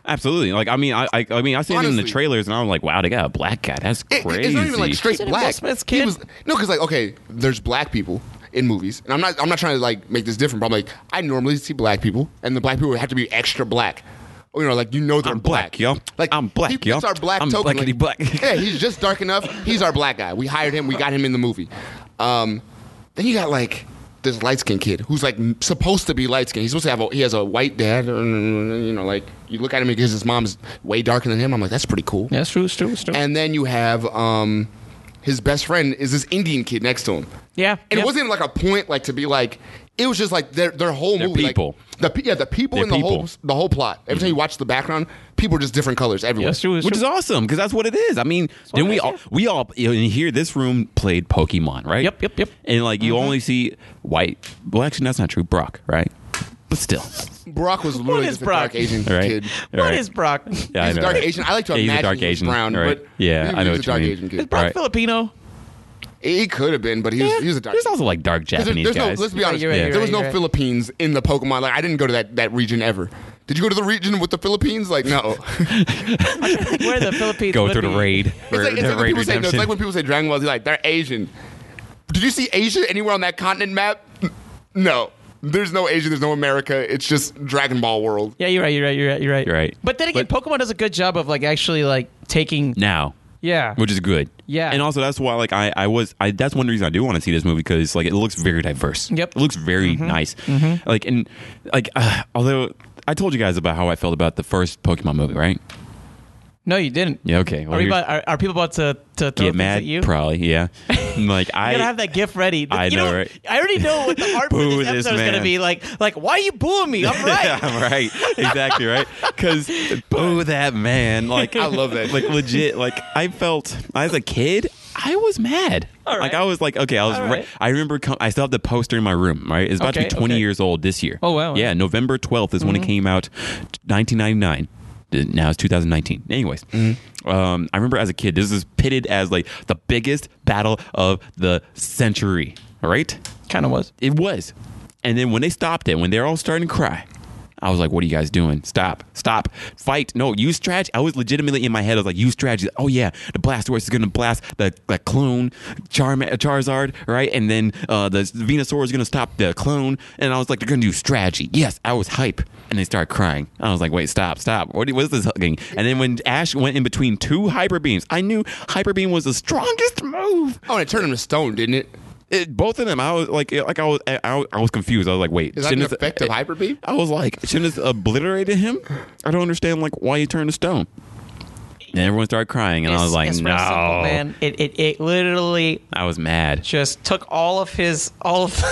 Speaker 1: Absolutely. Like I mean, I I, I mean, I seen it in the
Speaker 3: Honestly.
Speaker 1: trailers, and I'm like, wow, they got a black guy. That's
Speaker 3: It-
Speaker 1: crazy.
Speaker 3: It's not even like straight
Speaker 2: Isn't it Will
Speaker 3: black.
Speaker 2: Smith's
Speaker 3: He
Speaker 2: kid?
Speaker 3: was- no, because like okay, there's black people in movies, and I'm not I'm not trying to like make this different, but I'm like I normally see black people, and the black people have to be extra black. Or, You know, like you know they're
Speaker 1: I'm black, yo.
Speaker 3: Like
Speaker 1: I'm black,
Speaker 3: he-
Speaker 1: yo.
Speaker 3: That's our black
Speaker 1: I'm
Speaker 3: token.
Speaker 1: blackity
Speaker 3: like-
Speaker 1: black.
Speaker 3: *laughs* yeah, he's just dark enough. He's our black guy. We hired him. We got him in the movie. Um, then you got like this light skinned kid who's like m- supposed to be light skinned. He's supposed to have a, he has a white dad. uh, You know, like you look at him because his mom's way darker than him. I'm like that's pretty cool.
Speaker 2: that's true. It's true. It's true.
Speaker 3: And then you have um, his best friend is this Indian kid next to him.
Speaker 2: yeah. yeah.
Speaker 3: And it wasn't even like a point, like to be like. It was just like their their whole
Speaker 1: Their
Speaker 3: movie, like,
Speaker 1: people.
Speaker 3: the pe- yeah, the people
Speaker 1: Their
Speaker 3: and the whole
Speaker 1: people. Mm-hmm.
Speaker 3: the whole plot. Every time you watch the background, people are just different colors everywhere.
Speaker 2: Yeah, it's true. It's
Speaker 1: which
Speaker 2: true.
Speaker 1: is awesome because that's what it is. I mean, then
Speaker 2: what
Speaker 1: we
Speaker 2: it
Speaker 1: all
Speaker 2: is,
Speaker 1: we all in here. This room played Pokemon, right?
Speaker 2: Yep, yep, yep.
Speaker 1: And like you
Speaker 3: Mm-hmm.
Speaker 1: only see white. Well, actually, that's not true. Brock, right? But still,
Speaker 3: Brock was literally
Speaker 2: is
Speaker 3: just a
Speaker 2: Brock?
Speaker 3: dark Asian
Speaker 1: all right.
Speaker 3: kid.
Speaker 1: All
Speaker 2: What
Speaker 1: right.
Speaker 2: is Brock?
Speaker 1: Yeah, I
Speaker 3: He's
Speaker 1: know,
Speaker 3: a dark
Speaker 1: right?
Speaker 3: Asian. I like to
Speaker 1: Yeah, he's a
Speaker 3: imagine
Speaker 1: dark
Speaker 3: he was
Speaker 1: Asian,
Speaker 3: brown,
Speaker 1: right.
Speaker 3: but
Speaker 1: Yeah,
Speaker 3: he
Speaker 1: I know
Speaker 3: was a
Speaker 1: what you
Speaker 3: dark
Speaker 1: mean.
Speaker 3: Asian
Speaker 2: Is
Speaker 3: kid.
Speaker 2: Brock
Speaker 1: All right.
Speaker 2: Filipino?
Speaker 3: He could have been, but he was he was a dark.
Speaker 1: There's also like dark
Speaker 3: There's-
Speaker 1: Japanese
Speaker 3: there's
Speaker 1: guys.
Speaker 3: No, let's be honest.
Speaker 2: you're right,
Speaker 1: you're
Speaker 3: there
Speaker 1: right,
Speaker 3: was no
Speaker 2: you're right.
Speaker 3: Philippines in the Pokemon. Like I didn't go to that that region ever. Did you go to the region with the Philippines? Like no.
Speaker 1: *laughs*
Speaker 2: Where the Philippines?
Speaker 1: Go
Speaker 2: would
Speaker 1: through the
Speaker 2: be.
Speaker 1: raid.
Speaker 3: It's like, it's
Speaker 1: the
Speaker 3: like when
Speaker 1: raid
Speaker 3: people say, no, it's
Speaker 1: redemption.
Speaker 3: like when people say Dragon Ball Z, like they're Asian. Did you see Asia anywhere on that continent map? No, there's no Asia. There's no America. It's just Dragon Ball world.
Speaker 2: Yeah, you're right. You're right. You're right. You're right.
Speaker 1: You're right.
Speaker 2: But then again,
Speaker 1: But-
Speaker 2: Pokemon does a good job of like actually like taking.
Speaker 1: now.
Speaker 2: Yeah.
Speaker 1: which is good.
Speaker 2: Yeah.
Speaker 1: and also that's why like I I was I that's one reason I do want to see this movie because like it looks very diverse.
Speaker 2: Yep. Mm-hmm.
Speaker 1: it looks very nice. Like and like uh, although I told you guys about how I felt about the first Pokemon movie, right?
Speaker 2: no, you didn't.
Speaker 1: Yeah, okay. Well,
Speaker 2: are, we
Speaker 1: here's-
Speaker 2: about, are, are people about to to throw
Speaker 1: get
Speaker 2: things
Speaker 1: mad,
Speaker 2: at you?
Speaker 1: probably.
Speaker 2: *laughs*
Speaker 1: Yeah, like I
Speaker 2: You gotta have that gif ready.
Speaker 1: *laughs* I
Speaker 2: You
Speaker 1: know, right?
Speaker 2: I already know what the
Speaker 1: *laughs*
Speaker 2: art for
Speaker 1: Boo
Speaker 2: this
Speaker 1: this
Speaker 2: episode is gonna
Speaker 1: man.
Speaker 2: be like. Like, why are you booing
Speaker 1: *laughs*
Speaker 2: me? I'm right.
Speaker 1: Yeah, right. Exactly, right?
Speaker 2: *laughs*
Speaker 1: Because, boo that man. Like,
Speaker 3: I love that.
Speaker 1: Like, legit, like, I felt, as a kid, I was mad.
Speaker 2: All
Speaker 1: Like,
Speaker 2: right.
Speaker 1: I was like, okay, I was,
Speaker 2: All
Speaker 1: re-
Speaker 2: right.
Speaker 1: I remember, com- I still have the poster in my room, right? It's about to
Speaker 2: Okay,
Speaker 1: be 20
Speaker 2: okay.
Speaker 1: years old this year.
Speaker 2: Oh, wow. Mm-hmm.
Speaker 1: Yeah, November 12th is when it came out, 1999. Uh, Now it's 2019. Anyways,
Speaker 2: Mm-hmm.
Speaker 1: um, I remember as a kid, this is pitted as like the biggest battle of the century, all right?
Speaker 2: Kind of was.
Speaker 1: It was. And then when they stopped it, when they're all starting to cry, I was like, what are you guys doing? Stop. Stop. Fight. No, use strategy. I was legitimately in my head. I was like, use strategy. Oh, yeah. The Blastoise is going to blast the, the clone Char- Charizard, right? And then uh, the Venusaur is going to stop the clone. And I was like, they're going to do strategy. Yes, I was hype. And they started crying. I was like, wait, stop, stop. What, what is this hugging? And then when Ash went in between two Hyper Beams, I knew Hyper Beam was the strongest move.
Speaker 3: Oh, and it turned him to stone, didn't it?
Speaker 1: It, both of them, I was like, like I was, I, I, was confused. I was like, wait,
Speaker 3: Is that an
Speaker 1: shouldn't this-
Speaker 3: effect of Hyper Beam?
Speaker 1: I was like, shouldn't this obliterated him? I don't understand, like, why he turned to stone. And everyone started crying, and I was like,
Speaker 2: It's
Speaker 1: no,
Speaker 2: real simple, man. It, it it literally
Speaker 1: I was mad.
Speaker 2: just took all of his all of. *laughs*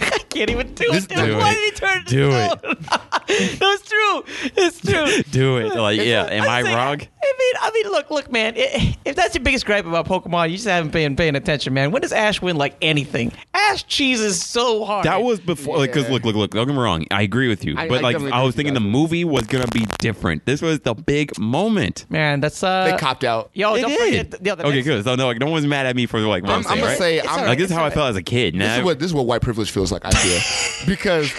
Speaker 2: I can't even do
Speaker 1: Just
Speaker 2: it. Dude.
Speaker 1: do
Speaker 2: Why
Speaker 1: it.
Speaker 2: did he turn it?
Speaker 1: Do
Speaker 2: down? *laughs* that was true.
Speaker 1: *laughs*
Speaker 2: It's true.
Speaker 1: Do it, like, yeah. Am I
Speaker 2: say-
Speaker 1: wrong?
Speaker 2: I mean, I mean, look, look, man. i if that's your biggest gripe about Pokemon, you just haven't been paying attention, man. When does Ash win like anything? Ash cheeses so hard.
Speaker 1: That was before, like, because
Speaker 3: Yeah.
Speaker 1: look, look, look. Don't get me wrong. I agree with you,
Speaker 3: I-
Speaker 1: but
Speaker 3: I
Speaker 1: like,
Speaker 3: definitely
Speaker 1: I was
Speaker 3: agree with you
Speaker 1: thinking the
Speaker 3: guys.
Speaker 1: movie was gonna be different. This was the big moment.
Speaker 2: man. That's uh.
Speaker 3: They copped out.
Speaker 2: Yo,
Speaker 1: They
Speaker 2: don't
Speaker 1: did.
Speaker 2: forget. Yo, the
Speaker 1: okay,
Speaker 2: next-
Speaker 1: good. So no, like, no one's mad at me for like. What I'm,
Speaker 3: I'm- I'm
Speaker 1: saying,
Speaker 3: gonna
Speaker 1: right?
Speaker 3: say,
Speaker 2: It's
Speaker 3: I'm-
Speaker 2: all
Speaker 1: like, this is
Speaker 2: it's
Speaker 1: how
Speaker 2: all
Speaker 1: I felt as a kid.
Speaker 3: This
Speaker 1: Now,
Speaker 3: is what this is what white privilege feels like. I
Speaker 1: *laughs*
Speaker 3: feel because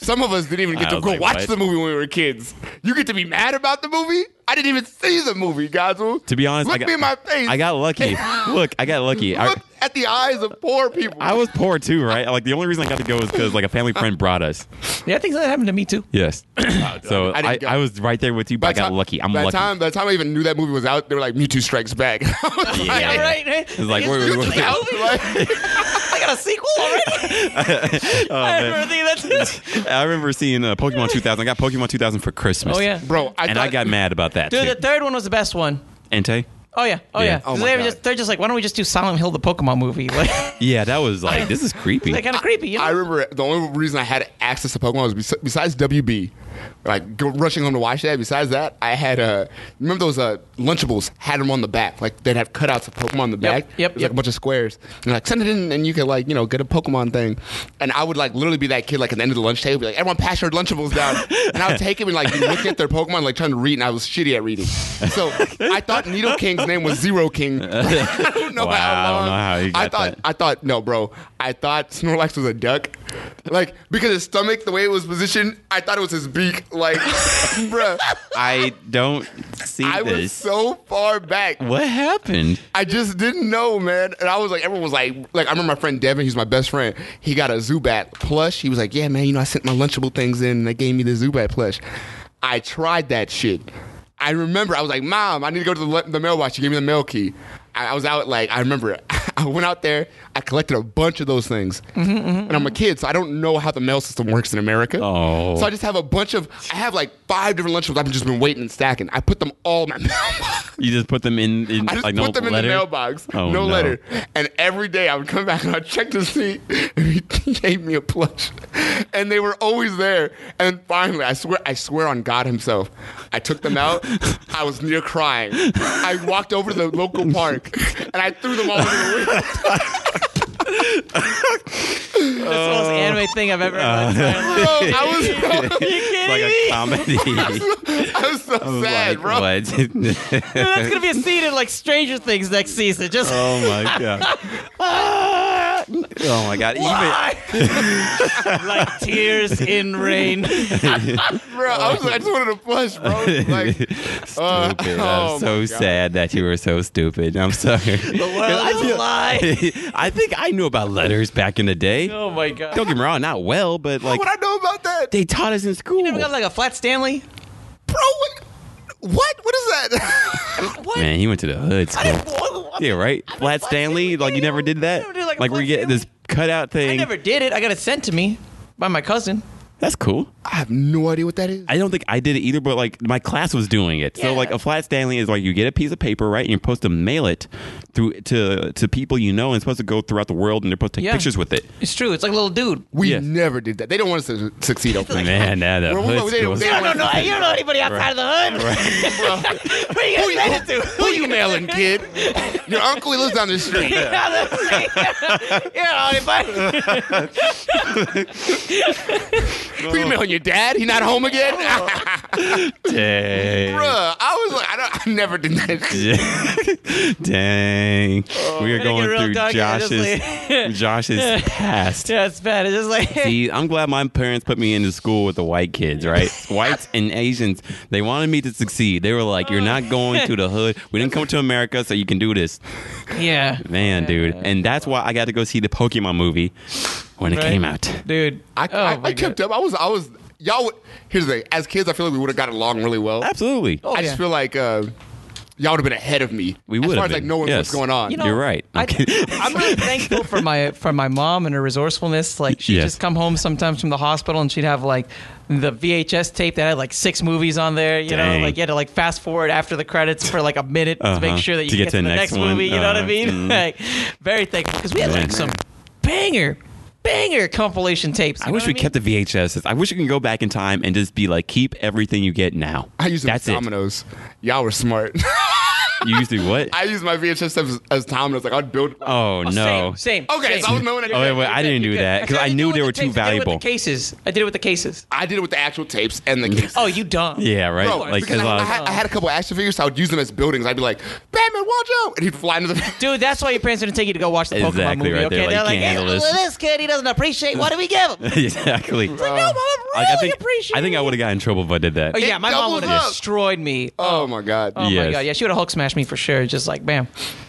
Speaker 3: some of us didn't even get
Speaker 1: I
Speaker 3: to
Speaker 1: was
Speaker 3: go
Speaker 1: like,
Speaker 3: watch
Speaker 1: what?
Speaker 3: the movie when we were kids. You get to be mad about the movie. I didn't even see the movie, Godzilla.
Speaker 1: to be honest,
Speaker 3: look
Speaker 1: I got,
Speaker 3: me in my face. *laughs*
Speaker 1: I got lucky. Look, I got lucky. I-
Speaker 3: Look at the eyes of poor people.
Speaker 1: I was poor too, right? Like the only reason I got to go was because like a family friend brought us.
Speaker 2: Yeah, I think that happened to me too.
Speaker 3: *clears throat*
Speaker 1: Yes. so
Speaker 3: Oh, I didn't
Speaker 1: I,
Speaker 3: go.
Speaker 1: I, was right there with you, but I got
Speaker 3: ti-
Speaker 1: lucky. I'm
Speaker 3: by the
Speaker 1: lucky.
Speaker 3: Time, by the time I even knew that movie was out, they were like, Mewtwo Strikes Back. *laughs*
Speaker 2: Yeah,
Speaker 3: yeah.
Speaker 2: right. It's
Speaker 1: like, wait, wait,
Speaker 2: *laughs*
Speaker 3: *laughs*
Speaker 1: wait.
Speaker 2: I got a sequel already.
Speaker 1: *laughs* Oh,
Speaker 2: I remember thinking that. too.
Speaker 1: I remember seeing uh, Pokemon 2000. I got Pokemon 2000 for Christmas.
Speaker 2: Oh yeah,
Speaker 3: Bro, I
Speaker 1: and
Speaker 3: thought,
Speaker 1: I got mad about that
Speaker 2: dude,
Speaker 1: too.
Speaker 2: the third one was the best one.
Speaker 1: Entei.
Speaker 2: Oh yeah, oh
Speaker 1: Yeah.
Speaker 2: yeah.
Speaker 3: Oh, my
Speaker 2: they're
Speaker 3: God.
Speaker 2: just they're just like, why don't we just do Silent Hill, the Pokemon movie?
Speaker 1: *laughs*
Speaker 2: *laughs* Like,
Speaker 1: Yeah, that was like this is creepy.
Speaker 2: they're kind of creepy. You know?
Speaker 3: I remember the only reason I had access to Pokemon was bes- besides WB, like go, rushing home to watch that. Besides that, I had uh, remember those uh, Lunchables had them on the back, like they'd have cutouts of Pokemon on the
Speaker 2: Yep,
Speaker 3: back.
Speaker 2: yep,
Speaker 3: it was
Speaker 2: yep.
Speaker 3: like a bunch of squares. And like send it in, and you could like you know get a Pokemon thing. And I would like literally be that kid like at the end of the lunch table, be like everyone pass your Lunchables down, and I would take them and like look at their Pokemon, like trying to read, and I was shitty at reading. So I thought Needle King's name was Zero King. I *laughs* don't know
Speaker 1: Wow, I
Speaker 3: how
Speaker 1: don't
Speaker 3: long.
Speaker 1: know how you
Speaker 3: I
Speaker 1: got
Speaker 3: thought
Speaker 1: that.
Speaker 3: I thought no, bro. I thought Snorlax was a duck, like because his stomach, the way it was positioned, I thought it was his beak. Like, *laughs*
Speaker 1: *laughs*
Speaker 3: bruh,
Speaker 1: I don't see
Speaker 3: I was
Speaker 1: this.
Speaker 3: so far back.
Speaker 1: what happened?
Speaker 3: I just didn't know, man. And I was like, everyone was like, like I remember my friend Devin, he's my best friend. He got a Zubat plush. He was like, yeah, man, you know, I sent my Lunchable things in, and they gave me the Zubat plush. I tried that shit. I remember I was like, mom, I need to go to the, le- the mailbox. She gave me the mail key. I, I was out like I remember. *laughs* I went out there. I collected a bunch of those things, and I'm a kid, so I don't know how the mail system works in America.
Speaker 1: Oh.
Speaker 3: So I just have a bunch of. I have like five different lunchables. I've just been waiting and stacking. I put them all in my *laughs* mailbox.
Speaker 1: You just put them in, in
Speaker 3: I just
Speaker 1: like
Speaker 3: put
Speaker 1: no
Speaker 3: them
Speaker 1: letter?
Speaker 3: in the mailbox.
Speaker 1: Oh, no.
Speaker 3: no, letter. And every day I would come back and I'd check to see if he *laughs* gave me a plush. And they were always there. And finally, I swear, I swear on God himself, I took them out. I was near crying. I walked over to the local park and I threw them all over the window.
Speaker 2: That's the
Speaker 1: Oh.
Speaker 2: most anime thing
Speaker 1: *laughs*
Speaker 2: I've ever. heard.
Speaker 3: Bro, I was so,
Speaker 1: Uh, It's like a comedy.
Speaker 3: *laughs* I was so
Speaker 1: *laughs*
Speaker 3: sad,
Speaker 1: Like,
Speaker 3: bro.
Speaker 1: what? *laughs*
Speaker 2: Dude, that's gonna be a scene in like Stranger Things next season. Just *laughs* Ah,
Speaker 1: oh my god. oh my god. Even,
Speaker 2: Why?
Speaker 1: *laughs*
Speaker 2: like tears in rain.
Speaker 3: Bro, I was like, I just wanted a plush, bro.
Speaker 1: *laughs*
Speaker 3: Like, uh,
Speaker 1: stupid.
Speaker 3: oh
Speaker 1: I'm so
Speaker 3: my God.
Speaker 1: sad that you were so stupid. I'm sorry.
Speaker 2: *laughs* The world is a lie.
Speaker 1: *laughs* I think I knew about letters back in the day.
Speaker 2: Oh my god.
Speaker 1: Don't get me wrong, not well, but like
Speaker 3: what would I know about that?
Speaker 1: they taught us in school.
Speaker 2: Never got like a flat Stanley.
Speaker 3: Bro, what? What? What is that? *laughs*
Speaker 2: What?
Speaker 1: Man, he went to the hood
Speaker 2: I
Speaker 1: school.
Speaker 2: didn't. what-
Speaker 1: Yeah, right.
Speaker 2: I
Speaker 1: Flat
Speaker 2: didn't-
Speaker 1: Stanley, like you never did that.
Speaker 2: I never did, like, a
Speaker 1: like we
Speaker 2: Flat
Speaker 1: get this cutout
Speaker 2: I
Speaker 1: thing.
Speaker 2: never did it. I got it sent to me by my cousin.
Speaker 1: That's cool.
Speaker 3: I have no idea what that is.
Speaker 1: I don't think I did it either, but like my class was doing it. So
Speaker 2: Yeah.
Speaker 1: like a flat Stanley is like you get a piece of paper, right, and you're supposed to mail it through to to people you know, and it's supposed to go throughout the world, and they're supposed to take
Speaker 2: Yeah.
Speaker 1: pictures with
Speaker 2: *laughs*
Speaker 1: it.
Speaker 2: It's true. It's like a little dude.
Speaker 3: We
Speaker 1: Yes.
Speaker 3: never did that. They don't want us to succeed. Open.
Speaker 1: Man, that that
Speaker 3: Well,
Speaker 1: hood
Speaker 3: well, they-
Speaker 1: school.
Speaker 3: they-
Speaker 2: You don't know. You don't know anybody outside of *laughs* the hood. Who you
Speaker 3: who,
Speaker 2: gonna
Speaker 3: you,
Speaker 2: send
Speaker 3: who,
Speaker 2: it to?
Speaker 3: who you mailing, kid? Your uncle he lives down the street.
Speaker 2: Yeah, that's- *laughs* yeah,
Speaker 1: *laughs*
Speaker 2: anybody.
Speaker 3: Who you mailing? Your dad? He not home again?
Speaker 1: *laughs* Dang.
Speaker 3: *laughs* Bruh, I was like, I, don't, I never did that.
Speaker 1: Dang. we are
Speaker 2: Oh, Gotta get
Speaker 1: going
Speaker 2: real
Speaker 1: through
Speaker 2: dark and just *laughs*
Speaker 1: Josh's Josh's past.
Speaker 2: Yeah, *laughs* it's bad. It's just like *laughs*
Speaker 1: See, I'm glad my parents put me into school with the white kids, right? Whites and Asians, they wanted me to succeed. They were like, "You're not going to the hood. We didn't come to America, so you can do this."
Speaker 2: yeah,
Speaker 1: Man, dude, and that's why I got to go see the Pokemon movie when it
Speaker 2: Right.
Speaker 1: came out.
Speaker 2: dude.
Speaker 3: I,
Speaker 2: oh
Speaker 3: I,
Speaker 2: my
Speaker 3: I kept
Speaker 2: God.
Speaker 3: up. I was, I was, y'all. would- Here's the thing. As kids, I feel like we would have got along really well.
Speaker 1: Absolutely,
Speaker 2: Oh,
Speaker 3: I just
Speaker 2: yeah.
Speaker 3: feel like uh, y'all would have been ahead of me.
Speaker 1: we
Speaker 3: As
Speaker 1: would
Speaker 3: far
Speaker 1: have
Speaker 3: as like
Speaker 1: been.
Speaker 3: knowing what's
Speaker 1: Yes.
Speaker 3: going on.
Speaker 2: You know-
Speaker 1: You're right.
Speaker 2: I,
Speaker 1: I'm kidding. *laughs*
Speaker 2: I'm really thankful for my for my mom and her resourcefulness. Like she'd
Speaker 1: Yes.
Speaker 2: just come home sometimes from the hospital and she'd have like the VHS tape that had like six movies on there. You
Speaker 1: Dang.
Speaker 2: know, like you had to like fast forward after the credits for like a minute to
Speaker 1: Uh-huh.
Speaker 2: make sure that you
Speaker 1: To
Speaker 2: get, to the next,
Speaker 1: one.
Speaker 2: movie. You know what I
Speaker 1: Uh,
Speaker 2: mean?
Speaker 1: mm.
Speaker 2: Like, very thankful because we had like
Speaker 1: Yeah.
Speaker 2: some banger banger compilation tapes.
Speaker 1: I wish we kept the VHS. I wish you can go back in time and just be like, keep everything you get now.
Speaker 3: I used them as
Speaker 1: That's it.
Speaker 3: dominoes. Y'all were smart. *laughs*
Speaker 1: You used to do what?
Speaker 3: I used my VHS stuff as, as dominoes. Like I'd build.
Speaker 1: oh no.
Speaker 2: Same. same
Speaker 3: okay,
Speaker 2: same.
Speaker 3: so I was knowing.
Speaker 1: Oh wait, wait, I didn't do
Speaker 2: Good.
Speaker 1: that because
Speaker 2: Actually,
Speaker 1: I
Speaker 2: did it
Speaker 1: knew
Speaker 2: with
Speaker 1: they
Speaker 2: the
Speaker 1: were
Speaker 2: tapes.
Speaker 1: too
Speaker 2: I did it with
Speaker 1: valuable.
Speaker 2: the cases. I did it with the cases.
Speaker 3: I did it with the actual tapes and the cases.
Speaker 2: Oh, you dumb.
Speaker 1: Yeah, right.
Speaker 3: Bro,
Speaker 1: like,
Speaker 3: because
Speaker 1: 'cause
Speaker 3: I,
Speaker 1: I
Speaker 3: I
Speaker 1: was-
Speaker 3: had, I had a couple action figures, so I would use them as buildings. I'd be like, Batman, watch out! And he'd fly into the. *laughs*
Speaker 2: Dude, that's why your parents didn't take you to go watch the Pokemon
Speaker 1: Exactly,
Speaker 2: movie.
Speaker 1: right
Speaker 2: okay,
Speaker 1: there, like,
Speaker 2: they're
Speaker 1: you
Speaker 2: like,
Speaker 1: can't
Speaker 2: hey,
Speaker 1: handle
Speaker 2: well,
Speaker 1: this."
Speaker 2: this kid he doesn't appreciate. What do
Speaker 1: *laughs*
Speaker 2: we give him?
Speaker 1: *laughs* exactly.
Speaker 2: no, mom,
Speaker 1: Um, Like, I think
Speaker 2: really
Speaker 1: I think I
Speaker 2: appreciate
Speaker 1: would have got in trouble if I did that.
Speaker 2: Oh yeah,
Speaker 3: It
Speaker 2: my mom
Speaker 3: doubles
Speaker 2: would have
Speaker 3: up.
Speaker 2: destroyed me.
Speaker 3: Oh my god!
Speaker 2: Oh
Speaker 1: Yes.
Speaker 2: my god, yeah, she would have Hulk smashed me for sure. Just like, bam.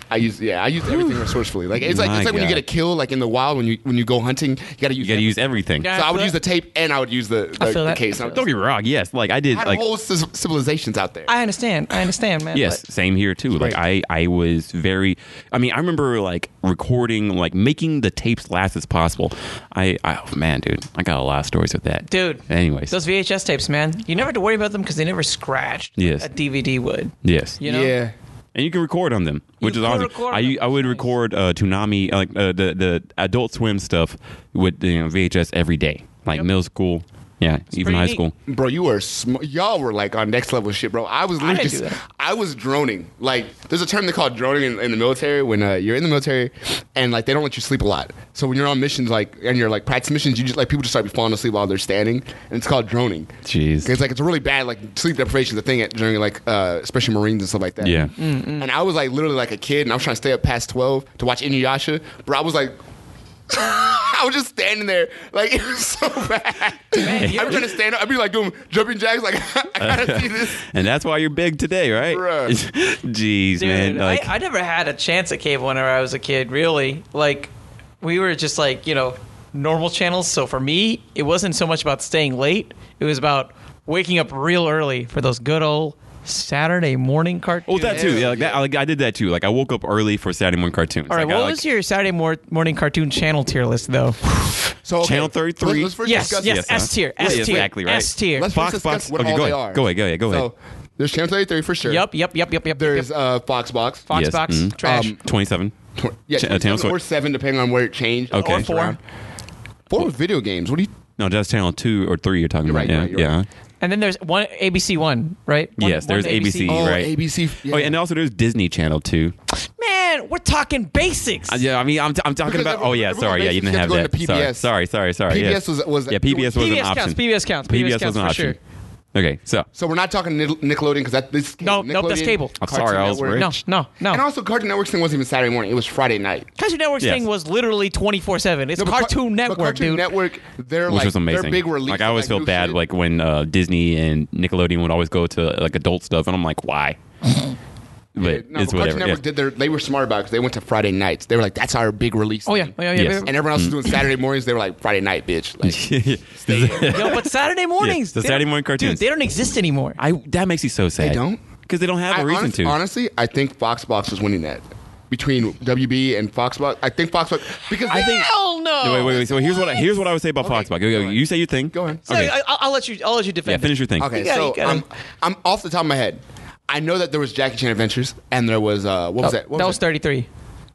Speaker 3: I use yeah, I use everything resourcefully. Like it's like
Speaker 1: My
Speaker 3: it's like when you
Speaker 1: God.
Speaker 3: get a kill like in the wild when you when you go hunting, you gotta use
Speaker 1: You got to
Speaker 3: everything.
Speaker 1: use everything.
Speaker 2: Yeah.
Speaker 3: So I would use the tape and I would use the, the,
Speaker 2: feel
Speaker 3: the
Speaker 2: that.
Speaker 3: case. I would-
Speaker 1: Don't get me wrong. Yes, like I did.
Speaker 3: had
Speaker 1: Like
Speaker 3: whole c- civilizations out there.
Speaker 2: I understand. I understand, man.
Speaker 1: Yes,
Speaker 2: but-
Speaker 1: same here too. Like I, I was very. I mean, I remember like recording, like making the tapes last as possible. I, I oh, man, dude, I got a lot of stories with that,
Speaker 2: Dude,
Speaker 1: Anyways,
Speaker 2: those VHS tapes, man, you never had to worry about them because they never scratched.
Speaker 1: Yes.
Speaker 2: A DVD would.
Speaker 1: yes,
Speaker 2: You know?
Speaker 3: Yeah.
Speaker 1: and you can record on them, which
Speaker 2: You
Speaker 1: is
Speaker 2: can
Speaker 1: awesome.
Speaker 2: record
Speaker 1: I,
Speaker 2: them.
Speaker 1: I would
Speaker 2: Nice.
Speaker 1: record uh, Toonami, like uh, the the Adult Swim stuff with you know, VHS every day, like middle school, yeah, even
Speaker 2: pretty
Speaker 1: high
Speaker 2: neat.
Speaker 1: school.
Speaker 3: Bro, you were sm- y'all were like on next level shit, bro. I was literally
Speaker 2: didn't
Speaker 3: just
Speaker 2: do that.
Speaker 3: I was droning. Like there's a term they call droning in, in the military when uh, you're in the military and like they don't let you sleep a lot. So when you're on missions like and you're like practice missions, you just like people just start falling asleep while they're standing, and it's called droning.
Speaker 1: Jeez.
Speaker 3: It's like it's a really bad like sleep deprivation is a thing at, during like uh, especially Marines and stuff like that.
Speaker 1: Yeah.
Speaker 2: Mm,
Speaker 3: And I was like literally like a kid, and I was trying to stay up past twelve to watch Inuyasha, bro. I was like. *laughs* I was just standing there, like it was so *laughs* bad.
Speaker 2: you-
Speaker 3: I'm trying to stand up. I'd be like doing jumping jacks, like *laughs* I gotta see this.
Speaker 1: And that's why you're big today, right?
Speaker 3: Bruh.
Speaker 1: *laughs* Jeez,
Speaker 2: Dude,
Speaker 1: man. Like,
Speaker 2: I, I never had a chance at cable whenever I was a kid, really. Like, we were just like, you know, normal channels. So for me, it wasn't so much about staying late, it was about waking up real early for those good old Saturday morning
Speaker 1: Oh,
Speaker 2: cartoons.
Speaker 1: that too. Yeah, like that. I, like, I did that too. Like I woke up early for Saturday morning cartoons.
Speaker 2: All right,
Speaker 1: Like, I,
Speaker 2: what
Speaker 1: like,
Speaker 2: was your Saturday mor- morning cartoon channel tier list, though?
Speaker 3: *laughs* So okay,
Speaker 1: Channel 33.
Speaker 3: Let's, let's first
Speaker 2: yes,
Speaker 3: discuss
Speaker 2: yes,
Speaker 1: Yes,
Speaker 2: S
Speaker 1: huh?
Speaker 2: tier,
Speaker 1: Yeah,
Speaker 2: S tier,
Speaker 1: exactly right.
Speaker 2: S tier.
Speaker 3: Let's
Speaker 1: Fox,
Speaker 3: first discuss
Speaker 1: Fox.
Speaker 3: what
Speaker 1: Okay,
Speaker 3: all
Speaker 1: go
Speaker 3: they
Speaker 1: ahead.
Speaker 3: are.
Speaker 1: Go ahead, go ahead, go ahead.
Speaker 3: So there's Channel 33 for sure.
Speaker 2: Yep, yep, yep, yep, yep.
Speaker 3: There's
Speaker 2: yep.
Speaker 3: uh, Fox Box.
Speaker 2: Fox
Speaker 1: Yes,
Speaker 2: Box
Speaker 1: mhm.
Speaker 2: trash.
Speaker 3: Um,
Speaker 1: twenty seven?
Speaker 3: Tw- yeah,
Speaker 1: Ch- uh, Channel
Speaker 3: 27 or
Speaker 1: Swi-
Speaker 3: seven, depending on where it changed.
Speaker 1: Okay.
Speaker 2: Or four.
Speaker 3: Around. Four was video games. What do you?
Speaker 1: No, that's channel two or three. You're talking
Speaker 3: You're
Speaker 1: about.
Speaker 3: right,
Speaker 1: yeah,
Speaker 3: right, you're
Speaker 1: yeah.
Speaker 3: right.
Speaker 2: And then there's one ABC One, right? One-
Speaker 1: Yes, there's
Speaker 2: one
Speaker 1: ABC.
Speaker 3: Oh,
Speaker 1: Right.
Speaker 3: ABC. Yeah.
Speaker 1: Oh, yeah, and also there's Disney Channel too.
Speaker 2: Man, we're talking basics.
Speaker 1: Uh, yeah, I mean, I'm, I'm talking
Speaker 3: Because
Speaker 1: about.
Speaker 3: if we're-
Speaker 1: Oh yeah,
Speaker 3: if we're
Speaker 1: sorry, yeah, you didn't
Speaker 3: basics, you
Speaker 1: have
Speaker 3: have to
Speaker 1: that.
Speaker 3: go into PBS.
Speaker 1: Sorry, sorry, sorry, sorry.
Speaker 3: PBS
Speaker 1: yes.
Speaker 3: was- was-
Speaker 1: yeah, PBS was an
Speaker 2: PBS
Speaker 1: option.
Speaker 2: counts, PBS counts, PBS
Speaker 1: was
Speaker 2: counts
Speaker 1: an
Speaker 2: for
Speaker 1: option.
Speaker 2: sure.
Speaker 1: Okay, so
Speaker 3: So we're not talking Nic- Nickelodeon because that this is
Speaker 2: No,
Speaker 3: cable.
Speaker 2: nope, that's
Speaker 3: Nickelodeon,
Speaker 2: cable.
Speaker 1: I'm sorry, I was
Speaker 3: Network.
Speaker 2: No, no, no.
Speaker 3: And also, Cartoon Network's thing wasn't even Saturday morning; it was Friday night.
Speaker 2: Cartoon Network's
Speaker 1: Yes.
Speaker 2: thing was literally 24 7. It's
Speaker 3: No, but Car-
Speaker 2: Cartoon
Speaker 3: but
Speaker 2: Network,
Speaker 3: Cartoon
Speaker 2: dude.
Speaker 3: Network, they're
Speaker 1: which
Speaker 3: like
Speaker 1: was amazing.
Speaker 3: they're big release.
Speaker 1: like I always
Speaker 3: of,
Speaker 1: feel
Speaker 3: new
Speaker 1: bad,
Speaker 3: shit.
Speaker 1: like when uh, Disney and Nickelodeon would always go to like adult stuff, and I'm like, why? but
Speaker 3: Yeah, no,
Speaker 1: it's
Speaker 3: but
Speaker 1: whatever.
Speaker 3: Cartoon
Speaker 1: yeah.
Speaker 3: Network did their. They were smart about because they went to Friday nights. They were like, "That's our big release."
Speaker 2: Oh, yeah.
Speaker 3: thing."
Speaker 2: Oh, yeah, yeah,
Speaker 1: Yes.
Speaker 2: yeah.
Speaker 3: And everyone else was doing Saturday mornings. They were like, "Friday night, bitch."
Speaker 1: *laughs*
Speaker 3: Like,
Speaker 2: Yo, but Saturday mornings.
Speaker 1: Yes, the
Speaker 2: they
Speaker 1: Saturday
Speaker 2: don't-
Speaker 1: morning cartoons.
Speaker 2: Dude, they don't exist anymore.
Speaker 1: I that makes you so sad.
Speaker 3: don't?
Speaker 1: because they don't have a
Speaker 3: I
Speaker 1: reason
Speaker 3: honest-
Speaker 1: to.
Speaker 3: Honestly, I think Fox Box was winning that between WB and Fox Box. I think Fox Box because I think
Speaker 2: Hell no.
Speaker 1: No, wait, wait, wait. So here's what I, here's what I would say about Foxbox. Go, go,
Speaker 3: go
Speaker 1: you say your thing.
Speaker 3: Go ahead.
Speaker 2: So
Speaker 1: Okay.
Speaker 2: I, I'll, I'll let you. I'll let you defend.
Speaker 1: yeah,
Speaker 2: it.
Speaker 1: finish your thing.
Speaker 3: Okay,
Speaker 2: You gotta-
Speaker 3: so
Speaker 2: you gotta-
Speaker 3: I'm, I'm off the top of my head. I know that there was Jackie Chan Adventures, and there was uh, what was that? What
Speaker 2: Oh, that
Speaker 3: was
Speaker 2: was 33.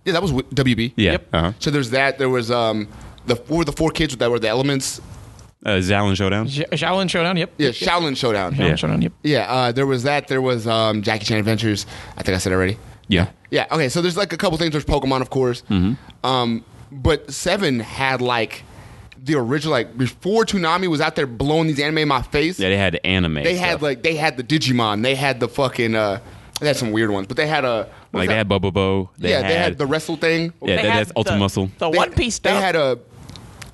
Speaker 3: Yeah, that was w- WB.
Speaker 1: Yeah.
Speaker 2: Yep.
Speaker 1: Uh-huh.
Speaker 3: So there's that. There was um, the what were the four kids that were the elements.
Speaker 1: Uh, Zalen Showdown.
Speaker 2: Sh- Shaolin Showdown. Yep.
Speaker 3: Yeah, Shaolin Showdown.
Speaker 2: Shaolin
Speaker 1: Yeah.
Speaker 2: Showdown. Yep.
Speaker 3: Yeah, uh, there was that. There was um, Jackie Chan Adventures. I think I said already.
Speaker 1: Yeah.
Speaker 3: Yeah. Okay. So there's like a couple things. There's Pokemon, of course.
Speaker 1: Mm-hmm.
Speaker 3: Um, but Seven had like the original, like before Toonami was out there blowing these anime in my face.
Speaker 1: Yeah, they had anime.
Speaker 3: they
Speaker 1: stuff.
Speaker 3: had like they had the Digimon. They had the fucking. Uh, they had some weird ones, but they had a
Speaker 1: like they had Bubba Bo. They
Speaker 3: yeah,
Speaker 1: had,
Speaker 3: they had the wrestle thing.
Speaker 1: Yeah, that-
Speaker 2: had
Speaker 1: that's Ultra
Speaker 2: the-
Speaker 1: Muscle.
Speaker 2: The
Speaker 3: They-
Speaker 2: One Piece
Speaker 3: They
Speaker 2: stuff.
Speaker 3: had a.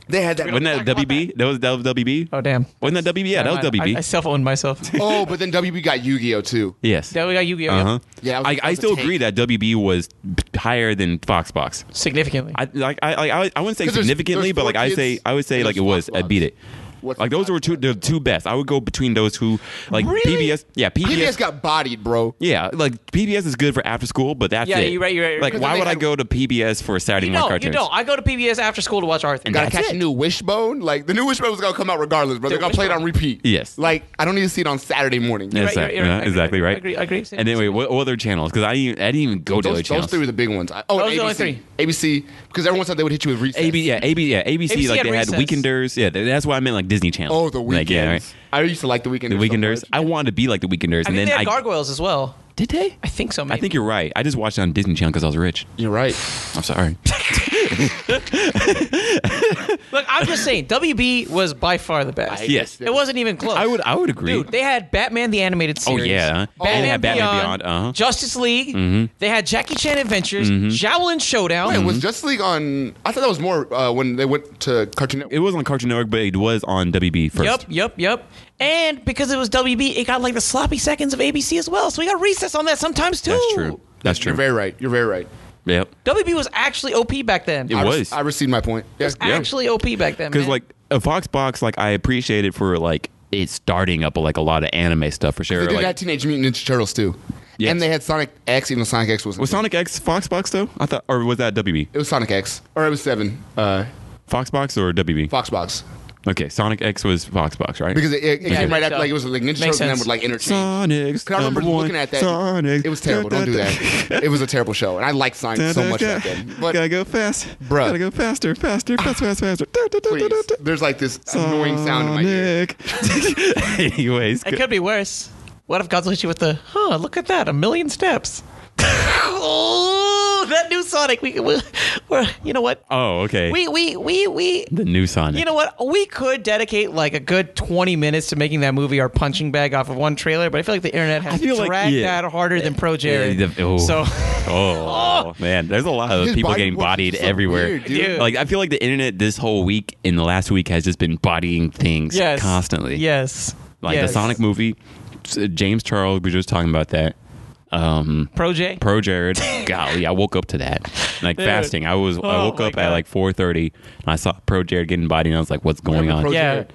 Speaker 3: They had that.
Speaker 1: Wasn't that WB? That was that was WB.
Speaker 2: oh damn.
Speaker 1: Wasn't that WB? Yeah, that was
Speaker 2: Never mind.
Speaker 1: WB.
Speaker 2: I, I
Speaker 1: *laughs*
Speaker 2: self-owned myself.
Speaker 3: oh, but then WB got Yu-Gi-Oh too.
Speaker 1: yes.
Speaker 2: Then we got Yu-Gi-Oh. yep.
Speaker 1: Uh-huh.
Speaker 3: Yeah, I was-
Speaker 1: I,
Speaker 3: that
Speaker 1: I
Speaker 3: was a
Speaker 1: still
Speaker 3: take.
Speaker 1: agree that WB was b- higher than Foxbox.
Speaker 2: Significantly.
Speaker 1: I like I I, I- I wouldn't say
Speaker 3: 'Cause there's-
Speaker 1: significantly,
Speaker 3: there's
Speaker 1: but
Speaker 3: four
Speaker 1: like I say
Speaker 3: kids
Speaker 1: I would say
Speaker 3: and
Speaker 1: like it
Speaker 3: there's
Speaker 1: was
Speaker 3: Foxbox.
Speaker 1: I beat it.
Speaker 3: What's
Speaker 1: like those were two the two best. I would go between those who like
Speaker 2: Really?
Speaker 1: PBS. *laughs* Yeah, PBS.
Speaker 3: PBS got bodied, bro.
Speaker 1: yeah, like PBS is good for after school, but that's
Speaker 2: Yeah,
Speaker 1: it.
Speaker 2: you're right, you're right, you're
Speaker 1: Like,
Speaker 2: right.
Speaker 1: why
Speaker 3: Because
Speaker 1: would
Speaker 3: they
Speaker 1: I
Speaker 3: had-
Speaker 1: go to PBS for Saturday
Speaker 2: you
Speaker 1: morning
Speaker 2: don't. You
Speaker 1: cartoons?
Speaker 2: don't. I go to PBS after school to watch Arthur.
Speaker 1: And
Speaker 3: Gotta
Speaker 1: that's it.
Speaker 3: catch a new Wishbone. Like the new Wishbone's gonna come out regardless, bro. They're
Speaker 2: Dude,
Speaker 3: gonna play it on
Speaker 2: Wishbone.
Speaker 3: repeat.
Speaker 1: Yes.
Speaker 3: Like I don't need to see it on Saturday morning.
Speaker 1: That's
Speaker 2: You're right,
Speaker 1: it.
Speaker 2: you're right,
Speaker 1: Yeah,
Speaker 2: I agree,
Speaker 1: exactly right.
Speaker 2: I agree, I agree. Same,
Speaker 1: and then
Speaker 2: same,
Speaker 1: wait,
Speaker 2: same.
Speaker 1: what, what other channels? Because I didn't, even- I didn't even go to other
Speaker 3: Those, those
Speaker 1: channels.
Speaker 3: three were the big ones. I- Oh,
Speaker 2: Those
Speaker 3: and
Speaker 2: are the only
Speaker 3: ABC.
Speaker 2: three.
Speaker 3: ABC, because everyone thought they would hit you with recess.
Speaker 1: AB, yeah, AB, yeah, ABC,
Speaker 2: ABC
Speaker 1: like
Speaker 2: had
Speaker 1: they had
Speaker 2: recess.
Speaker 1: Weekenders. Yeah, th- that's why I meant like Disney Channel.
Speaker 3: Oh, the
Speaker 1: Like,
Speaker 3: weekends.
Speaker 1: yeah, right.
Speaker 3: I used to like the weekenders.
Speaker 1: The Weekenders.
Speaker 3: So much.
Speaker 1: I wanted to be like the Weekenders,
Speaker 2: I
Speaker 1: and
Speaker 2: think
Speaker 1: then
Speaker 2: they had
Speaker 1: I
Speaker 2: gargoyles as well.
Speaker 1: did they.
Speaker 2: I think so. Maybe.
Speaker 1: I think you're right. I just watched it on Disney Channel because I was rich.
Speaker 3: You're right.
Speaker 1: I'm sorry.
Speaker 2: Look, I'm just saying, WB was by far the best.
Speaker 3: I-
Speaker 1: yes,
Speaker 2: It wasn't even close.
Speaker 1: I would. I would agree.
Speaker 2: Dude, they had Batman the animated
Speaker 1: Oh,
Speaker 2: series.
Speaker 1: yeah. Oh.
Speaker 2: Batman,
Speaker 1: They had Batman
Speaker 2: Beyond,
Speaker 1: Beyond, uh-huh. Mm-hmm.
Speaker 2: Justice League. They had Jackie Chan Adventures, Shaolin Showdown.
Speaker 3: Wait, was Justice League on? I thought that was more uh, when they went to Cartoon Network.
Speaker 1: it was on Cartoon Network, but it was on WB first.
Speaker 2: Yep, yep, yep. And because it was WB, it got like the sloppy seconds of ABC as well. So we got recess on that sometimes too.
Speaker 1: That's true. That's
Speaker 3: You're
Speaker 1: true.
Speaker 3: very right. You're very right.
Speaker 1: Yep.
Speaker 2: WB was actually OP back then.
Speaker 1: It
Speaker 3: I,
Speaker 1: was.
Speaker 3: I received my point. Yeah.
Speaker 2: was actually OP back then.
Speaker 1: because
Speaker 2: man.
Speaker 1: like a Fox box, like I appreciate it for like it starting up like a lot of anime stuff for sure.
Speaker 3: They did
Speaker 1: Like,
Speaker 3: that Teenage Mutant Ninja Turtles too.
Speaker 1: Yes.
Speaker 3: And they had Sonic X, even though Sonic X wasn't.
Speaker 1: was Sonic X Fox box though? I thought, or was that WB
Speaker 3: It was Sonic X, or it was Seven, uh,
Speaker 1: Fox box or WB?
Speaker 3: Foxbox,
Speaker 1: Okay, Sonic X was Fox box, right?
Speaker 3: because it, it, it
Speaker 1: Yeah,
Speaker 3: came right
Speaker 2: so-
Speaker 3: after like it was like Ninja Turtles and then
Speaker 2: sense.
Speaker 3: would like interchange.
Speaker 1: Sonic's.
Speaker 3: Because I remember
Speaker 1: number
Speaker 3: looking
Speaker 1: one,
Speaker 3: at that.
Speaker 1: Sonic.
Speaker 3: It was terrible. Don't
Speaker 1: *laughs*
Speaker 2: *laughs*
Speaker 3: do that. it was a terrible show, and I liked Sonic so much back then.
Speaker 1: gotta
Speaker 3: But
Speaker 1: go fast,
Speaker 3: Bruh.
Speaker 1: Gotta go faster, faster, fast, fast, faster. Da, da, da, da,
Speaker 3: *laughs* please,
Speaker 1: da, da.
Speaker 3: there's like this annoying sound in my ear.
Speaker 1: Sonic. *laughs*
Speaker 3: *laughs*
Speaker 1: Anyways,
Speaker 2: it could be worse. What if Godzilla hit you with the huh? Look at that, a million steps. *laughs* oh, that new Sonic. We, we we're, you know what?
Speaker 1: oh okay.
Speaker 2: We we we we.
Speaker 1: the new Sonic.
Speaker 2: You know what? We could dedicate like a good 20 minutes to making that movie our punching bag off of one trailer, but I feel like the internet
Speaker 1: I
Speaker 2: has
Speaker 1: feel like-
Speaker 2: dragged
Speaker 1: yeah.
Speaker 2: that harder than Pro Jerry.
Speaker 1: Yeah, the- oh. *laughs*
Speaker 2: So,
Speaker 1: oh, man, there's a lot of
Speaker 3: His
Speaker 1: people
Speaker 3: body
Speaker 1: getting
Speaker 3: work is
Speaker 1: bodied
Speaker 3: so
Speaker 1: everywhere.
Speaker 3: weird,
Speaker 2: Dude.
Speaker 1: Like I feel like the internet this whole week in the last week has just been bodying things
Speaker 2: yes.
Speaker 1: constantly.
Speaker 2: Yes.
Speaker 1: like
Speaker 2: yes.
Speaker 1: the Sonic movie, S- uh, James Charles. We were just talking about that. Um,
Speaker 2: Pro J.
Speaker 1: Pro
Speaker 2: *laughs*
Speaker 1: Jared. golly, I woke up to that. Like fasting, I was I
Speaker 2: Oh,
Speaker 1: woke
Speaker 2: my
Speaker 1: up
Speaker 2: God.
Speaker 1: at like 4:30 and I saw Pro Jared getting bodied and I was like, what's going on?
Speaker 3: Pro
Speaker 2: yeah.
Speaker 3: Jared.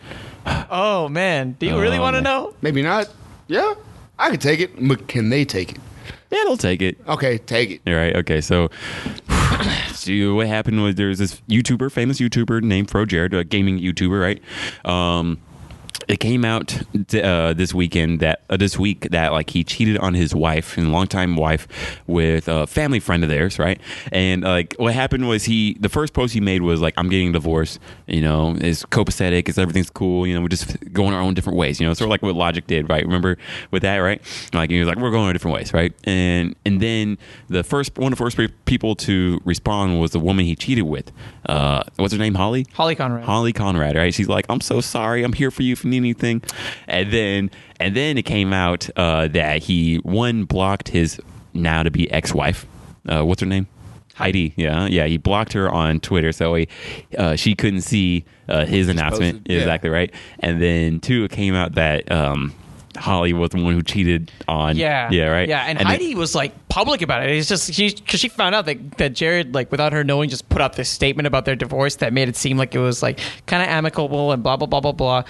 Speaker 2: Oh man, do you really
Speaker 1: Oh,
Speaker 2: want to
Speaker 1: man.
Speaker 2: know?
Speaker 3: Maybe not. Yeah, I could take it, but can they take it?
Speaker 1: Yeah, they'll take it.
Speaker 3: Okay, take it.
Speaker 1: All right. Okay. So, *sighs* so what happened was there was this YouTuber, famous YouTuber named Fro Jared, a gaming YouTuber, right? Um, it came out uh, this weekend that uh, this week that like he cheated on his wife and longtime wife with a family friend of theirs, right? And like what happened was he the first post he made was like, "I'm getting divorced. You know, it's copacetic. It's everything's cool. You know, we're just going our own different ways. You know, sort of like what Logic did, right? Remember with that, right? Like he was like, "We're going our different ways, right?" And and then the first one of the first pe- people to respond was the woman he cheated with. Uh, what's her name? Holly.
Speaker 2: Holly Conrad.
Speaker 1: Holly Conrad, right? She's like, "I'm so sorry. I'm here for you if you need anything." And then, and then it came out uh, that he one blocked his now to be ex-wife. Uh, what's her name? Heidi. Yeah, yeah. He blocked her on Twitter, so he, uh, she couldn't see uh, his announcement.
Speaker 3: posted, yeah.
Speaker 1: Exactly right. And then two, it came out that um, Holly was the one who cheated on.
Speaker 2: Yeah.
Speaker 1: yeah, right.
Speaker 2: Yeah, and,
Speaker 1: then-
Speaker 2: Heidi was like public about it. It's just she because she found out that that Jared like without her knowing just put out this statement about their divorce that made it seem like it was like kind of amicable and blah blah blah blah blah,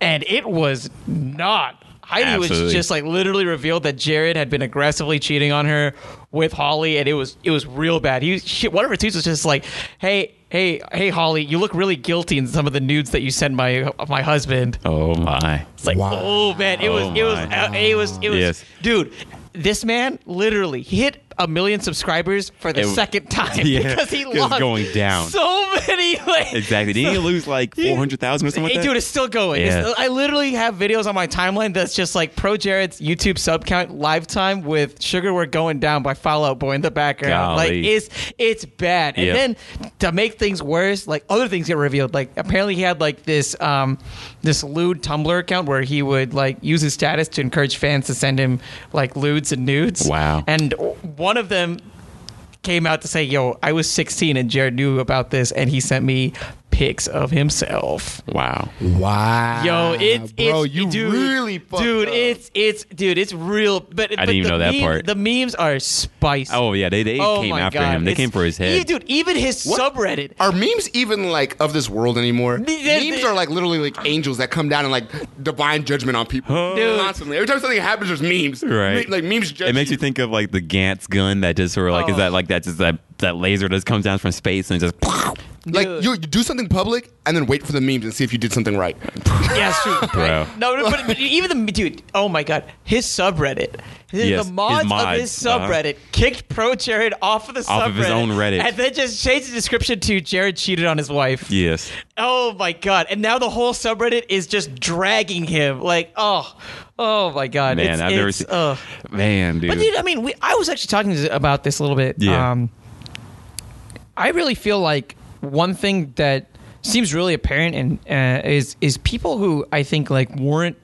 Speaker 2: and it was not. Heidi was
Speaker 1: Absolutely.
Speaker 2: just like literally revealed that Jared had been aggressively cheating on her with Holly, and it was it was real bad. He she, one of her tweets was just like, "Hey, hey, hey, Holly, you look really guilty in some of the nudes that you sent my my husband."
Speaker 1: oh my.
Speaker 2: It's like,
Speaker 3: Wow.
Speaker 2: oh man, it was,
Speaker 1: Oh,
Speaker 2: it was,
Speaker 1: my.
Speaker 2: uh, it was, it was,
Speaker 1: Yes.
Speaker 2: dude. This man literally he hit a million subscribers for the
Speaker 1: It-
Speaker 2: second time
Speaker 1: *laughs* Yeah,
Speaker 2: because he
Speaker 1: it was
Speaker 2: lost
Speaker 1: going down.
Speaker 2: so many. Like,
Speaker 1: Exactly. Didn't
Speaker 2: *laughs*
Speaker 1: he lose like four hundred thousand or something? like
Speaker 2: Hey,
Speaker 1: that?
Speaker 2: dude, it's still going. It's
Speaker 1: Yeah.
Speaker 2: still- I literally have videos on my timeline that's just like Pro Jared's YouTube sub count live time with Sugar We're Going Down by Fallout Boy in the background. Like
Speaker 1: Golly.
Speaker 2: it's it's bad.
Speaker 1: Yeah.
Speaker 2: And then to make things worse, like other things get revealed. Like apparently he had like this um this lewd Tumblr account where he would like use his status to encourage fans to send him like lewds and nudes.
Speaker 1: Wow.
Speaker 2: And one of them came out to say, "Yo, I was 16 and Jared knew about this, and he sent me pics of himself."
Speaker 1: Wow.
Speaker 3: Wow.
Speaker 2: Yo, it's
Speaker 3: bro,
Speaker 2: it's
Speaker 3: you
Speaker 2: dude,
Speaker 3: really fucked
Speaker 2: dude.
Speaker 3: up.
Speaker 2: It's it's dude. It's real. But I
Speaker 1: didn't even know that part.
Speaker 2: The memes are spicy.
Speaker 1: Oh yeah, they they
Speaker 2: Oh
Speaker 1: came
Speaker 2: my
Speaker 1: after
Speaker 2: God.
Speaker 1: him. They
Speaker 2: It's-
Speaker 1: came for his head.
Speaker 2: e- dude. Even his subreddit.
Speaker 3: Are memes even like of this world anymore?
Speaker 2: The- the-
Speaker 3: memes are like literally like angels that come down and like divine judgment on people
Speaker 1: Dude.
Speaker 3: constantly. Every time something happens, there's memes.
Speaker 1: Right.
Speaker 3: Me- like memes judge.
Speaker 1: It makes you think of like the Gantz gun that just sort of like is
Speaker 2: Oh.
Speaker 1: that like that just that that laser that just comes down from space and just *laughs*
Speaker 3: like
Speaker 2: Dude.
Speaker 3: you, you do something public and then wait for the memes and see if you did something right.
Speaker 2: yeah, it's true.
Speaker 1: Bro.
Speaker 2: No, no, but, but even the dude. Oh my god, his subreddit. His-
Speaker 1: Yes,
Speaker 2: the
Speaker 1: his
Speaker 2: mods, of
Speaker 1: mods,
Speaker 2: his
Speaker 1: uh-huh.
Speaker 2: subreddit kicked Pro Jared off of the subreddit
Speaker 1: Off of his own Reddit.
Speaker 2: and then just changed the description to Jared cheated on his wife.
Speaker 1: yes.
Speaker 2: Oh my god! And now the whole subreddit is just dragging him. Like, oh, oh my god!
Speaker 1: Man,
Speaker 2: it's,
Speaker 1: I've never
Speaker 2: it's,
Speaker 1: seen.
Speaker 2: ugh.
Speaker 1: man, dude.
Speaker 2: But dude, I mean, we, I was actually talking about this a little bit.
Speaker 1: Yeah.
Speaker 2: Um, I really feel like one thing that seems really apparent and uh, is is people who I think like weren't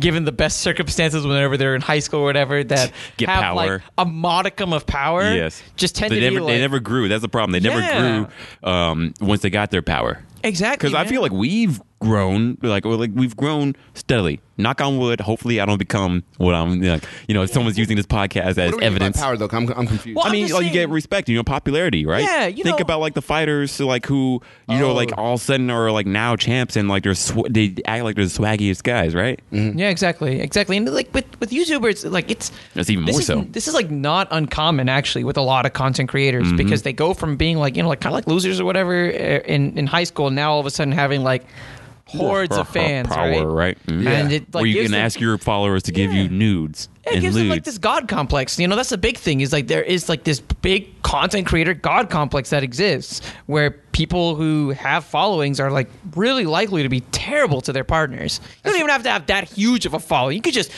Speaker 2: given the best circumstances whenever they're in high school or whatever that
Speaker 1: *laughs* Get
Speaker 2: have like
Speaker 1: power.
Speaker 2: a modicum of power.
Speaker 1: yes.
Speaker 2: Just tend
Speaker 1: they
Speaker 2: to
Speaker 1: never
Speaker 2: be
Speaker 1: they
Speaker 2: like-
Speaker 1: never grew. That's the problem. They
Speaker 2: Yeah.
Speaker 1: never grew um, once they got their power.
Speaker 2: Exactly.
Speaker 1: because I
Speaker 2: man.
Speaker 1: feel like we've grown, like well, like we've grown steadily. Knock on wood. Hopefully, I don't become what I'm like. You know, if someone's using this podcast as
Speaker 3: What do we mean by
Speaker 1: evidence.
Speaker 3: power though? I'm, I'm confused.
Speaker 2: Well,
Speaker 1: I
Speaker 2: I'm
Speaker 1: mean,
Speaker 2: just
Speaker 1: like, you get
Speaker 2: saying-
Speaker 1: respect, you know, popularity, right?
Speaker 2: Yeah, you
Speaker 1: think
Speaker 2: know-
Speaker 1: about like the fighters, like who you know,
Speaker 3: Oh.
Speaker 1: like all of a sudden are like now champs and like they're sw- they act like they're the swaggiest guys, right?
Speaker 3: Mm-hmm.
Speaker 2: Yeah, exactly, exactly. And like with with YouTubers, like it's
Speaker 1: That's even
Speaker 2: this
Speaker 1: more
Speaker 2: is,
Speaker 1: so.
Speaker 2: This is like not uncommon actually with a lot of content creators
Speaker 1: Mm-hmm.
Speaker 2: because they go from being like you know like kind of like losers or whatever uh, in in high school, and now all of a sudden having like hordes of fans,
Speaker 1: power, right? Mhm.
Speaker 3: Yeah.
Speaker 2: And it like
Speaker 1: Where you
Speaker 2: gives
Speaker 1: can
Speaker 2: them-
Speaker 1: ask your followers to give
Speaker 2: Yeah.
Speaker 1: you nudes
Speaker 2: Yeah, it
Speaker 1: and
Speaker 2: gives them like
Speaker 1: lewds.
Speaker 2: this god complex. You know, that's the big thing is like there is like this big content creator god complex that exists where people who have followings are like really likely to be terrible to their partners. You don't even have to have that huge of a following. You could just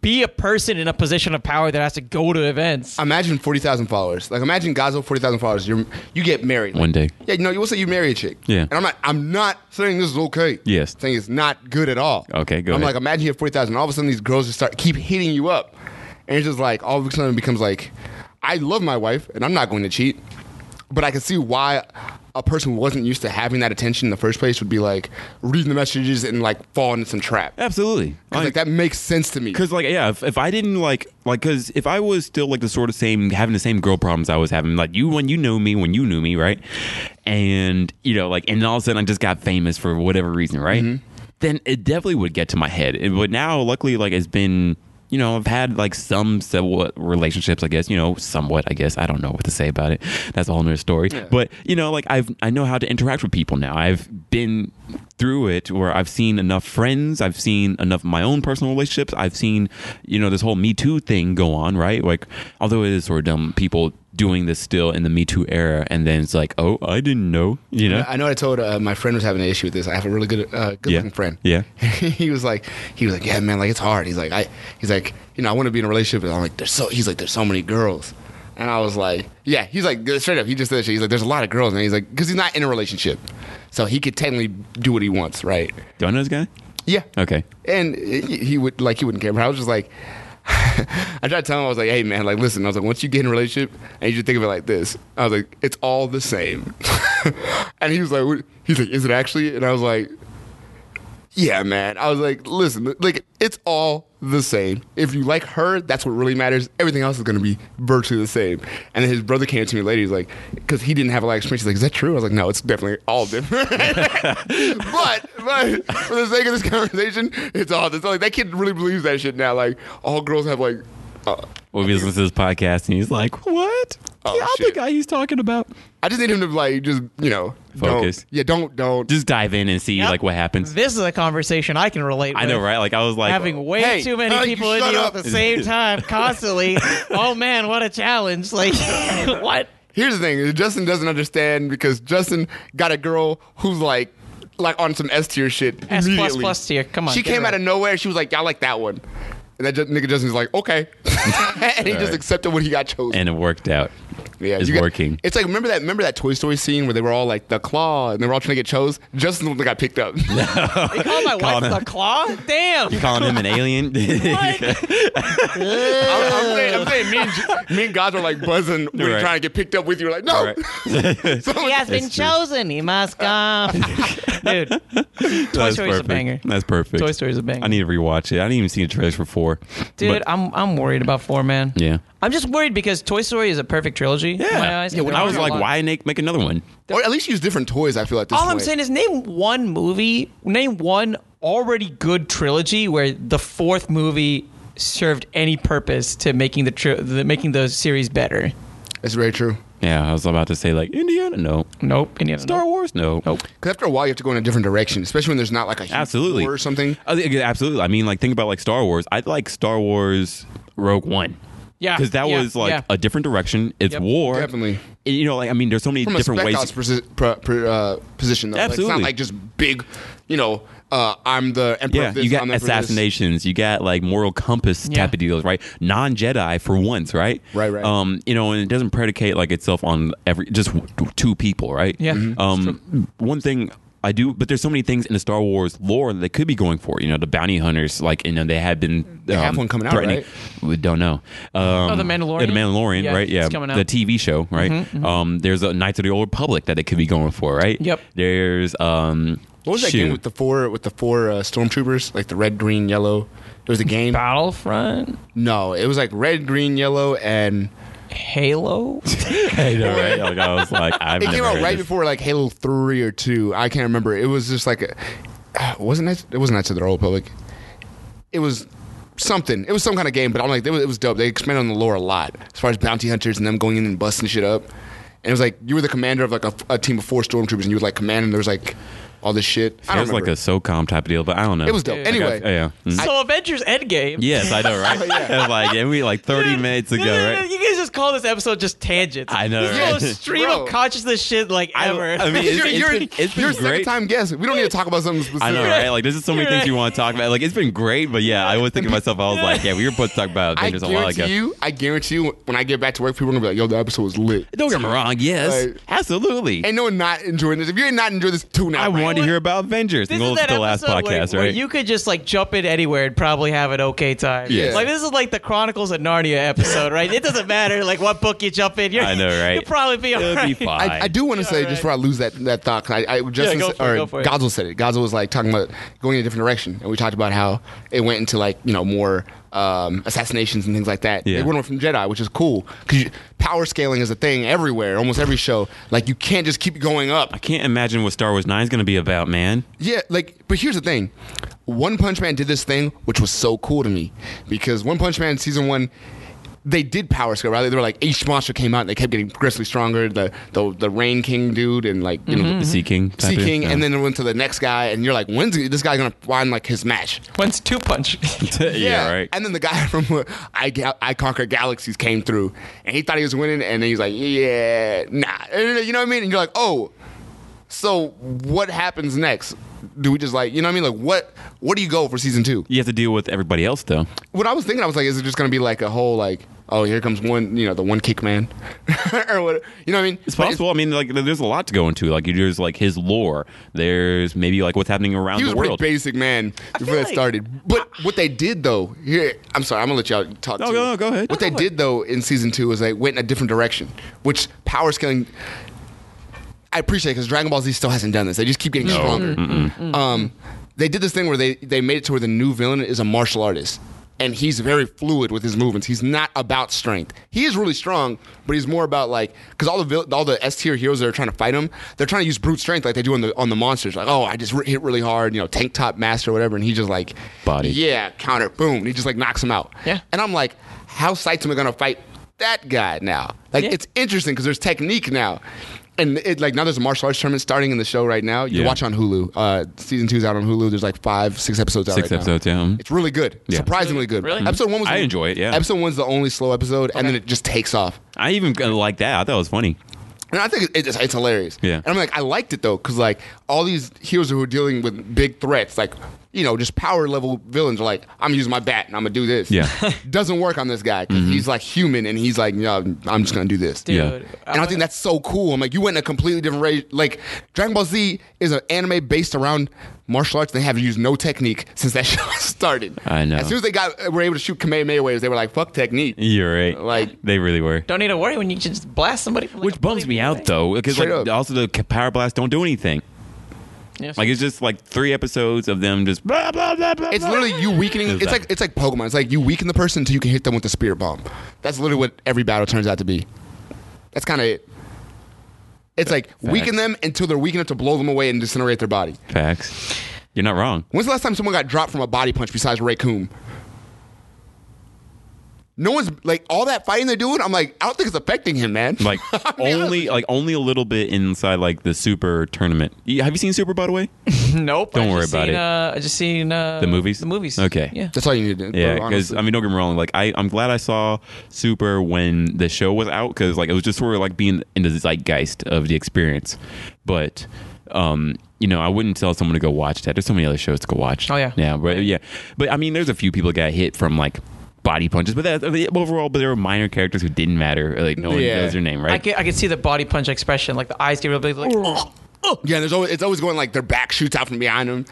Speaker 2: be a person in a position of power that has to go to events.
Speaker 3: imagine forty thousand followers. Like imagine Gazo forty thousand followers. You you get married
Speaker 1: One day.
Speaker 3: Yeah, you know, you will say you marry a chick.
Speaker 1: Yeah.
Speaker 3: and I'm not. I'm not saying this is okay.
Speaker 1: Yes.
Speaker 3: saying it's not good at all.
Speaker 1: Okay, go
Speaker 3: I'm
Speaker 1: ahead.
Speaker 3: like, imagine you have forty thousand. All of a sudden, these girls just start keep hitting you up, and it's just like all of a sudden it becomes like, I love my wife, and I'm not going to cheat, but I can see why. A person who wasn't used to having that attention in the first place would be like reading the messages and like fall into some trap. 'Cause,
Speaker 1: Absolutely.
Speaker 3: Like, that makes sense to me.
Speaker 1: Cause like yeah, if, if I didn't like like cause if I was still like the sort of same having the same girl problems I was having like you when you knew me when you knew me right, and you know like and all of a sudden I just got famous for whatever reason right, then it definitely would get to my head. It, but now luckily like it's been you know I've had like some somewhat relationships I guess you know somewhat I guess I don't know what to say about it. That's a whole nother story. But you know like I've I know how to interact with people now. I've been through it where I've seen enough friends, I've seen enough of my own personal relationships, I've seen, you know, this whole Me Too thing go on, right? Like, although it is sort of dumb, people doing this still in the Me Too era, and then it's like, oh, I didn't know, you know?
Speaker 3: I know I told uh, my friend was having an issue with this. I have a really good, uh, good looking friend.
Speaker 1: Yeah.
Speaker 3: *laughs* he was like, he was like, yeah, man, like it's hard. He's like, I, he's like, you know, I want to be in a relationship, and I'm like, there's so, he's like, there's so many girls, and I was like, yeah, he's like, straight up, he just said that shit. He's like, there's a lot of girls, and he's like, because he's not in a relationship, so he could technically do what he wants, right?
Speaker 1: Do I know this guy?
Speaker 3: Yeah.
Speaker 1: Okay.
Speaker 3: And he he would like he wouldn't care, but I was just like, *sighs* I tried to tell him I was like, hey man, like listen, I was like, once you get in a relationship, and you just think of it like this, I was like, it's all the same. *laughs* and he was like, what? he's like, is it actually? And I was like, yeah, man. I was like, listen, like it's all the same. If you like her, that's what really matters. Everything else is gonna be virtually the same. And then his brother came to me later. He's like, because he didn't have a lot of experience. He's like, is that true? I was like, no, it's definitely all different. *laughs* but, but for the sake of this conversation, it's all this. Like that kid really believes that shit now. Like all girls have like. Uh,
Speaker 1: Well, he listens to this podcast, and he's like, what?
Speaker 3: Oh,
Speaker 1: yeah, I'm the
Speaker 3: shit.
Speaker 1: guy he's talking about.
Speaker 3: I just need him to like just you know don't-
Speaker 1: Focus.
Speaker 3: yeah, don't don't.
Speaker 1: Just dive in and see,
Speaker 2: Yep.
Speaker 1: like, what happens.
Speaker 2: This is a conversation I can relate.
Speaker 1: I know,
Speaker 2: with.
Speaker 1: right? Like, I was like,
Speaker 2: Having way
Speaker 3: Hey,
Speaker 2: too many
Speaker 3: uh, you
Speaker 2: people in
Speaker 3: shut
Speaker 2: you
Speaker 3: up.
Speaker 2: at
Speaker 1: *laughs*
Speaker 2: the same time, constantly. oh man, what a challenge! Like, *laughs* what?
Speaker 3: Here's the thing: Justin doesn't understand because Justin got a girl who's like, like on some S tier shit.
Speaker 2: S plus
Speaker 3: immediately.
Speaker 2: plus tier. Come on,
Speaker 3: She
Speaker 2: get
Speaker 3: came
Speaker 2: it
Speaker 3: out of
Speaker 2: right.
Speaker 3: nowhere. She was like, "I like that one," and that ju- nigga Justin's like, "Okay," *laughs* and he
Speaker 1: All
Speaker 3: just
Speaker 1: right.
Speaker 3: accepted what he got chosen.
Speaker 1: and it worked out.
Speaker 3: yeah,
Speaker 1: it's
Speaker 3: you got-
Speaker 1: working.
Speaker 3: It's like remember that remember that Toy Story scene where they were all like the claw and they were all trying to get chose. Justin was the one that got
Speaker 1: *laughs*
Speaker 3: picked up. *laughs*
Speaker 2: They call my
Speaker 1: Call
Speaker 2: wife
Speaker 1: him.
Speaker 2: the claw?
Speaker 1: *laughs*
Speaker 2: Damn.
Speaker 1: You calling him an alien?
Speaker 2: What?
Speaker 3: I'm, I'm saying, I'm saying me, and, J- me and guys are like buzzing when
Speaker 1: Right.
Speaker 3: you're trying to get picked up with you. We're like, no,
Speaker 1: Right.
Speaker 2: He has been
Speaker 1: It's true.
Speaker 2: chosen. He must come. Uh, *laughs* Dude, Toy
Speaker 1: That's
Speaker 2: Story's
Speaker 1: perfect.
Speaker 2: a banger.
Speaker 1: That's perfect.
Speaker 2: Toy Story's a banger.
Speaker 1: I need to rewatch it. I didn't even see the trailers for four.
Speaker 2: Dude,
Speaker 1: But-
Speaker 2: I'm I'm worried about four, man.
Speaker 1: Yeah.
Speaker 2: I'm just worried because Toy Story is a perfect trilogy. In my eyes.
Speaker 1: yeah when
Speaker 2: There
Speaker 1: I was
Speaker 2: aren't a
Speaker 1: like,
Speaker 2: lot-
Speaker 1: why make, make another one?
Speaker 3: or at least use different toys. I feel at this
Speaker 2: All
Speaker 3: point.
Speaker 2: I'm saying is name one movie, name one already good trilogy where the fourth movie served any purpose to making the, tri- the making the series better.
Speaker 3: it's very true.
Speaker 1: Yeah, I was about to say like Indiana. No.
Speaker 2: Nope. Indiana.
Speaker 1: Star
Speaker 2: nope.
Speaker 1: Wars. No.
Speaker 2: Nope.
Speaker 3: Because after a while, you have to go in a different direction, especially when there's not like a huge
Speaker 1: Absolutely.
Speaker 3: war or something.
Speaker 1: I think- absolutely. I mean, like think about like Star Wars. I like Star Wars Rogue One.
Speaker 2: Yeah,
Speaker 1: Because that
Speaker 2: yeah,
Speaker 1: was like
Speaker 2: yeah.
Speaker 1: a different direction. It's
Speaker 2: Yep.
Speaker 1: war.
Speaker 3: Definitely.
Speaker 1: And, you know, like I mean, there's so many
Speaker 3: From
Speaker 1: different
Speaker 3: a
Speaker 1: ways.
Speaker 3: spec ops posi- pro- pro- uh, position, though. Like,
Speaker 1: Absolutely.
Speaker 3: it's not like just big, you know, uh, I'm the emperor
Speaker 1: yeah,
Speaker 3: of this,
Speaker 1: you
Speaker 3: I'm
Speaker 1: got
Speaker 3: the emperor of this.
Speaker 1: assassinations, you got like moral compass
Speaker 2: Yeah.
Speaker 1: type of deals, right? Non Jedi for once, right?
Speaker 3: Right, right.
Speaker 1: Um, you know, and it
Speaker 3: Mm-hmm.
Speaker 1: doesn't predicate like itself on every just w- two people, right?
Speaker 2: Yeah. Mhm.
Speaker 1: Um, one thing I do, but there's so many things in the Star Wars lore that they could be going for. You know, the bounty hunters, like you know, they have been um,
Speaker 3: They have one coming out,
Speaker 1: threatening-
Speaker 3: right?
Speaker 1: We don't know. Um,
Speaker 2: Oh, The Mandalorian?
Speaker 1: The Mandalorian,
Speaker 2: Yeah,
Speaker 1: right?
Speaker 2: it's
Speaker 1: Yeah,
Speaker 2: coming out. Mm-hmm,
Speaker 1: the TV show, right? Um, there's a Knights of the Old Republic that they could be going for, right?
Speaker 2: Yep.
Speaker 1: There's um,
Speaker 3: What was that
Speaker 1: shoot.
Speaker 3: game with the four with the four uh, stormtroopers? Like the red, green, yellow. There was a game.
Speaker 2: Battlefront,
Speaker 3: No, it was like red, green, yellow, and
Speaker 1: *laughs*
Speaker 2: Halo.
Speaker 1: I know, right? Like, I was like, I've
Speaker 3: it
Speaker 1: never
Speaker 3: came out
Speaker 1: heard
Speaker 3: right
Speaker 1: this.
Speaker 3: before like Halo Three or Two. I can't remember. It was just like a, uh, wasn't it? It wasn't that to the Old Public. It was something. It was some kind of game, but I'm like, it was, it was dope. They expanded on the lore a lot as far as bounty hunters and them going in and busting shit up. And it was like you were the commander of like a, a team of four stormtroopers, and you were like commanding. There was like all this shit. I
Speaker 1: It
Speaker 3: don't
Speaker 1: was like a
Speaker 3: remember.
Speaker 1: SOCOM type of deal, but I don't know.
Speaker 3: It was dope.
Speaker 2: Yeah.
Speaker 3: Anyway,
Speaker 1: I- yeah. Mm.
Speaker 2: so Avengers Endgame.
Speaker 1: Yes, I know,
Speaker 3: *laughs*
Speaker 1: right? And like, and we like 30 minutes ago, right?
Speaker 2: You guys just call this episode just tangents.
Speaker 1: I know,
Speaker 2: This is the
Speaker 1: right?
Speaker 2: most stream
Speaker 3: Bro.
Speaker 2: of consciousness shit like
Speaker 1: I-
Speaker 2: ever. *laughs*
Speaker 1: I mean, it's-
Speaker 3: *laughs* You're-
Speaker 1: it's
Speaker 3: you're-
Speaker 1: been- it's been
Speaker 3: you're a
Speaker 1: great.
Speaker 3: second time guest. We don't need to talk about something specific.
Speaker 1: I know, right? Like, there's just so many things you want to talk about. Like, it's been great, but yeah, I was thinking to myself, I was like, yeah, we were supposed to talk about
Speaker 3: I
Speaker 1: Avengers a while ago.
Speaker 3: guarantee you. I guarantee you. When I get back to work, people are gonna be like, "Yo, the episode was lit."
Speaker 1: Don't get me wrong. Yes,
Speaker 3: Like-
Speaker 1: absolutely.
Speaker 3: Ain't no one not enjoying this. If you ain't not enjoying this, tune out.
Speaker 1: I
Speaker 3: right
Speaker 1: wanted to hear about Avengers.
Speaker 2: this
Speaker 1: and go
Speaker 2: is that
Speaker 1: to the last
Speaker 2: episode where,
Speaker 1: podcast,
Speaker 2: where
Speaker 1: right?
Speaker 2: you could just like jump in anywhere and probably have an okay time.
Speaker 1: Yeah.
Speaker 2: Like this is like the Chronicles of Narnia episode, right? it doesn't matter like what book you jump in.
Speaker 1: *laughs*
Speaker 2: You're,
Speaker 1: I know, right?
Speaker 2: You'll probably
Speaker 1: *laughs*
Speaker 2: be
Speaker 1: It'll
Speaker 2: alright.
Speaker 1: be
Speaker 2: *laughs*
Speaker 1: fine.
Speaker 3: *laughs* I, I do want to say just
Speaker 2: right.
Speaker 3: before I lose that that thought, 'cause I, I Justin
Speaker 2: go
Speaker 3: said-
Speaker 2: for it,
Speaker 3: or
Speaker 2: go for it.
Speaker 3: Gonzo said it. Gonzo was like talking about going in a different direction, and we talked about how it went into like you know more um, assassinations and things like that.
Speaker 1: Yeah.
Speaker 3: It went away from Jedi, which is cool because power scaling is a thing everywhere, almost every show. Like you can't just keep going up.
Speaker 1: I can't imagine what Star Wars 9 is going to be about, man.
Speaker 3: Yeah, like, but here's the thing. One Punch Man did this thing, which was so cool to me, because One Punch Man season one, they did power scale. Right, they were like each monster came out, and they kept getting progressively stronger. The the the Rain King dude, and like you know,
Speaker 1: The Sea King. type
Speaker 3: Mm-hmm. Sea
Speaker 1: of-
Speaker 3: King,
Speaker 1: Mm-hmm. yeah.
Speaker 3: and then it went to the next guy, and you're like, when's this guy gonna find like his match?
Speaker 2: When's two punch?
Speaker 1: *laughs*
Speaker 2: *laughs*
Speaker 1: yeah, right.
Speaker 3: And then the guy *laughs* from uh, I Ga- I Conquer Galaxies came through, and he thought he was winning, and then he's like, yeah, nah, And you know what I mean? And you're like, oh, so what happens next? Do we just like you know what I mean? Like what what do you go for season two?
Speaker 1: you have to deal with everybody else, though.
Speaker 3: What I was thinking, I was like, is it just gonna be like a whole like oh here comes one you know the one kick man *laughs* or what you know what I mean?
Speaker 1: It's possible. I mean, like, there's a lot to go into. Like, there's like his lore. There's maybe like what's happening around
Speaker 3: He was
Speaker 1: the
Speaker 3: a pretty
Speaker 1: world.
Speaker 3: basic man before
Speaker 2: feel
Speaker 3: that
Speaker 2: like-
Speaker 3: started. But what they did though, here I'm sorry, I'm gonna let y'all talk.
Speaker 1: No,
Speaker 3: too.
Speaker 1: no, no, go ahead.
Speaker 3: What they did though in season two is they went in a different direction, which power scaling. I appreciate because Dragon Ball Z still hasn't done this. They just keep getting stronger. Um, they did this thing where they they made it to where the new villain is a martial artist. And he's very fluid with his movements. He's not about strength. He is really strong, but he's more about like because all the vil- all the S tier heroes that are trying to fight him, they're trying to use brute strength like they do on the on the monsters. Like, oh, I just re- hit really hard, you know, tank top master, whatever. And he just like
Speaker 1: Body.
Speaker 3: yeah, counter, boom. And he just like knocks him out.
Speaker 2: Yeah.
Speaker 3: And I'm like, how Saitama gonna fight that guy now? Like
Speaker 2: Yeah.
Speaker 3: it's interesting because there's technique now. And it like now there's a martial arts tournament starting in the show right now. You
Speaker 1: Yeah.
Speaker 3: can watch on Hulu. Uh, season two's out on Hulu. There's like five, six episodes out.
Speaker 1: Six
Speaker 3: right now.
Speaker 1: episodes, yeah. Mhm.
Speaker 3: It's really good.
Speaker 1: Yeah.
Speaker 3: Surprisingly good.
Speaker 2: Really?
Speaker 3: Episode one was.
Speaker 1: I enjoy it, yeah.
Speaker 3: Episode one's the only slow episode, and then it just takes off.
Speaker 1: I even like that. I thought it was funny.
Speaker 3: And I think it, it's, it's hilarious.
Speaker 1: Yeah.
Speaker 3: And I'm like, I liked it though, because like all these heroes who are dealing with big threats, like, you know, just power level villains are like, I'm using my bat and I'm going to do this.
Speaker 1: Yeah.
Speaker 3: *laughs*
Speaker 1: Mm-hmm.
Speaker 3: Doesn't work on this guy 'cause he's like human and he's like, yeah, I'm just going to do this.
Speaker 2: Dude,
Speaker 1: Yeah.
Speaker 3: And I think that's so cool. I'm like, you went in a completely different ra Like, Dragon Ball Z is an anime based around martial arts. They have used no technique since that *laughs* show started.
Speaker 1: I know.
Speaker 3: As soon as they got were able to shoot Kamehameha waves, they were like, fuck technique.
Speaker 1: You're right.
Speaker 3: Like-
Speaker 1: they really were.
Speaker 2: Don't need to worry when you can just blast somebody. From, like, a
Speaker 1: Which bums me
Speaker 2: million
Speaker 1: out
Speaker 2: feet away.
Speaker 1: though, because like
Speaker 3: Straight up.
Speaker 1: also the power blast don't do anything.
Speaker 2: Yeah,
Speaker 1: Like it's just like three episodes of them just blah blah blah blah.
Speaker 3: It's
Speaker 1: blah.
Speaker 3: literally you weakening. It's
Speaker 1: Exactly.
Speaker 3: like it's like Pokemon. It's like you weaken the person until you can hit them with the spirit bomb. That's literally what every battle turns out to be. That's kind of it. It's like weaken them until they're weak enough to blow them away and disintegrate their body.
Speaker 1: facts. You're not wrong.
Speaker 3: When's the last time someone got dropped from a body punch besides Raycoon? No one's like all that fighting they're doing. I'm like, I don't think it's affecting him, man. *laughs*
Speaker 1: Like
Speaker 3: I mean,
Speaker 1: only like only a little bit inside like the super tournament. You- have you seen Super by the way?
Speaker 2: Nope.
Speaker 1: Don't
Speaker 2: I
Speaker 1: worry
Speaker 2: just
Speaker 1: about
Speaker 2: seen,
Speaker 1: it.
Speaker 2: Uh, I just seen uh,
Speaker 1: The movies?
Speaker 2: The movies.
Speaker 1: Okay.
Speaker 2: Yeah.
Speaker 3: that's all you need to do.
Speaker 1: Yeah,
Speaker 3: bro,
Speaker 1: because
Speaker 3: honestly.
Speaker 1: I mean, don't get me wrong. Like, I I'm glad I saw Super when the show was out because like it was just sort of like being in the zeitgeist of the experience. But um, you know, I wouldn't tell someone to go watch that. There's so many other shows to go watch.
Speaker 2: Oh, yeah.
Speaker 1: yeah, but yeah, but I mean, there's a few people that got hit from like body punches, but that I mean, overall, but there were minor characters who didn't matter. Like no one
Speaker 3: Yeah.
Speaker 1: knows their name,
Speaker 2: I
Speaker 1: right?
Speaker 2: could, I could see the body punch expression, like the eyes get real big, like, oh.
Speaker 3: Yeah, there's always it's always going like their back shoots out from behind them,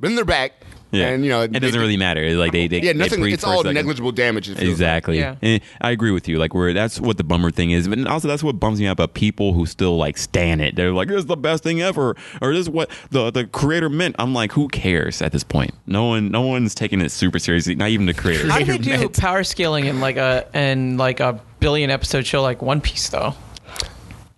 Speaker 3: then their back,
Speaker 1: Yeah,
Speaker 3: and you know
Speaker 1: it
Speaker 3: they-
Speaker 1: doesn't really matter. Like they, they
Speaker 3: Yeah,
Speaker 1: they
Speaker 3: nothing.
Speaker 1: breathe
Speaker 3: It's
Speaker 1: for a
Speaker 3: all
Speaker 1: second.
Speaker 3: negligible damage. it feels like.
Speaker 1: Exactly.
Speaker 2: Yeah.
Speaker 1: And I agree with you. Like where that's what the bummer thing is, but also that's what bums me out about people who still like stand it. They're like, "This is the best thing ever," or "This is what the the creator meant." I'm like, who cares at this point? No one, no one's taking it super seriously. Not even the creator.
Speaker 2: How do they do
Speaker 1: Meant.
Speaker 2: power scaling in like a in like a billion episode show like One Piece though?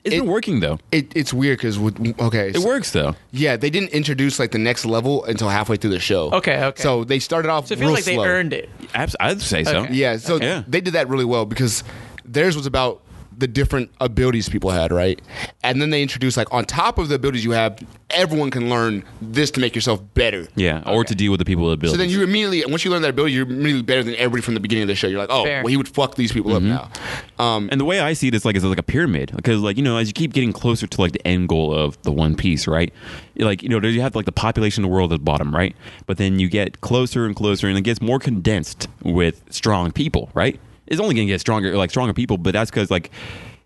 Speaker 1: It's been
Speaker 3: It-
Speaker 1: working though.
Speaker 3: It, it's weird because okay,
Speaker 1: It
Speaker 3: so-
Speaker 1: works though.
Speaker 3: Yeah, they didn't introduce like the next level until halfway through the show.
Speaker 2: Okay, okay.
Speaker 3: So they started off.
Speaker 2: So it
Speaker 3: real
Speaker 2: feels like
Speaker 3: slow.
Speaker 2: they earned it.
Speaker 1: Abs- I'd say so.
Speaker 2: Okay.
Speaker 3: Yeah, so
Speaker 1: Okay. Yeah.
Speaker 3: they did that really well because theirs was about the different abilities people had, right? And then they introduced like on top of the abilities you have, everyone can learn this to make yourself better.
Speaker 1: Yeah, or to deal with the people with
Speaker 3: So
Speaker 1: abilities.
Speaker 3: then you immediately, once you learn that ability, you're immediately better than everybody from the beginning of the show. You're like, oh,
Speaker 2: Fair.
Speaker 3: well, he would fuck these people
Speaker 1: Mm-hmm.
Speaker 3: up now. Um,
Speaker 1: And the way I see this, like, is like a pyramid, because like you know, as you keep getting closer to like the end goal of the One Piece, right? You're Like you know, there you have like the population of the world at the bottom, right? But then you get closer and closer, and it gets more condensed with strong people, right? It's only going to get stronger, like stronger people, but that's because like.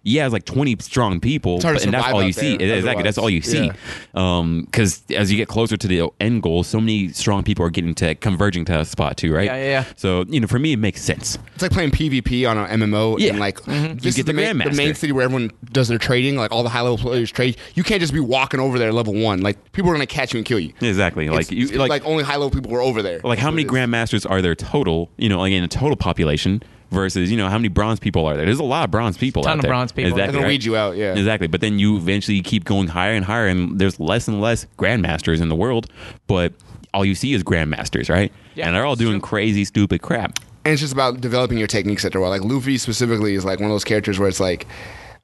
Speaker 1: Yeah, it's like twenty strong people,
Speaker 3: hard to
Speaker 1: but- and that's
Speaker 3: survive
Speaker 1: all
Speaker 3: out
Speaker 1: you see.
Speaker 3: there
Speaker 1: exactly, that's
Speaker 3: otherwise.
Speaker 1: all you see.
Speaker 3: Yeah.
Speaker 1: Because as you get closer to the end goal, so many strong people are getting to converging to a spot too, right?
Speaker 2: Yeah, yeah, yeah.
Speaker 1: So you know, for me, it makes sense.
Speaker 3: It's like playing PvP on an MMO
Speaker 1: Yeah.
Speaker 3: and like
Speaker 1: You
Speaker 3: this
Speaker 1: get
Speaker 3: is
Speaker 1: the
Speaker 3: the, main, the
Speaker 1: Grandmaster.
Speaker 3: main city where everyone does their trading, like all the high level players trade. You can't just be walking over there level one. Like people are gonna catch you and kill you.
Speaker 1: Exactly, like
Speaker 3: It's-
Speaker 1: you,
Speaker 3: it's only high level people were over there.
Speaker 1: like how
Speaker 3: So
Speaker 1: many
Speaker 3: it's-
Speaker 1: grandmasters are there total you know like in a total population versus you know how many bronze people are there there's a lot of bronze people
Speaker 2: Ton
Speaker 1: out
Speaker 2: of
Speaker 1: there.
Speaker 2: bronze people.
Speaker 1: exactly
Speaker 3: They're gonna
Speaker 1: right?
Speaker 3: weed you out, yeah.
Speaker 1: exactly but then you eventually keep going higher and higher and there's less and less grandmasters in the world but all you see is grandmasters right
Speaker 2: Yeah,
Speaker 1: and they're all
Speaker 2: it's
Speaker 1: doing
Speaker 2: true.
Speaker 1: crazy stupid crap
Speaker 3: and it's just about developing your techniques after a while. Like Luffy specifically is like one of those characters where it's like,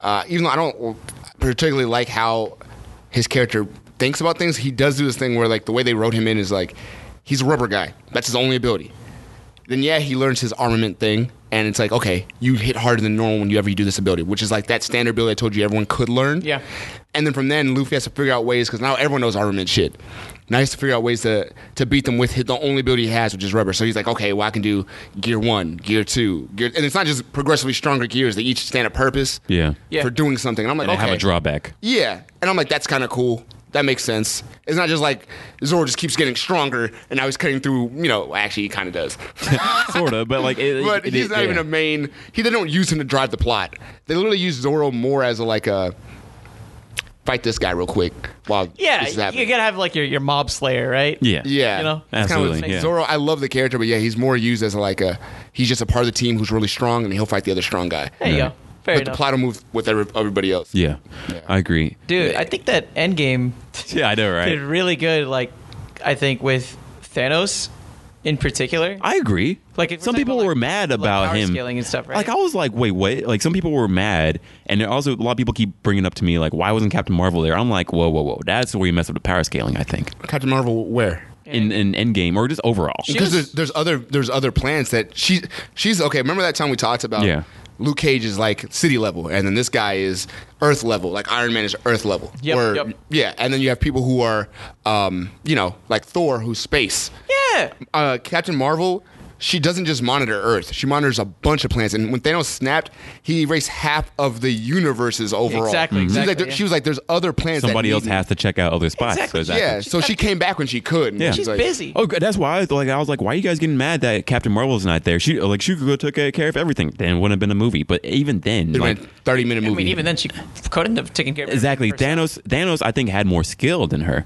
Speaker 3: uh, even though I don't particularly like how his character thinks about things, he does do this thing where like the way they wrote him in is like he's a rubber guy. That's his only ability. Then yeah, he learns his armament thing, and it's like okay, you hit harder than normal whenever you do this ability, which is like that standard ability I told you everyone could learn.
Speaker 2: Yeah.
Speaker 3: And then from then, Luffy has to figure out ways because now everyone knows armament shit. Now he has to figure out ways to, to beat them with hit, the only ability he has, which is rubber. So he's like, okay, well I can do gear one, gear two, gear, and it's not just progressively stronger gears. They each stand a purpose.
Speaker 1: Yeah.
Speaker 2: Yeah.
Speaker 3: For doing something, and I'm like,
Speaker 1: and they
Speaker 3: okay,
Speaker 1: have a drawback
Speaker 3: Yeah, and I'm like, that's kind of cool. That makes sense. It's not just like Zoro just keeps getting stronger, and now he's cutting through. You know, actually, he kind
Speaker 1: *laughs*
Speaker 3: of does.
Speaker 1: sort of but like it,
Speaker 3: but
Speaker 1: it-
Speaker 3: he's
Speaker 1: it-
Speaker 3: not even
Speaker 1: yeah.
Speaker 3: a main. He they don't use him to drive the plot. They literally use Zoro more as a like a fight this guy real quick while
Speaker 2: Yeah,
Speaker 3: this is
Speaker 2: you
Speaker 3: happening.
Speaker 2: gotta have like your, your mob slayer, right?
Speaker 1: yeah
Speaker 3: yeah,
Speaker 2: you know?
Speaker 3: It's kinda what-
Speaker 1: Absolutely, yeah.
Speaker 3: Zoro, I love the character, but yeah, he's more used as like a he's just a part of the team who's really strong, and he'll fight the other strong guy.
Speaker 2: There you
Speaker 1: Yeah.
Speaker 2: go. Fair
Speaker 3: but
Speaker 2: enough.
Speaker 3: the plot will move with every- everybody else.
Speaker 1: yeah i agree
Speaker 2: Dude, I think that Endgame *laughs*
Speaker 1: yeah i know right
Speaker 2: did really good. Like, I think with Thanos in particular.
Speaker 1: I agree.
Speaker 2: Like, if we're
Speaker 1: some
Speaker 2: talking
Speaker 1: people
Speaker 2: about,
Speaker 1: were
Speaker 2: like,
Speaker 1: mad
Speaker 2: like
Speaker 1: about
Speaker 2: power
Speaker 1: him
Speaker 2: scaling and stuff, right?
Speaker 1: Like I was like, wait, wait. Like some people were mad, and there also a lot of people keep bringing up to me like, why wasn't Captain Marvel there? I'm like, whoa, whoa, whoa. That's where you mess up the power scaling. I think
Speaker 3: Captain Marvel, where?
Speaker 1: in in Endgame or just overall.
Speaker 2: She-
Speaker 3: because
Speaker 2: was-
Speaker 3: there's, there's other there's other plans that she she's okay. Remember that time we talked about?
Speaker 1: Yeah.
Speaker 3: Luke Cage is like city level, and then this guy is Earth level. Like Iron Man is Earth level.
Speaker 2: Yep,
Speaker 3: Where-
Speaker 2: yep.
Speaker 3: Yeah, and then you have people who are, um, you know, like Thor, who's space.
Speaker 2: Yeah.
Speaker 3: Uh, Captain Marvel, she doesn't just monitor Earth. She monitors a bunch of planets. And when Thanos snapped, he erased half of the universe's overall.
Speaker 2: Exactly,
Speaker 3: She was like,
Speaker 2: exactly,
Speaker 3: there-
Speaker 2: yeah.
Speaker 3: she was like, "There's other planets." that
Speaker 1: Somebody else
Speaker 3: need me."
Speaker 1: has to check out other spots.
Speaker 2: Exactly.
Speaker 1: So
Speaker 3: Yeah, so she came back when she could. and
Speaker 1: Yeah.
Speaker 2: She's
Speaker 3: like-
Speaker 2: busy.
Speaker 1: Oh, good. that's why I was like, I was like, why are you guys getting mad that Captain Marvel's not there? She like she could go took care of everything. Then it wouldn't have been a movie. But even then,
Speaker 3: It
Speaker 1: like,
Speaker 3: went 30 minute movie.
Speaker 2: I mean, even then, she couldn't have taken care of
Speaker 1: exactly.
Speaker 2: everything herself.
Speaker 1: Thanos, Thanos, I think had more skill than her.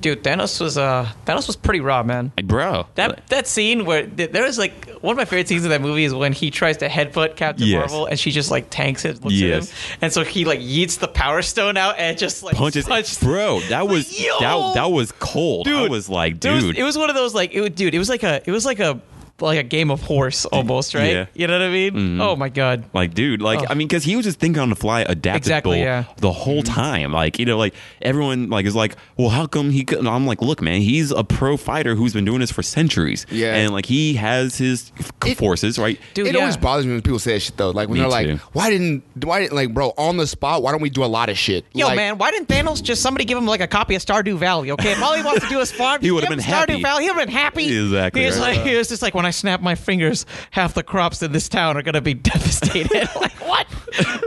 Speaker 2: Dude, Thanos was uh, Thanos was pretty raw, man.
Speaker 1: Like, bro,
Speaker 2: That that scene where th- there was like one of my favorite scenes in that movie is when he tries to headbutt Captain
Speaker 1: Yes.
Speaker 2: Marvel and she just like tanks it, looks
Speaker 1: Yes.
Speaker 2: at him, and so he like yeets the power stone out and just like
Speaker 1: punches,
Speaker 2: *laughs* punched-
Speaker 1: bro. That
Speaker 2: Like,
Speaker 1: was
Speaker 2: yo!
Speaker 1: that that was cold. I was like,
Speaker 2: it was-
Speaker 1: dude,
Speaker 2: it was, one of those like it, was- dude. It was like a it was like a like a game of horse almost, right?
Speaker 1: Yeah. Mm-hmm.
Speaker 2: You know what I mean? Oh my god.
Speaker 1: Like, dude, like, I mean, because he was just thinking on the fly, adaptable
Speaker 2: Exactly, yeah. Mm-hmm.
Speaker 1: the whole time. Like, you know, like everyone like is like, well, how come he? Couldn't? I'm like, look, man, he's a pro fighter who's been doing this for centuries.
Speaker 3: Yeah.
Speaker 1: and like he has his f- forces, right?
Speaker 2: *laughs* Dude,
Speaker 3: it
Speaker 2: yeah.
Speaker 3: always bothers me when people say that shit though. Like when
Speaker 1: Me
Speaker 3: they're
Speaker 1: too.
Speaker 3: like, "Why didn't? Why didn't like, bro, on the spot? Why don't we do a lot of shit?"
Speaker 2: Yo,
Speaker 3: Like,
Speaker 2: man, why didn't Thanos just somebody give him like a copy of Stardew Valley? Okay, if all he wants
Speaker 1: *laughs*
Speaker 2: to do is farm.
Speaker 1: He
Speaker 2: just
Speaker 1: would've
Speaker 2: give
Speaker 1: been
Speaker 2: him Stardew
Speaker 1: happy.
Speaker 2: Valley. He would have been happy.
Speaker 1: Exactly,
Speaker 2: He was,
Speaker 1: right.
Speaker 2: like, he was just like, when I snap my fingers, half the crops in this town are gonna be *laughs* devastated. like what?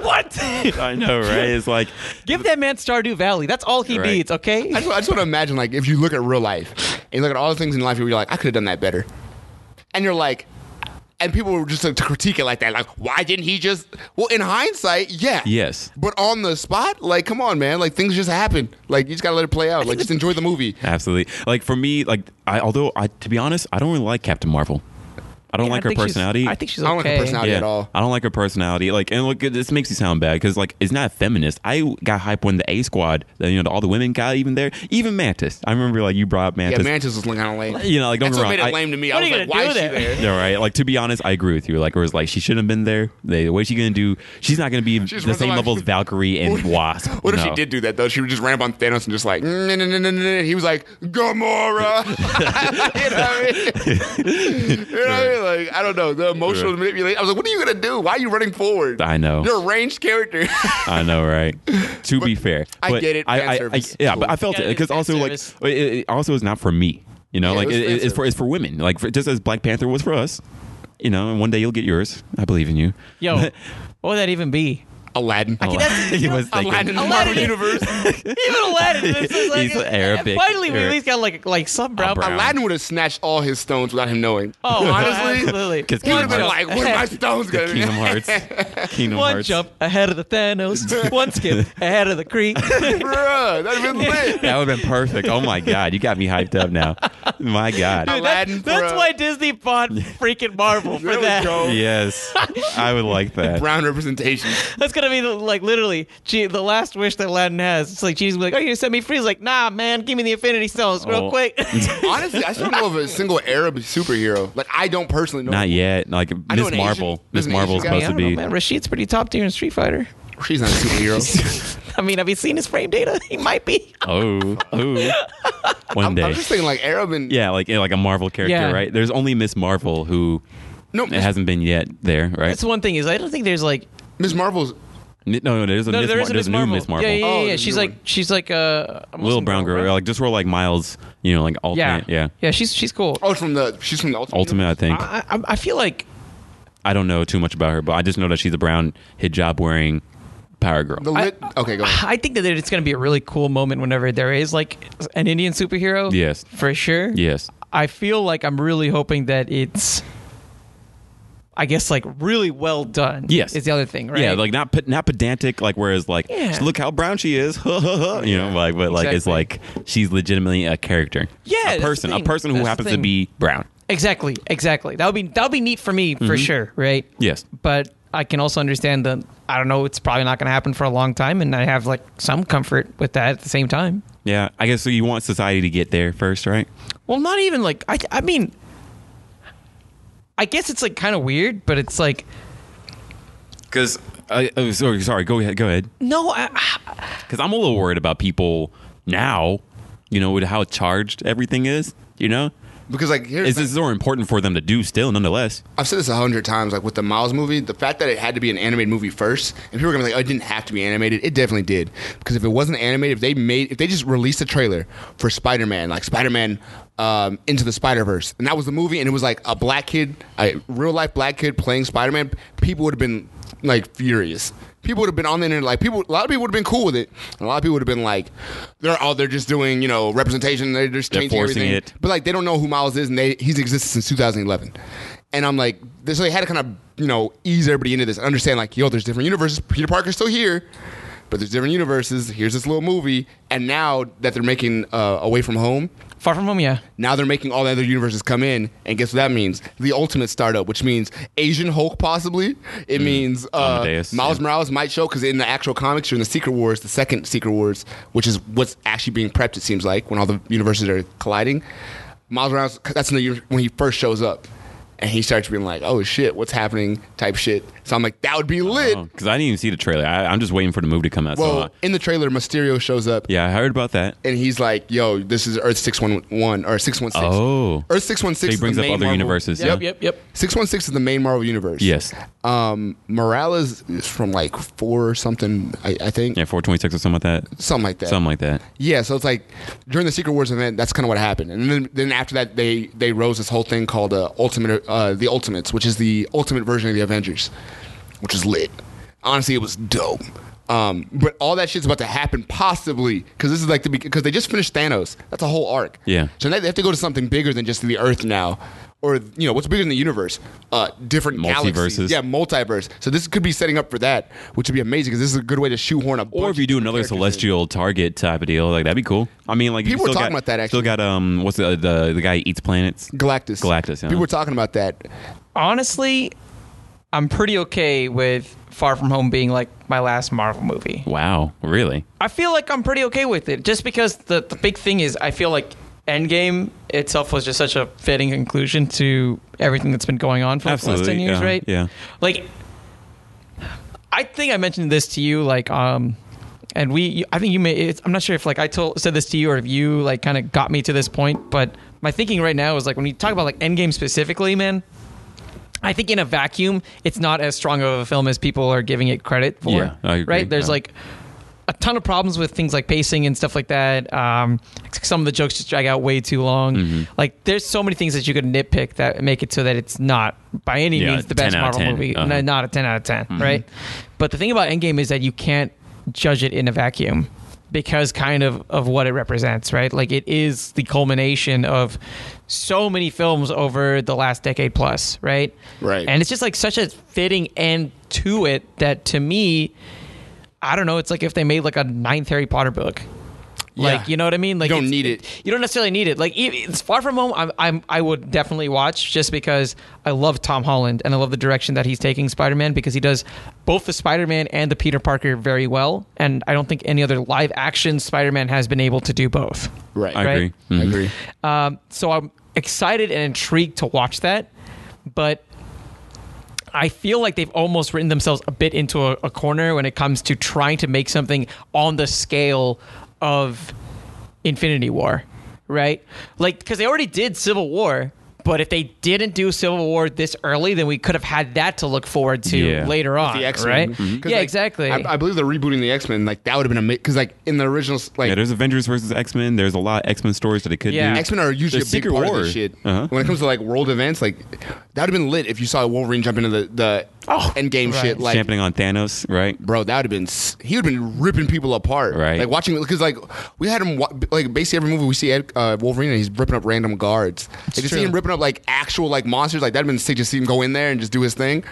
Speaker 2: what?
Speaker 1: *laughs* I know,
Speaker 2: *laughs*
Speaker 1: right? It's like
Speaker 2: Give that man Stardew Valley. That's all he
Speaker 1: Right.
Speaker 2: needs, okay?
Speaker 3: I just, I just want to imagine, like, if you look at real life and you look at all the things in life, where you're like, I could have done that better. And you're like, and people were just like, to critique it like that, like, why didn't he just? Well, in hindsight, yeah,
Speaker 1: Yes.
Speaker 3: But on the spot, like, come on, man, like things just happen. Like you just gotta let it play out. Like just enjoy the movie.
Speaker 1: absolutely like for me, like I although I to be honest, I don't really like Captain Marvel. I don't
Speaker 2: Yeah,
Speaker 1: like
Speaker 2: I
Speaker 1: her
Speaker 2: think she's-
Speaker 1: personality.
Speaker 2: I think she's
Speaker 3: I don't like her
Speaker 2: okay.
Speaker 3: personality. at all.
Speaker 1: I don't like her personality. Like, and look, this makes you sound bad because like it's not feminist. I got hype when the A Squad, you know, all the women got even there, even Mantis. I remember like you brought up
Speaker 3: Yeah,
Speaker 1: Mantis.
Speaker 3: Mantis was kind of lame.
Speaker 1: You know, like, don't
Speaker 3: That's
Speaker 1: get
Speaker 3: what
Speaker 1: me
Speaker 3: made
Speaker 1: wrong,
Speaker 3: it
Speaker 1: I-
Speaker 3: lame to me.
Speaker 2: What are
Speaker 3: I was
Speaker 2: you
Speaker 3: like,
Speaker 2: gonna
Speaker 3: why
Speaker 2: do
Speaker 3: is she
Speaker 2: there?
Speaker 3: there?
Speaker 1: No, right. Like to be honest, I agree with you. Like it was like she shouldn't have been there. The way she's gonna do, she's not gonna be
Speaker 3: She's
Speaker 1: the
Speaker 3: worth
Speaker 1: same
Speaker 3: a lot.
Speaker 1: level as Valkyrie and Wasp.
Speaker 3: *laughs* What if
Speaker 1: No.
Speaker 3: she did do that though? She would just ran up on Thanos and just like, "Mm, nah, nah, nah, nah, nah." he was like, Gamora. *laughs* you know what I mean? you know what I mean? Like, I don't know. The emotional
Speaker 1: Right.
Speaker 3: manipulation. I was like, what are you gonna do? Why are you running forward?
Speaker 1: I know.
Speaker 3: You're a ranged character. *laughs*
Speaker 1: I know, right? To be fair,
Speaker 3: I
Speaker 1: But
Speaker 3: get it, fan
Speaker 1: I, I, I,
Speaker 3: service.
Speaker 1: yeah,
Speaker 3: Cool.
Speaker 1: but I felt
Speaker 2: Yeah,
Speaker 1: it
Speaker 2: it is
Speaker 1: because
Speaker 2: fan
Speaker 1: also like
Speaker 2: service.
Speaker 1: it, it also is not for me. You know,
Speaker 3: Yeah,
Speaker 1: like
Speaker 3: it was
Speaker 1: it-
Speaker 3: fan
Speaker 1: it's for
Speaker 3: service.
Speaker 1: it's for women. Like for, just as Black Panther was for us. You know, and one day you'll get yours. I believe in you.
Speaker 2: Yo, what would that even be?
Speaker 3: Aladdin.
Speaker 1: Oh, *laughs* he was thinking.
Speaker 3: Aladdin in the
Speaker 2: Aladdin
Speaker 3: Marvel
Speaker 1: *laughs*
Speaker 2: is-
Speaker 3: universe.
Speaker 2: Even Aladdin. This is like,
Speaker 1: He's Arabic.
Speaker 2: Finally, we
Speaker 1: Or-
Speaker 2: at least got like like some brown.
Speaker 1: brown.
Speaker 3: Aladdin would have snatched all his stones without him knowing.
Speaker 2: Oh,
Speaker 3: *laughs* honestly,
Speaker 1: *laughs*
Speaker 2: absolutely.
Speaker 1: 'Cause
Speaker 3: he would have
Speaker 1: Kingdom
Speaker 3: been
Speaker 1: Hearts.
Speaker 3: like,
Speaker 1: *laughs*
Speaker 3: "What are my stones gonna be?"
Speaker 1: Kingdom Hearts. Kingdom
Speaker 2: One
Speaker 1: Hearts.
Speaker 2: jump ahead of
Speaker 1: *laughs*
Speaker 2: the Thanos. One skip ahead of the
Speaker 3: *laughs*
Speaker 2: Kree.
Speaker 3: *laughs* Bruh, that'd
Speaker 2: *laughs*
Speaker 3: have been lit.
Speaker 1: That would have been perfect. Oh my god, you got me hyped up now. My god.
Speaker 3: Dude, Aladdin for
Speaker 2: that's
Speaker 3: a-
Speaker 2: why Disney bought freaking
Speaker 3: *laughs*
Speaker 2: Marvel for
Speaker 3: There we
Speaker 2: that. *laughs*
Speaker 3: go.
Speaker 1: Yes, I would like that.
Speaker 3: Brown representation.
Speaker 2: That's gonna be the, like literally gee, the last wish that Aladdin has. It's like she's like, "Oh, you set me free." He's like, "Nah, man, give me the Infinity Stones real
Speaker 1: Oh. *laughs*
Speaker 2: quick." *laughs*
Speaker 3: Honestly, I still don't know of a single Arab superhero. Like, I don't personally know.
Speaker 1: Not yet. Like
Speaker 3: I know
Speaker 1: Miss
Speaker 3: an Asian-
Speaker 1: Marvel. Miss
Speaker 3: there's an
Speaker 1: Marvel's
Speaker 3: Asian guy,
Speaker 1: supposed
Speaker 2: I
Speaker 1: to
Speaker 2: don't know,
Speaker 1: be.
Speaker 2: man. Rashid's pretty top tier in Street Fighter.
Speaker 3: She's not
Speaker 1: *laughs*
Speaker 3: a superhero.
Speaker 2: I mean, have you seen his frame data? *laughs* He might be.
Speaker 1: Oh, oh. One
Speaker 3: I'm,
Speaker 1: day.
Speaker 3: I'm just thinking like Arab and
Speaker 1: Yeah, like like a Marvel character,
Speaker 2: Yeah.
Speaker 1: right? There's only Miss Marvel who
Speaker 3: no.
Speaker 1: it hasn't been yet there, right?
Speaker 2: That's one thing is I don't think there's like
Speaker 3: Miss Marvel's
Speaker 1: N- No, no, there's a,
Speaker 2: no,
Speaker 1: Miss,
Speaker 2: there
Speaker 1: Mar-
Speaker 2: is a
Speaker 1: there's
Speaker 2: Miss
Speaker 1: a new
Speaker 2: Marvel.
Speaker 1: Miss Marvel.
Speaker 2: Yeah, yeah, yeah.
Speaker 3: Oh,
Speaker 2: yeah.
Speaker 3: there's a
Speaker 2: She's
Speaker 3: new
Speaker 2: like
Speaker 3: one.
Speaker 2: she's like a uh,
Speaker 1: Little brown girl,
Speaker 2: right?
Speaker 1: like just where like Miles, you know, like
Speaker 2: yeah,
Speaker 1: alternate, yeah,
Speaker 2: yeah. She's she's cool.
Speaker 3: oh, it's from the she's from the Ultimate.
Speaker 1: ultimate. I think
Speaker 2: I, I I feel like
Speaker 1: I don't know too much about her, but I just know that she's a brown hijab wearing power girl.
Speaker 3: The lit. okay, go. Ahead.
Speaker 2: I think that it's going to be a really cool moment whenever there is like an Indian superhero.
Speaker 1: Yes.
Speaker 2: for sure.
Speaker 1: yes,
Speaker 2: I feel like I'm really hoping that it's, I guess, like really well done.
Speaker 1: Yes.
Speaker 2: is the other thing, right?
Speaker 1: yeah, like not pe- not pedantic, like whereas like
Speaker 2: Yeah.
Speaker 1: look how brown she is, *laughs* you know, like but like it's
Speaker 2: Exactly.
Speaker 1: like she's legitimately a character,
Speaker 2: Yeah, that's
Speaker 1: a
Speaker 2: the
Speaker 1: person, a
Speaker 2: thing.
Speaker 1: person who
Speaker 2: That's the
Speaker 1: happens to
Speaker 2: thing.
Speaker 1: be brown.
Speaker 2: exactly, exactly. That would be that would be neat for me for sure, right?
Speaker 1: Mm-hmm. Yes.
Speaker 2: but I can also understand that I don't know. It's probably not going to happen for a long time, and I have like some comfort with that at the same time.
Speaker 1: Yeah, I guess so. You want society to get there first, right?
Speaker 2: Well, not even like I. I mean, I guess it's like kind of weird, but it's like
Speaker 1: Because oh, sorry, sorry. Go ahead, go ahead.
Speaker 2: no. I,
Speaker 1: Because I'm a little worried about people now. You know with how charged everything is. You know,
Speaker 3: Because like here's
Speaker 1: is
Speaker 3: the-
Speaker 1: this more important for them to do still, nonetheless?
Speaker 3: I've said this a hundred times. Like with the Miles movie, the fact that it had to be an animated movie first, and people were gonna be like, "Oh, it didn't have to be animated." It definitely did. Because if it wasn't animated, if they made, if they just released a trailer for Spider Man, like Spider Man um, into the Spider Verse, and that was the movie, and it was like a black kid, a real life black kid playing Spider Man, people would have been like furious. People would have been on the internet, like people. A lot of people would have been cool with it. and A lot of people would have been like, "They're oh, they're just doing you know representation. They're just
Speaker 1: They're
Speaker 3: changing
Speaker 1: forcing
Speaker 3: everything."
Speaker 1: it.
Speaker 3: But like they don't know who Miles is, and they, he's existed since 2011. And I'm like, this, so they had to kind of you know ease everybody into this and understand like, yo, there's different universes. Peter Parker's still here, but there's different universes. Here's this little movie, and now that they're making uh, Away from Home,
Speaker 2: Far from home, yeah.
Speaker 3: now they're making all the other universes come in, and guess what that means? The ultimate startup, which means Asian Hulk possibly. It means uh,
Speaker 1: Mm. Amadeus,
Speaker 3: Miles
Speaker 1: yeah.
Speaker 3: Morales might show because in the actual comics, during the Secret Wars, the second Secret Wars, which is what's actually being prepped, it seems like when all the universes are colliding. Miles Morales, 'cause that's in the, uni- when he first shows up, and he starts being like, "Oh shit, what's happening?" type shit. So I'm like, that would be *laughs* lit.
Speaker 1: Because Oh, I didn't even see the trailer. I, I'm just waiting for the movie to come out.
Speaker 3: well,
Speaker 1: so, uh,
Speaker 3: in the trailer, Mysterio shows up,
Speaker 1: yeah, I heard about that.
Speaker 3: and he's like, "Yo, this is Earth six one one or six one six.
Speaker 1: Oh.
Speaker 3: Earth six one
Speaker 1: So
Speaker 3: six.
Speaker 1: he brings up other universes. yeah.
Speaker 2: yep.
Speaker 3: Six one six is the main Marvel universe.
Speaker 1: Yes.
Speaker 3: Um, Morales is from like four or something, I, I think,
Speaker 1: Yeah, 426 or something like that.
Speaker 3: something like that.
Speaker 1: Something like that.
Speaker 3: yeah. So it's like during the Secret Wars event, that's kind of what happened, and then then after that, they they rose this whole thing called uh, Ultimate, uh, the Ultimates, which is the ultimate version of the Avengers, which is lit. honestly, it was dope. Um, but all that shit's about to happen, possibly, because this is like the because they just finished Thanos. That's a whole arc.
Speaker 1: Yeah.
Speaker 3: So now they have to go to something bigger than just the Earth now, or you know what's bigger than the universe? Uh, different
Speaker 1: Multiverses.
Speaker 3: galaxies. Yeah, multiverse. So this could be setting up for that, which would be amazing because this is a good way to shoehorn a.
Speaker 1: Or if you do another celestial target type of deal, like that'd be cool. I mean, like you
Speaker 3: People were
Speaker 1: still
Speaker 3: talking
Speaker 1: got-
Speaker 3: about that, actually.
Speaker 1: still got um, what's the the, the guy who eats planets?
Speaker 3: Galactus.
Speaker 1: Galactus, yeah.
Speaker 3: People were talking about that.
Speaker 2: Honestly, I'm pretty okay with Far From Home being like my last Marvel movie.
Speaker 1: Wow, really?
Speaker 2: I feel like I'm pretty okay with it, just because the the big thing is I feel like Endgame itself was just such a fitting conclusion to everything that's been going on for the last
Speaker 1: Absolutely,
Speaker 2: ten years,
Speaker 1: yeah,
Speaker 2: right?
Speaker 1: yeah.
Speaker 2: Like, I think I mentioned this to you, like, um, and we, I think you may. It's, I'm not sure if like I told said this to you or if you like kind of got me to this point, but my thinking right now is like when you talk about like Endgame specifically, man. I think in a vacuum, it's not as strong of a film as people are giving it credit for.
Speaker 1: Yeah, I agree.
Speaker 2: Right? There's
Speaker 1: Yeah.
Speaker 2: like a ton of problems with things like pacing and stuff like that. Um, some of the jokes just drag out way too long.
Speaker 1: Mm-hmm.
Speaker 2: Like, there's so many things that you could nitpick that make it so that it's not by any
Speaker 1: Yeah,
Speaker 2: means the
Speaker 1: 10
Speaker 2: best
Speaker 1: out of
Speaker 2: Marvel
Speaker 1: 10.
Speaker 2: movie.
Speaker 1: Uh-huh. Mm-hmm.
Speaker 2: No, not a 10 out of 10, right? But the thing about Endgame is that you can't judge it in a vacuum because kind of of what it represents, right? Like it is the culmination of so many films over the last decade plus, right?
Speaker 3: Right.
Speaker 2: And it's just like such a fitting end to it that to me I don't know. It's like if they made like a ninth Harry Potter book. Like
Speaker 3: Yeah.
Speaker 2: you know what I mean? Like
Speaker 3: don't
Speaker 2: it's-
Speaker 3: need it.
Speaker 2: You don't necessarily need it. Like e- it's far from home. I'm, I'm I would definitely watch just because I love Tom Holland and I love the direction that he's taking Spider Man because he does both the Spider Man and the Peter Parker very well. And I don't think any other live action Spider Man has been able to do both.
Speaker 3: Right.
Speaker 1: I agree. Mm-hmm.
Speaker 3: I agree.
Speaker 2: Um, so I'm excited and intrigued to watch that, but I feel like they've almost written themselves a bit into a, a corner when it comes to trying to make something on the scale of Infinity War, right? Like, because they already did Civil War. But if they didn't do Civil War this early, then we could have had that to look forward to
Speaker 1: Yeah.
Speaker 2: later on,
Speaker 3: the X
Speaker 2: right?
Speaker 3: Men,
Speaker 1: Mm-hmm.
Speaker 2: Yeah, exactly.
Speaker 3: I, I believe they're rebooting the X Men. Like that would have been amazing because, like, in the original, like,
Speaker 1: Yeah, there's Avengers versus X Men. There's a lot of X Men stories that they could
Speaker 2: Yeah.
Speaker 1: do.
Speaker 3: X Men are usually
Speaker 1: There's
Speaker 3: a big
Speaker 1: Secret
Speaker 3: part
Speaker 1: War.
Speaker 3: of this shit.
Speaker 1: Uh-huh.
Speaker 3: When it comes to like world events, like that would have been lit if you saw Wolverine jump into the the
Speaker 2: Oh,
Speaker 3: end game
Speaker 2: right.
Speaker 3: shit. Like,
Speaker 1: Championing on Thanos, right?
Speaker 3: bro, that would have been s- he would have been ripping people apart.
Speaker 1: Right.
Speaker 3: Like watching because like we had him wa- like basically every movie we see Ed, uh, Wolverine and he's ripping up random guards. Like to see
Speaker 2: true.
Speaker 3: him ripping up like actual like monsters, like that'd have been sick. Just see him go in there and just do his thing.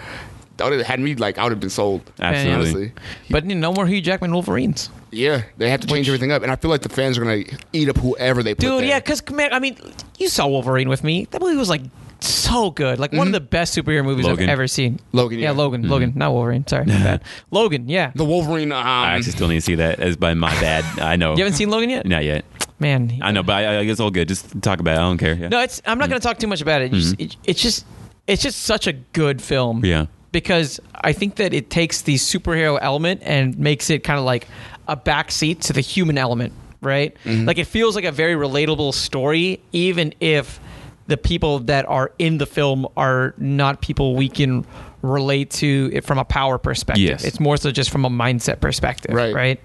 Speaker 3: That would have had me like I would have been sold.
Speaker 1: Absolutely.
Speaker 3: Honestly.
Speaker 2: but you know, no more Hugh Jackman Wolverines.
Speaker 3: Yeah, they have to change everything up, and I feel like the fans are gonna eat up whoever they put
Speaker 2: Dude,
Speaker 3: there.
Speaker 2: yeah, because man, I mean, you saw Wolverine with me. That movie was like so good, like one of the best superhero movies
Speaker 1: Logan.
Speaker 2: I've ever seen.
Speaker 3: Mm-hmm. Logan, yeah. Mm-hmm.
Speaker 2: Logan, Logan, not Wolverine. Sorry,
Speaker 3: *laughs*
Speaker 2: my bad. Logan, yeah.
Speaker 3: the Wolverine. Um,
Speaker 1: I actually still need to see that. As by my bad. I know.
Speaker 2: you haven't seen Logan yet?
Speaker 1: Not yet.
Speaker 2: Man,
Speaker 1: I know, but I, I guess all good. Just talk about it. I don't care. Yeah.
Speaker 2: no, it's. I'm not going to talk too much about it. It's, just, it- it's just, it's just such a good film.
Speaker 1: Mm-hmm. Yeah.
Speaker 2: Because I think that it takes the superhero element and makes it kind of like a backseat to the human element, right?
Speaker 1: Mm-hmm.
Speaker 2: Like it feels like a very relatable story, even if the people that are in the film are not people we can relate to it from a power perspective.
Speaker 1: Yes.
Speaker 2: It's more so just from a mindset perspective,
Speaker 3: Right.
Speaker 2: Right.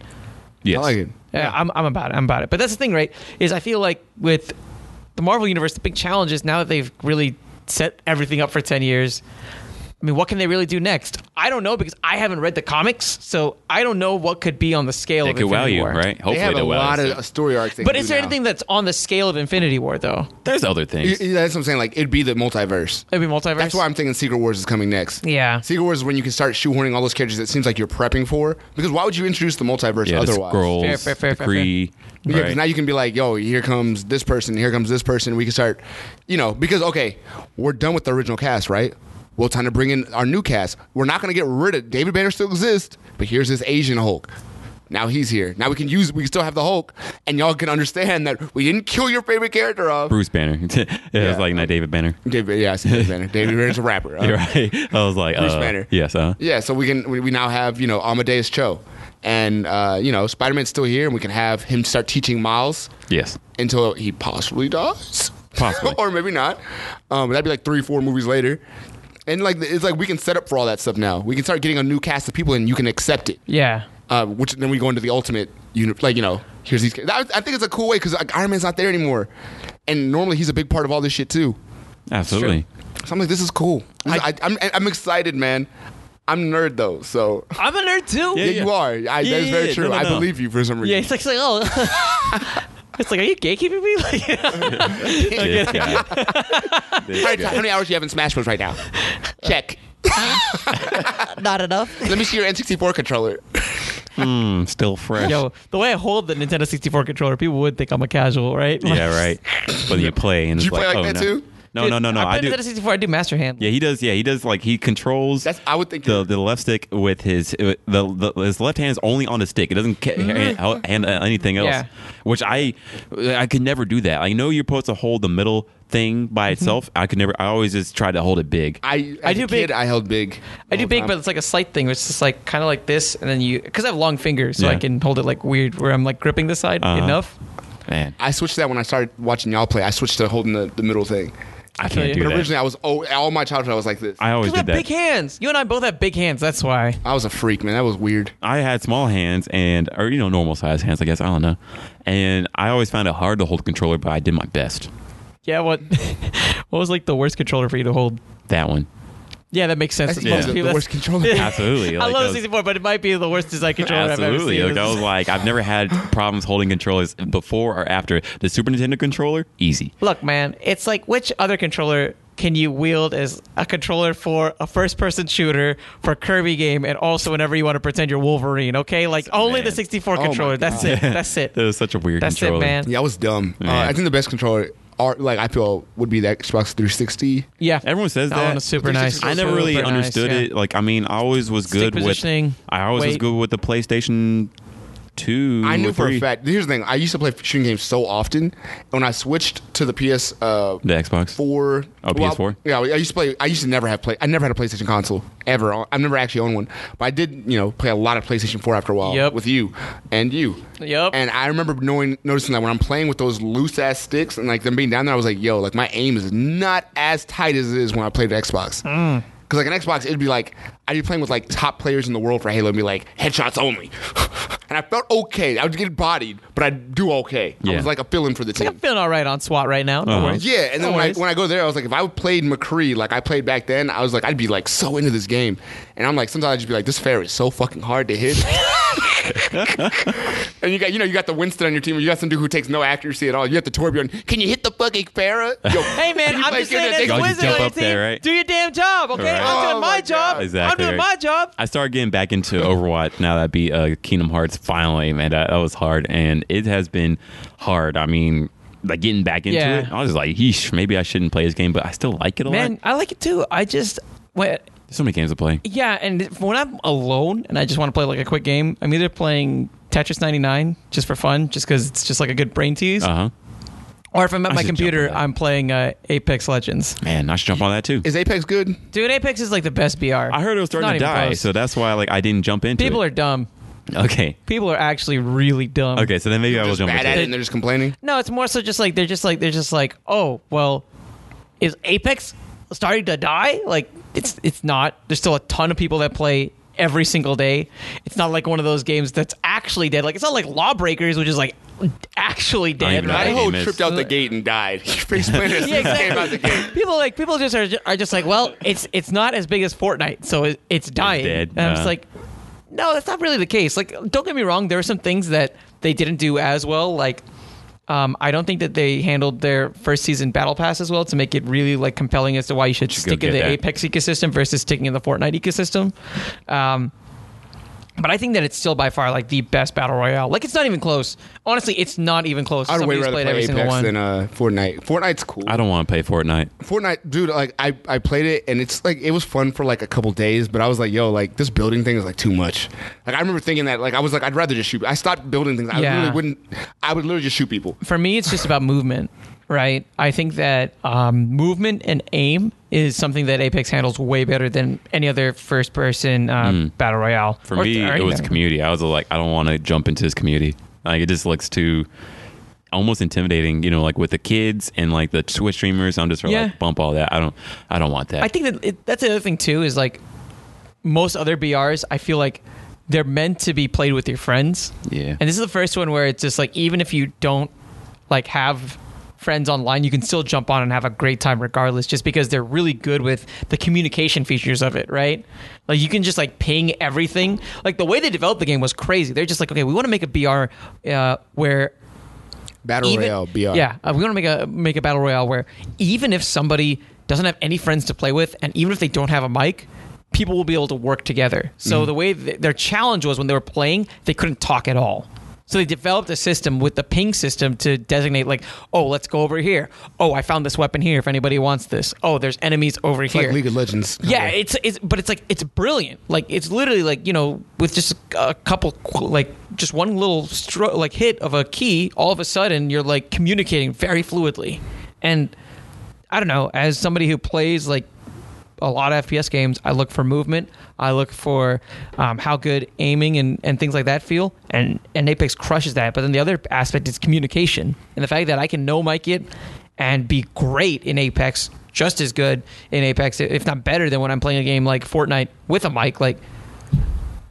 Speaker 1: Yes.
Speaker 3: I like it.
Speaker 2: Yeah, I'm, I'm about it. I'm about it. But that's the thing, right? Is I feel like with the Marvel Universe, the big challenge is now that they've really set everything up for 10 years. I mean, what can they really do next? I don't know because I haven't read the comics, so I don't know what could be on the scale
Speaker 1: They
Speaker 2: of
Speaker 1: could wow
Speaker 2: Infinity
Speaker 1: you,
Speaker 2: War.
Speaker 1: right? Hopefully
Speaker 3: They have a
Speaker 1: they'll wow
Speaker 3: lot
Speaker 1: us.
Speaker 3: of story arcs. They
Speaker 2: But
Speaker 3: can
Speaker 2: is
Speaker 3: do
Speaker 2: there
Speaker 3: now.
Speaker 2: anything that's on the scale of Infinity War though?
Speaker 1: There's other
Speaker 3: Y-
Speaker 1: things.
Speaker 3: y- That's what I'm saying. Like it'd be the multiverse.
Speaker 2: Maybe multiverse.
Speaker 3: That's why I'm thinking Secret Wars is coming next.
Speaker 2: Yeah.
Speaker 3: Secret Wars is when you can start shoehorning all those characters. It seems like you're prepping for because why would you introduce the multiverse
Speaker 1: Yeah, the
Speaker 3: otherwise?
Speaker 1: scrolls,
Speaker 2: Fair, fair, fair,
Speaker 1: the
Speaker 2: fair,
Speaker 1: Kree.
Speaker 3: Yeah, 'cause
Speaker 1: right.
Speaker 3: now you can be like, yo, here comes this person, here comes this person. We can start, you know, because okay, we're done with the original cast, right? Well, time to bring in our new cast. We're not going to get rid of David Banner still exists, but here's this Asian Hulk. Now he's here. Now we can use. We can still have the Hulk, and y'all can understand that we didn't kill your favorite character off.
Speaker 1: Bruce Banner. *laughs* it was like not David Banner. *laughs*
Speaker 3: David, yeah, I said David Banner. David Banner's a rapper. uh,
Speaker 1: You're right. I was like,
Speaker 3: Bruce
Speaker 1: uh,
Speaker 3: Banner.
Speaker 1: Yes. Uh,
Speaker 3: Yeah, so we can we, we now have you know Amadeus Cho, and uh, you know Spider Man's still here, and we can have him start teaching Miles
Speaker 1: yes.
Speaker 3: until he possibly dies,
Speaker 1: Possibly.
Speaker 3: *laughs* or maybe not. Um, that'd be like three, four movies later, and like it's like we can set up for all that stuff now. We can start getting a new cast of people, and you can accept it.
Speaker 2: yeah.
Speaker 3: Uh, which then we go into the ultimate unit, like you know, here's these. I, I think it's a cool way because like, Iron Man's not there anymore, and normally he's a big part of all this shit too.
Speaker 1: Absolutely.
Speaker 3: So I'm like, this is cool. This is- I, am I'm excited, man. I'm a nerd though, so
Speaker 2: I'm a nerd too.
Speaker 1: Yeah,
Speaker 3: yeah, you are. I,
Speaker 1: Yeah,
Speaker 3: that's
Speaker 1: yeah,
Speaker 3: very
Speaker 1: yeah.
Speaker 3: true.
Speaker 1: No, no,
Speaker 3: I
Speaker 1: no.
Speaker 3: believe you for some reason.
Speaker 2: Yeah, it's like, it's like oh. *laughs* It's like, are you gatekeeping me? *laughs* Like,
Speaker 1: This guy.
Speaker 3: *laughs*
Speaker 1: This
Speaker 3: How many-
Speaker 1: guy.
Speaker 3: how many hours do you have in Smash Bros right now?
Speaker 2: *laughs*
Speaker 3: Check.
Speaker 2: not enough.
Speaker 3: Let me see your N64 controller.
Speaker 1: Mm, still fresh.
Speaker 2: Yo, the way I hold the Nintendo 64 controller, people would think I'm a casual, right?
Speaker 1: Yeah, right. But
Speaker 3: *laughs*
Speaker 1: you play and it's
Speaker 3: Do you
Speaker 1: like,
Speaker 3: play like
Speaker 1: oh,
Speaker 3: that
Speaker 1: no.
Speaker 3: too?
Speaker 1: No, no, no, no.
Speaker 2: I,
Speaker 1: I
Speaker 2: play
Speaker 1: do.
Speaker 2: Nintendo 64. I do master hand.
Speaker 1: Yeah, he does. Yeah, he does. Like he controls.
Speaker 3: That's I would think
Speaker 1: the
Speaker 3: you're-
Speaker 1: the left stick with his the, the his left hand is only on the stick. It doesn't ca-
Speaker 3: Mm-hmm.
Speaker 1: hand, hand uh, anything else.
Speaker 2: Yeah.
Speaker 1: Which I I could never do that. I know you're supposed to hold the middle thing by itself. I could never. I always just try to hold it big.
Speaker 3: Mm-hmm. I as
Speaker 2: I
Speaker 3: a
Speaker 2: do
Speaker 3: kid,
Speaker 2: big.
Speaker 3: I held big.
Speaker 2: I do
Speaker 3: all the
Speaker 2: big,
Speaker 3: time.
Speaker 2: but it's like a slight thing. Where it's just like kind of like this, and then you because I have long fingers, so I
Speaker 1: Yeah.
Speaker 2: can hold it like weird, where I'm like gripping the side
Speaker 1: Uh-huh.
Speaker 2: enough.
Speaker 1: Man,
Speaker 3: I switched to that when I started watching y'all play. I switched to holding the, the middle thing.
Speaker 1: I
Speaker 2: feel
Speaker 1: can't
Speaker 2: you.
Speaker 1: do
Speaker 3: But
Speaker 1: that.
Speaker 3: originally, I was oh, all my childhood, I was like this.
Speaker 1: I always
Speaker 2: Because we
Speaker 1: did
Speaker 2: have
Speaker 1: that.
Speaker 2: big hands. You and I both have big hands. That's why.
Speaker 3: I was a freak, man. That was weird.
Speaker 1: I had small hands and or you know normal size hands. I guess I don't know. And I always found it hard to hold the controller, but I did my best.
Speaker 2: Yeah. What? *laughs* what was like the worst controller for you to hold?
Speaker 1: That
Speaker 3: *laughs*
Speaker 1: one.
Speaker 2: Yeah, that makes sense.
Speaker 3: That's
Speaker 2: Most
Speaker 1: yeah. the-
Speaker 2: people-
Speaker 3: the worst controller.
Speaker 1: Absolutely.
Speaker 2: *laughs* I
Speaker 1: Like,
Speaker 2: love
Speaker 1: those-
Speaker 2: the 64, but it might be the worst design controller
Speaker 1: Absolutely.
Speaker 2: I've ever
Speaker 1: Like,
Speaker 2: seen.
Speaker 1: I was like, I've never
Speaker 2: *laughs*
Speaker 1: had problems holding controllers before or after. The Super Nintendo controller, easy.
Speaker 2: Look, man, it's like which other controller can you wield as a controller for a first-person shooter for Kirby game, and also whenever you want to pretend you're Wolverine? Okay, like only the
Speaker 1: Man.
Speaker 2: 64
Speaker 3: Oh my
Speaker 2: controller. That's
Speaker 1: *laughs*
Speaker 2: it. That's it.
Speaker 1: That was such a weird
Speaker 2: That's it,
Speaker 1: controller.
Speaker 2: man.
Speaker 3: *laughs* Yeah, I was dumb. Uh,
Speaker 1: Man.
Speaker 3: I think the best controller, are, like I feel, would be the Xbox 360.
Speaker 2: Yeah,
Speaker 1: Everyone says
Speaker 2: That one
Speaker 1: that.
Speaker 2: was super
Speaker 3: The
Speaker 2: nice.
Speaker 3: 360
Speaker 1: I never really
Speaker 2: Super nice,
Speaker 1: understood
Speaker 2: yeah.
Speaker 1: it. Like, I mean, I always was
Speaker 2: Stick
Speaker 1: good
Speaker 2: positioning,
Speaker 1: with. I always was
Speaker 2: weight.
Speaker 1: good with the PlayStation Two.
Speaker 3: I knew
Speaker 1: or
Speaker 3: for a
Speaker 1: three.
Speaker 3: fact. Here's the thing: I used to play shooting games so often. When I switched to the PS uh,
Speaker 1: the Xbox.
Speaker 3: four,
Speaker 1: Oh, PS4?
Speaker 3: Yeah, I used to play. I used to never have play. I never had a PlayStation console ever. I've never actually owned one, but I did, you know, play a lot of PlayStation Four after a while
Speaker 2: Yep.
Speaker 3: with you and you.
Speaker 2: Yep.
Speaker 3: And I remember knowing, noticing that when I'm playing with those loose ass sticks and like them being down there, I was like, yo, like my aim is not as tight as it is when I played the Xbox. Cause like an Xbox, it'd be like I'd be playing with like top players in the world for Halo, and be like headshots only, *laughs* and I felt okay. I would get bodied, but I'd do okay. I
Speaker 1: Yeah.
Speaker 3: was like a fill-in for the team.
Speaker 2: I'm feeling all right on SWAT right now. No
Speaker 1: Uh-huh.
Speaker 2: worries.
Speaker 3: Yeah, and then
Speaker 2: No
Speaker 3: when I,
Speaker 2: worries.
Speaker 3: when I go there, I was like, if I played McCree like I played back then, I was like, I'd be like so into this game, and I'm like, sometimes I'd just be like, this fair is so fucking hard
Speaker 2: *laughs*
Speaker 3: to hit. and you got, you know, you got the Winston on your team, and you got some dude who takes no accuracy at all. You have the Torbjorn. Can you hit the fucking Farah?
Speaker 2: *laughs*
Speaker 3: Yo,
Speaker 2: Hey man,
Speaker 3: you
Speaker 2: I'm
Speaker 3: play
Speaker 2: just
Speaker 3: good
Speaker 2: saying
Speaker 3: at
Speaker 2: as
Speaker 3: taking-
Speaker 2: a
Speaker 1: Y'all just
Speaker 2: wizard on
Speaker 1: jump
Speaker 2: your
Speaker 1: up there,
Speaker 2: team,
Speaker 1: right?
Speaker 2: do your damn job, okay?
Speaker 1: Right.
Speaker 2: I'm doing
Speaker 3: Oh,
Speaker 2: my
Speaker 3: my
Speaker 2: job.
Speaker 3: God.
Speaker 1: Exactly.
Speaker 2: I'm doing
Speaker 1: right.
Speaker 2: my job.
Speaker 1: I started getting back into Overwatch now that I beat uh, Kingdom Hearts finally, man. That, that was hard, and it has been hard. I mean, like getting back into
Speaker 2: Yeah.
Speaker 1: it, I was like, "Yeesh, maybe I shouldn't play this game," but I still like it a
Speaker 2: Man,
Speaker 1: lot.
Speaker 2: I like it too. I just when
Speaker 1: There's so many games to play.
Speaker 2: yeah, and if- when I'm alone and I just want to play like a quick game, I'm either playing Tetris 99 just for fun, just because it's just like a good brain tease,
Speaker 1: Uh huh.
Speaker 2: or if I'm at
Speaker 1: I
Speaker 2: my
Speaker 1: should jump
Speaker 2: computer,
Speaker 1: on that.
Speaker 2: I'm playing uh, Apex Legends.
Speaker 1: Man, I should jump on that too.
Speaker 3: Is Apex good?
Speaker 2: Dude, Apex is like the best BR.
Speaker 1: I heard it was
Speaker 2: It's
Speaker 1: starting
Speaker 2: not
Speaker 1: to
Speaker 2: even
Speaker 1: die,
Speaker 2: close.
Speaker 1: so that's why like I didn't jump into
Speaker 2: people
Speaker 1: it.
Speaker 2: are dumb.
Speaker 1: People are okay.
Speaker 2: People are actually really dumb.
Speaker 1: Okay, so then maybe I will
Speaker 3: Just
Speaker 1: jump
Speaker 3: bad
Speaker 1: into
Speaker 3: at
Speaker 1: it.
Speaker 3: it, and they're just complaining.
Speaker 2: No, it's more so just like they're just like they're just like, oh well, is Apex starting to die? Like it's it's not. There's still a ton of people that play every single day. It's not like one of those games that's actually dead. Like it's not like Lawbreakers, which is like actually dead,
Speaker 1: even know
Speaker 3: That
Speaker 1: Right.
Speaker 2: right?
Speaker 3: hoe
Speaker 1: Aim is-
Speaker 3: tripped out the gate and died. *laughs* He
Speaker 2: *laughs*
Speaker 3: face planted
Speaker 2: Yeah,
Speaker 3: came out the
Speaker 2: exactly.
Speaker 3: gate.
Speaker 2: People like people just are, are just like, well, it's it's not as big as Fortnite, so it, it's dying.
Speaker 1: dead, Uh.
Speaker 2: and I'm just
Speaker 1: yeah.
Speaker 2: like, no, that's not really the case. Like, don't get me wrong, there are some things that they didn't do as well. Like, um, I don't think that they handled their first season battle pass as well to make it really like compelling as to why you should,
Speaker 1: go
Speaker 2: stick in
Speaker 1: get
Speaker 2: the
Speaker 1: that.
Speaker 2: Apex ecosystem versus sticking in the Fortnite ecosystem. Um, but I think that it's still by far like the best battle royale. Like, it's not even close. Honestly, it's not even close.
Speaker 3: I'd
Speaker 2: Somebody
Speaker 3: way
Speaker 2: who's
Speaker 3: rather play
Speaker 2: played every single
Speaker 3: Apex
Speaker 2: one.
Speaker 3: than uh, Fortnite. Fortnite's cool.
Speaker 1: I don't want to play Fortnite.
Speaker 3: Fortnite, dude, like I, I played it and it's like it was fun for like a couple days, but I was like, yo, like this building thing is like too much. Like I remember thinking that, like I was like, I'd rather just shoot. I stopped building things. I
Speaker 2: Yeah.
Speaker 3: literally wouldn't. I would literally just shoot people.
Speaker 2: for me, it's just about movement, right? I think that um, movement and aim is something that Apex handles way better than any other first person um, battle royale.
Speaker 1: Mm. For me, it was community. I was like, I don't want to jump into this community. Like, it just looks too almost intimidating. You know, like with the kids and like the Twitch streamers. I'm just sort of
Speaker 2: Yeah.
Speaker 1: like bump all that. I don't. I don't want that.
Speaker 2: I think that it, that's the other thing too is like most other BRs. I feel like they're meant to be played with your friends.
Speaker 1: Yeah.
Speaker 2: And this is the first one where it's just like even if you don't like have friends online, you can still jump on and have a great time regardless, just because they're really good with the communication features of it, right? Like you can just like ping everything. Like the way they developed the game was crazy. They're just like, okay, we want to make a BR uh, where
Speaker 3: Battle
Speaker 2: even-
Speaker 3: Royale, BR.
Speaker 2: Yeah, uh, we want to make a make a battle royale where even if somebody doesn't have any friends to play with, and even if they don't have a mic, people will be able to work together. So
Speaker 3: Mm-hmm.
Speaker 2: the way th- their challenge was when they were playing, they couldn't talk at all. So they developed a system with the ping system to designate like, oh, let's go over here. Oh, I found this weapon here. If anybody wants this. Oh, there's enemies over here.
Speaker 3: Like League of Legends.
Speaker 2: Yeah, it's it's but it's like it's brilliant. Like it's literally like you know with just a couple like just one little stro- like hit of a key, all of a sudden you're like communicating very fluidly, and I don't know. As somebody who plays like a lot of FPS games, I look for movement. I look for um, how good aiming and, and things like that feel. And and Apex crushes that. But then the other aspect is communication and the fact that I can know my kid and be great in Apex, just as good in Apex, if not better than when I'm playing a game like Fortnite with a mic. Like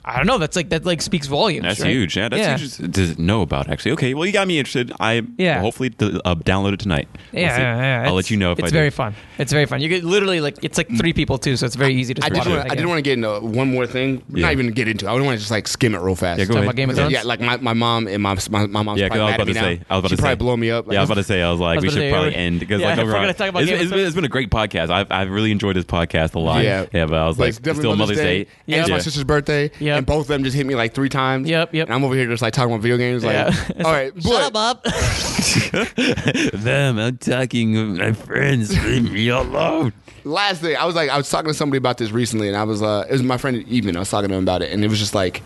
Speaker 2: I don't know. That's like that like speaks volumes.
Speaker 1: That's
Speaker 2: right?
Speaker 1: huge. Yeah, that's huge to- to know about, actually. Okay, well, you got me interested. I
Speaker 2: Yeah.
Speaker 1: hopefully to, uh, download it tonight. I'll
Speaker 2: Yeah,
Speaker 1: see-
Speaker 2: yeah, yeah.
Speaker 1: I'll
Speaker 2: It's-
Speaker 1: let you know if
Speaker 2: it's
Speaker 1: I do.
Speaker 2: very fun. It's very fun. You could literally like it's like three people too, so it's very easy to.
Speaker 3: I
Speaker 2: switch
Speaker 3: did,
Speaker 2: out
Speaker 3: want,
Speaker 2: that
Speaker 3: I did
Speaker 2: game.
Speaker 3: want to get into one more thing.
Speaker 1: Yeah.
Speaker 3: Not even get into. it. I want to just like skim it real fast.
Speaker 1: Yeah, go
Speaker 2: Talking
Speaker 1: ahead.
Speaker 2: about Game of Thrones?
Speaker 3: Yeah, like my, my mom and my my, my mom's
Speaker 1: Yeah, because I
Speaker 3: probably
Speaker 1: was
Speaker 3: mad
Speaker 1: about
Speaker 3: at me
Speaker 1: to say,
Speaker 3: now.
Speaker 1: I was about
Speaker 3: She'd
Speaker 1: to
Speaker 3: probably
Speaker 1: say,
Speaker 3: blow me up. *laughs*
Speaker 1: yeah, I was about to say, I was like,
Speaker 2: was
Speaker 1: we
Speaker 2: about to
Speaker 1: should
Speaker 2: say,
Speaker 1: probably
Speaker 2: yeah,
Speaker 1: end because
Speaker 2: yeah,
Speaker 1: like,
Speaker 2: I
Speaker 1: overall,
Speaker 2: forgot to talk about
Speaker 1: it's,
Speaker 2: Game of
Speaker 1: it's been,
Speaker 2: Thrones.
Speaker 1: it's been a great podcast. I've I've really enjoyed this podcast a lot.
Speaker 3: Yeah.
Speaker 1: but I was
Speaker 3: Like,
Speaker 1: like, it's still Mother's Day.
Speaker 3: and it's
Speaker 2: Yeah.
Speaker 3: my sister's birthday,
Speaker 2: Yep.
Speaker 3: and both of them just hit me like three times.
Speaker 2: Yep, yep.
Speaker 3: And I'm over here just like talking about video games. Like,
Speaker 2: Yeah.
Speaker 3: *laughs* all
Speaker 2: *laughs*
Speaker 3: right, but
Speaker 2: up.
Speaker 1: *laughs* Them, I'm talking my friends. Leave me alone.
Speaker 2: *laughs*
Speaker 3: last thing, I was like, I was talking to somebody about this recently, and I was, uh, it was my friend even. I was talking to him about it, and it was just like,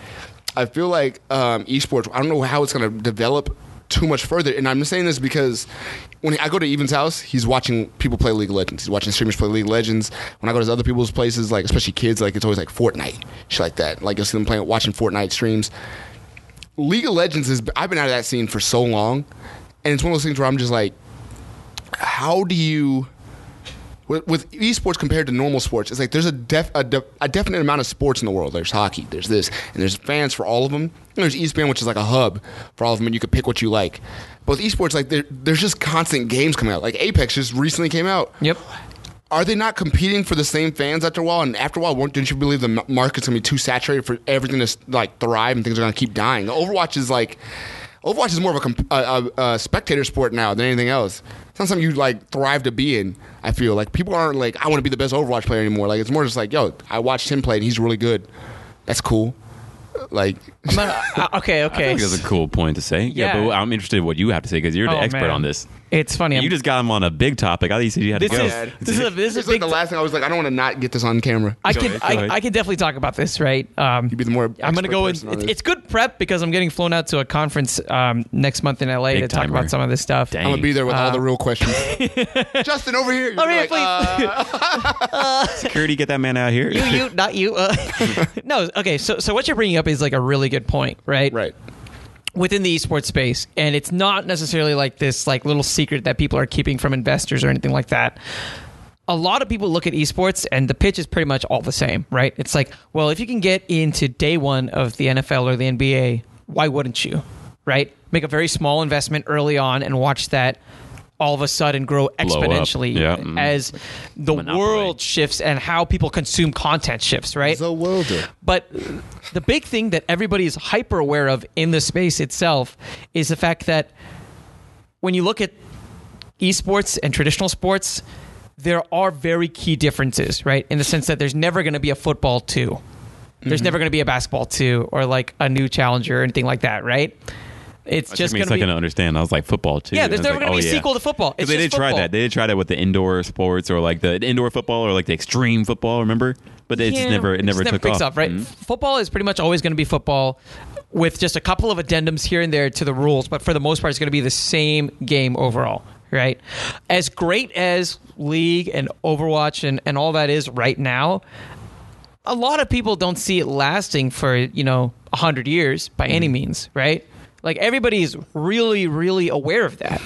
Speaker 3: I feel like um, esports. I don't know how it's going to develop too much further, and I'm just saying this because when I go to Even's house, he's watching people play League of Legends. He's watching streamers play League of Legends. When I go to other people's places, like especially kids, like it's always like Fortnite, shit like that. Like you'll see them playing, watching Fortnite streams. League of Legends is I've been out of that scene for so long, and it's one of those things where I'm just like, how do you? With, with esports compared to normal sports, it's like there's a, def, a, de, a definite amount of sports in the world. There's hockey, there's this, and there's fans for all of them. And there's E ESPN, which is like a hub for all of them, and you could pick what you like. But with esports, like there, there's just constant games coming out. Like Apex just recently came out.
Speaker 2: Yep.
Speaker 3: Are they not competing for the same fans after a while? And after a while, won't- don't you believe the m- market's gonna be too saturated for everything to like thrive and things are gonna keep dying? Overwatch is like, Overwatch is more of a, comp- a, a, a spectator sport now than anything else. It's not something you like thrive to be in. I feel like people aren't like, I want to be the best Overwatch player anymore. Like it's more just like, yo, I watched him play and he's really good. That's cool. Like,
Speaker 2: *laughs* Uh, okay,
Speaker 1: I
Speaker 2: okay.
Speaker 1: think that's a cool point to say. Yeah,
Speaker 2: Yeah.
Speaker 1: but I'm interested in what you have to say because you're the
Speaker 2: Oh,
Speaker 1: expert
Speaker 2: man.
Speaker 1: on this.
Speaker 2: It's funny.
Speaker 1: You
Speaker 2: I'm-
Speaker 1: just got him on a big topic. I thought you said you had
Speaker 2: this
Speaker 1: to go.
Speaker 2: is this is a, this is
Speaker 3: it's
Speaker 2: a big.
Speaker 3: like the last thing I was like, I don't want to not get this on camera.
Speaker 2: I
Speaker 1: Go
Speaker 2: could
Speaker 1: ahead, go
Speaker 2: I,
Speaker 1: ahead.
Speaker 2: I could definitely talk about this, right? Um,
Speaker 3: You'd be the more.
Speaker 2: I'm gonna
Speaker 3: expert
Speaker 2: go in.
Speaker 3: person on
Speaker 2: It's,
Speaker 3: this.
Speaker 2: it's good prep because I'm getting flown out to a conference um, next month in LA
Speaker 1: Big
Speaker 2: to talk
Speaker 1: timer.
Speaker 2: about some of this stuff.
Speaker 1: Dang.
Speaker 3: I'm gonna be there with all the real
Speaker 2: *laughs*
Speaker 3: questions. Justin over here. You're
Speaker 2: Uh, Over here,
Speaker 3: like, uh,
Speaker 1: Security, get that man out here.
Speaker 2: You, you, not you. Uh, *laughs* no, okay. So, so what you're bringing up is like a really good point, right?
Speaker 3: right.
Speaker 2: within the esports space and it's not necessarily like this like little secret that people are keeping from investors or anything like that a lot of people look at esports and the pitch is pretty much all the same right it's like well if you can get into day one of the nfl or the nba why wouldn't you right make a very small investment early on and watch that all of a sudden grow
Speaker 1: up.
Speaker 2: exponentially
Speaker 1: Yeah. Mhm.
Speaker 2: as the
Speaker 1: Monopoly.
Speaker 2: world shifts and how people consume content shifts right
Speaker 3: So welder.
Speaker 2: but the big thing that everybody is hyper aware of in the space itself is the fact that when you look at esports and traditional sports, there are very key differences, right? In the sense that there's never going to be a football two,
Speaker 1: Mm-hmm.
Speaker 2: there's never going to be a basketball two, or like a new challenger or anything like that, right? It's
Speaker 1: Just
Speaker 2: just
Speaker 1: me a
Speaker 2: going to
Speaker 1: second
Speaker 2: be
Speaker 1: to understand. I was like football too.
Speaker 2: Yeah, there's
Speaker 1: And I was like,
Speaker 2: never gonna be
Speaker 1: oh,
Speaker 2: a
Speaker 1: yeah.
Speaker 2: sequel to football.
Speaker 1: 'Cause
Speaker 2: It's
Speaker 1: they
Speaker 2: just
Speaker 1: did try
Speaker 2: football.
Speaker 1: that. They did try that with the indoor sports or like the indoor football or like the extreme football. Remember? But it just
Speaker 2: Yeah,
Speaker 1: never it never
Speaker 2: just
Speaker 1: took
Speaker 2: picks
Speaker 1: off.
Speaker 2: up, right?
Speaker 1: Mhm.
Speaker 2: Football is pretty much always going to be football, with just a couple of addendums here and there to the rules, but for the most part, it's going to be the same game overall, right? As great as League and Overwatch and, and all that is right now, a lot of people don't see it lasting for you know 100 years by
Speaker 1: Mm-hmm.
Speaker 2: any means right like everybody is really really aware of that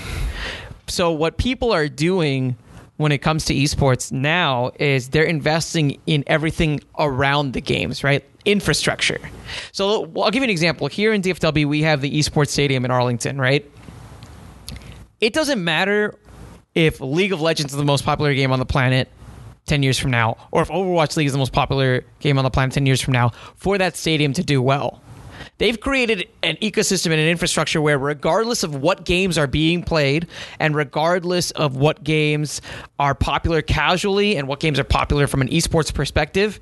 Speaker 2: so what people are doing when it comes to esports now is they're investing in everything around the games right infrastructure so i'll give you an example here in dfw we have the esports stadium in arlington right it doesn't matter if League of Legends is the most popular game on the planet 10 years from now, or if Overwatch League is the most popular game on the planet 10 years from now, for that stadium to do well. They've created an ecosystem and an infrastructure where, regardless of what games are being played and regardless of what games are popular casually and what games are popular from an esports perspective,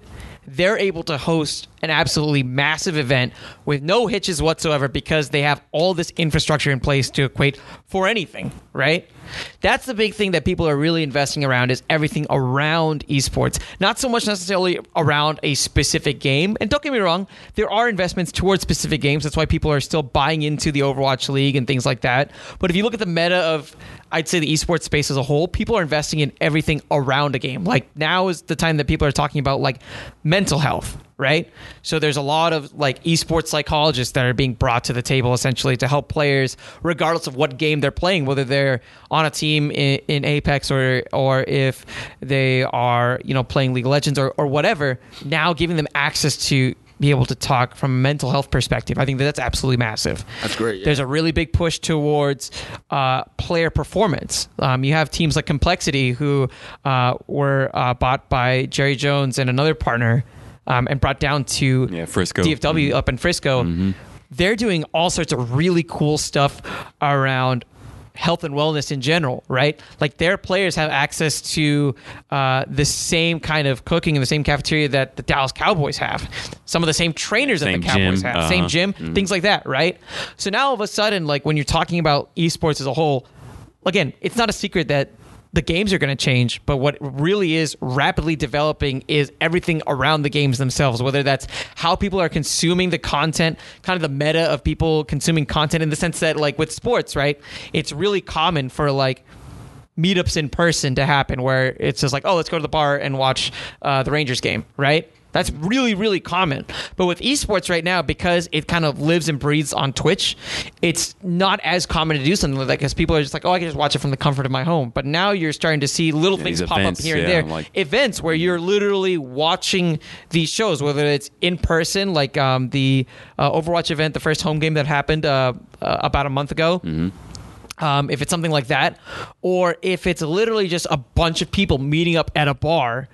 Speaker 2: they're able to host an absolutely massive event with no hitches whatsoever because they have all this infrastructure in place to equate for anything, right? That's the big thing that people are really investing around is everything around esports, not so much necessarily around a specific game. And don't get me wrong, there are investments towards specific games. That's why people are still buying into the Overwatch League and things like that. But if you look at the meta of I'd say the esports space as a whole, people are investing in everything around a game. Like now is the time that people are talking about like mental health, right? So there's a lot of like esports psychologists that are being brought to the table essentially to help players, regardless of what game they're playing, whether they're on a team in, in Apex or or if they are you know playing League of Legends or or whatever. Now giving them access to be able to talk from a mental health perspective. I think that that's absolutely massive.
Speaker 3: That's great, yeah.
Speaker 2: There's a really big push towards uh, player performance. Um, you have teams like Complexity who uh, were uh, bought by Jerry Jones and another partner um, and brought down to
Speaker 1: Yeah, Frisco. Mm-hmm.
Speaker 2: DFW up in Frisco. They're doing all sorts of really cool stuff around health and wellness in general, right? Like their players have access to uh, the same kind of cooking in the same cafeteria that the Dallas Cowboys have. Some of the same trainers that
Speaker 1: Same
Speaker 2: the Cowboys
Speaker 1: gym,
Speaker 2: have,
Speaker 1: uh-huh.
Speaker 2: same gym, things like that, right? So now all of a sudden, like when you're talking about esports as a whole, again, it's not a secret that the games are going to change, but what really is rapidly developing is everything around the games themselves, whether that's how people are consuming the content, kind of the meta of people consuming content in the sense that, like with sports, right? It's really common for like meetups in person to happen where it's just like, oh, let's go to the bar and watch uh, the Rangers game, right? That's really, really common. But with esports right now, because it kind of lives and breathes on Twitch, it's not as common to do something like that because people are just like, oh, I can just watch it from the comfort of my home. But now you're starting to see little things
Speaker 1: these
Speaker 2: pop
Speaker 1: events,
Speaker 2: up here and
Speaker 1: yeah,
Speaker 2: there.
Speaker 1: like-
Speaker 2: events where you're literally watching these shows, whether it's in person, like um, the uh, Overwatch event, the first home game that happened uh, uh, about a month ago um, if it's something like that, or if it's literally just a bunch of people meeting up at a bar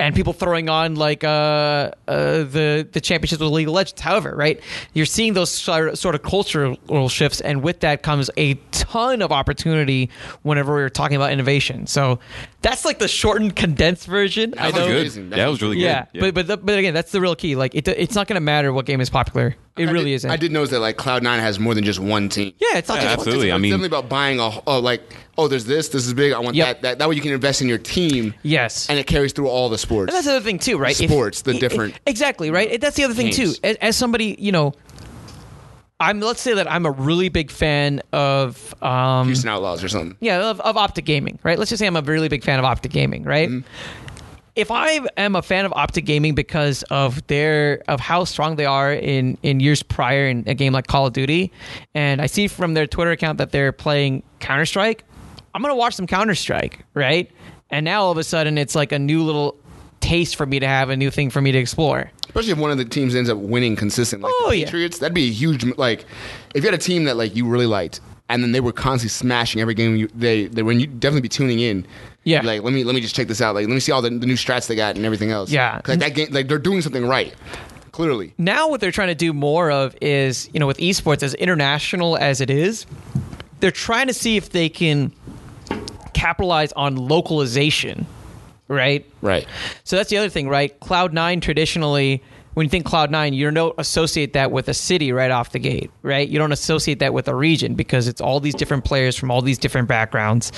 Speaker 2: and people throwing on like uh, uh, the the championships with League of Legends. However, right, you're seeing those sor- sort of cultural shifts, and with that comes a ton of opportunity whenever we're talking about innovation. So that's like the shortened, condensed version.
Speaker 1: That
Speaker 3: I
Speaker 1: was
Speaker 3: know.
Speaker 1: good.
Speaker 3: Amazing.
Speaker 1: That was really good.
Speaker 2: yeah, but but the, but again, that's the real key. Like it, it's not going to matter what game is popular. It really
Speaker 3: I did,
Speaker 2: isn't.
Speaker 3: I did notice that like Cloud Nine has more than just one team.
Speaker 2: Yeah, it's not
Speaker 1: Yeah,
Speaker 2: just
Speaker 1: absolutely.
Speaker 3: It's
Speaker 1: I mean-
Speaker 3: definitely about buying a oh, like oh there's this this is big I want
Speaker 2: Yep.
Speaker 3: that, that that way you can invest in your team
Speaker 2: Yes.
Speaker 3: and it carries through all the sports.
Speaker 2: And that's the other thing too, right? If-
Speaker 3: Sports, the
Speaker 2: i- i-
Speaker 3: different-
Speaker 2: exactly right. That's the other thing too.
Speaker 3: Games.
Speaker 2: As, as somebody, you know, I'm. Let's say that I'm a really big fan of. Um,
Speaker 3: Houston Outlaws or something.
Speaker 2: yeah, of, of Optic Gaming, right? Let's just say I'm a really big fan of Optic Gaming, right? If I am a fan of Optic Gaming because of their of how strong they are in in years prior in a game like Call of Duty, and I see from their Twitter account that they're playing Counter Strike, I'm gonna watch some Counter Strike, right? And now all of a sudden it's like a new little taste for me to have, a new thing for me to explore.
Speaker 3: Especially if one of the teams ends up winning consistently. Like
Speaker 2: Oh,
Speaker 3: the
Speaker 2: yeah.
Speaker 3: Patriots, that'd be a huge like if you had a team that like you really liked and then they were constantly smashing every game you, they they when you definitely be tuning in.
Speaker 2: Yeah.
Speaker 3: Like let me let me just check this out. Like let me see all the, the new strats they got and everything else.
Speaker 2: Yeah.
Speaker 3: 'Cause, Like that game like they're doing something right. Clearly.
Speaker 2: now what they're trying to do more of is you know with esports as international as it is they're trying to see if they can capitalize on localization right
Speaker 3: Right.
Speaker 2: so that's the other thing right cloud nine traditionally when you think cloud nine you don't associate that with a city right off the gate right you don't associate that with a region because it's all these different players from all these different backgrounds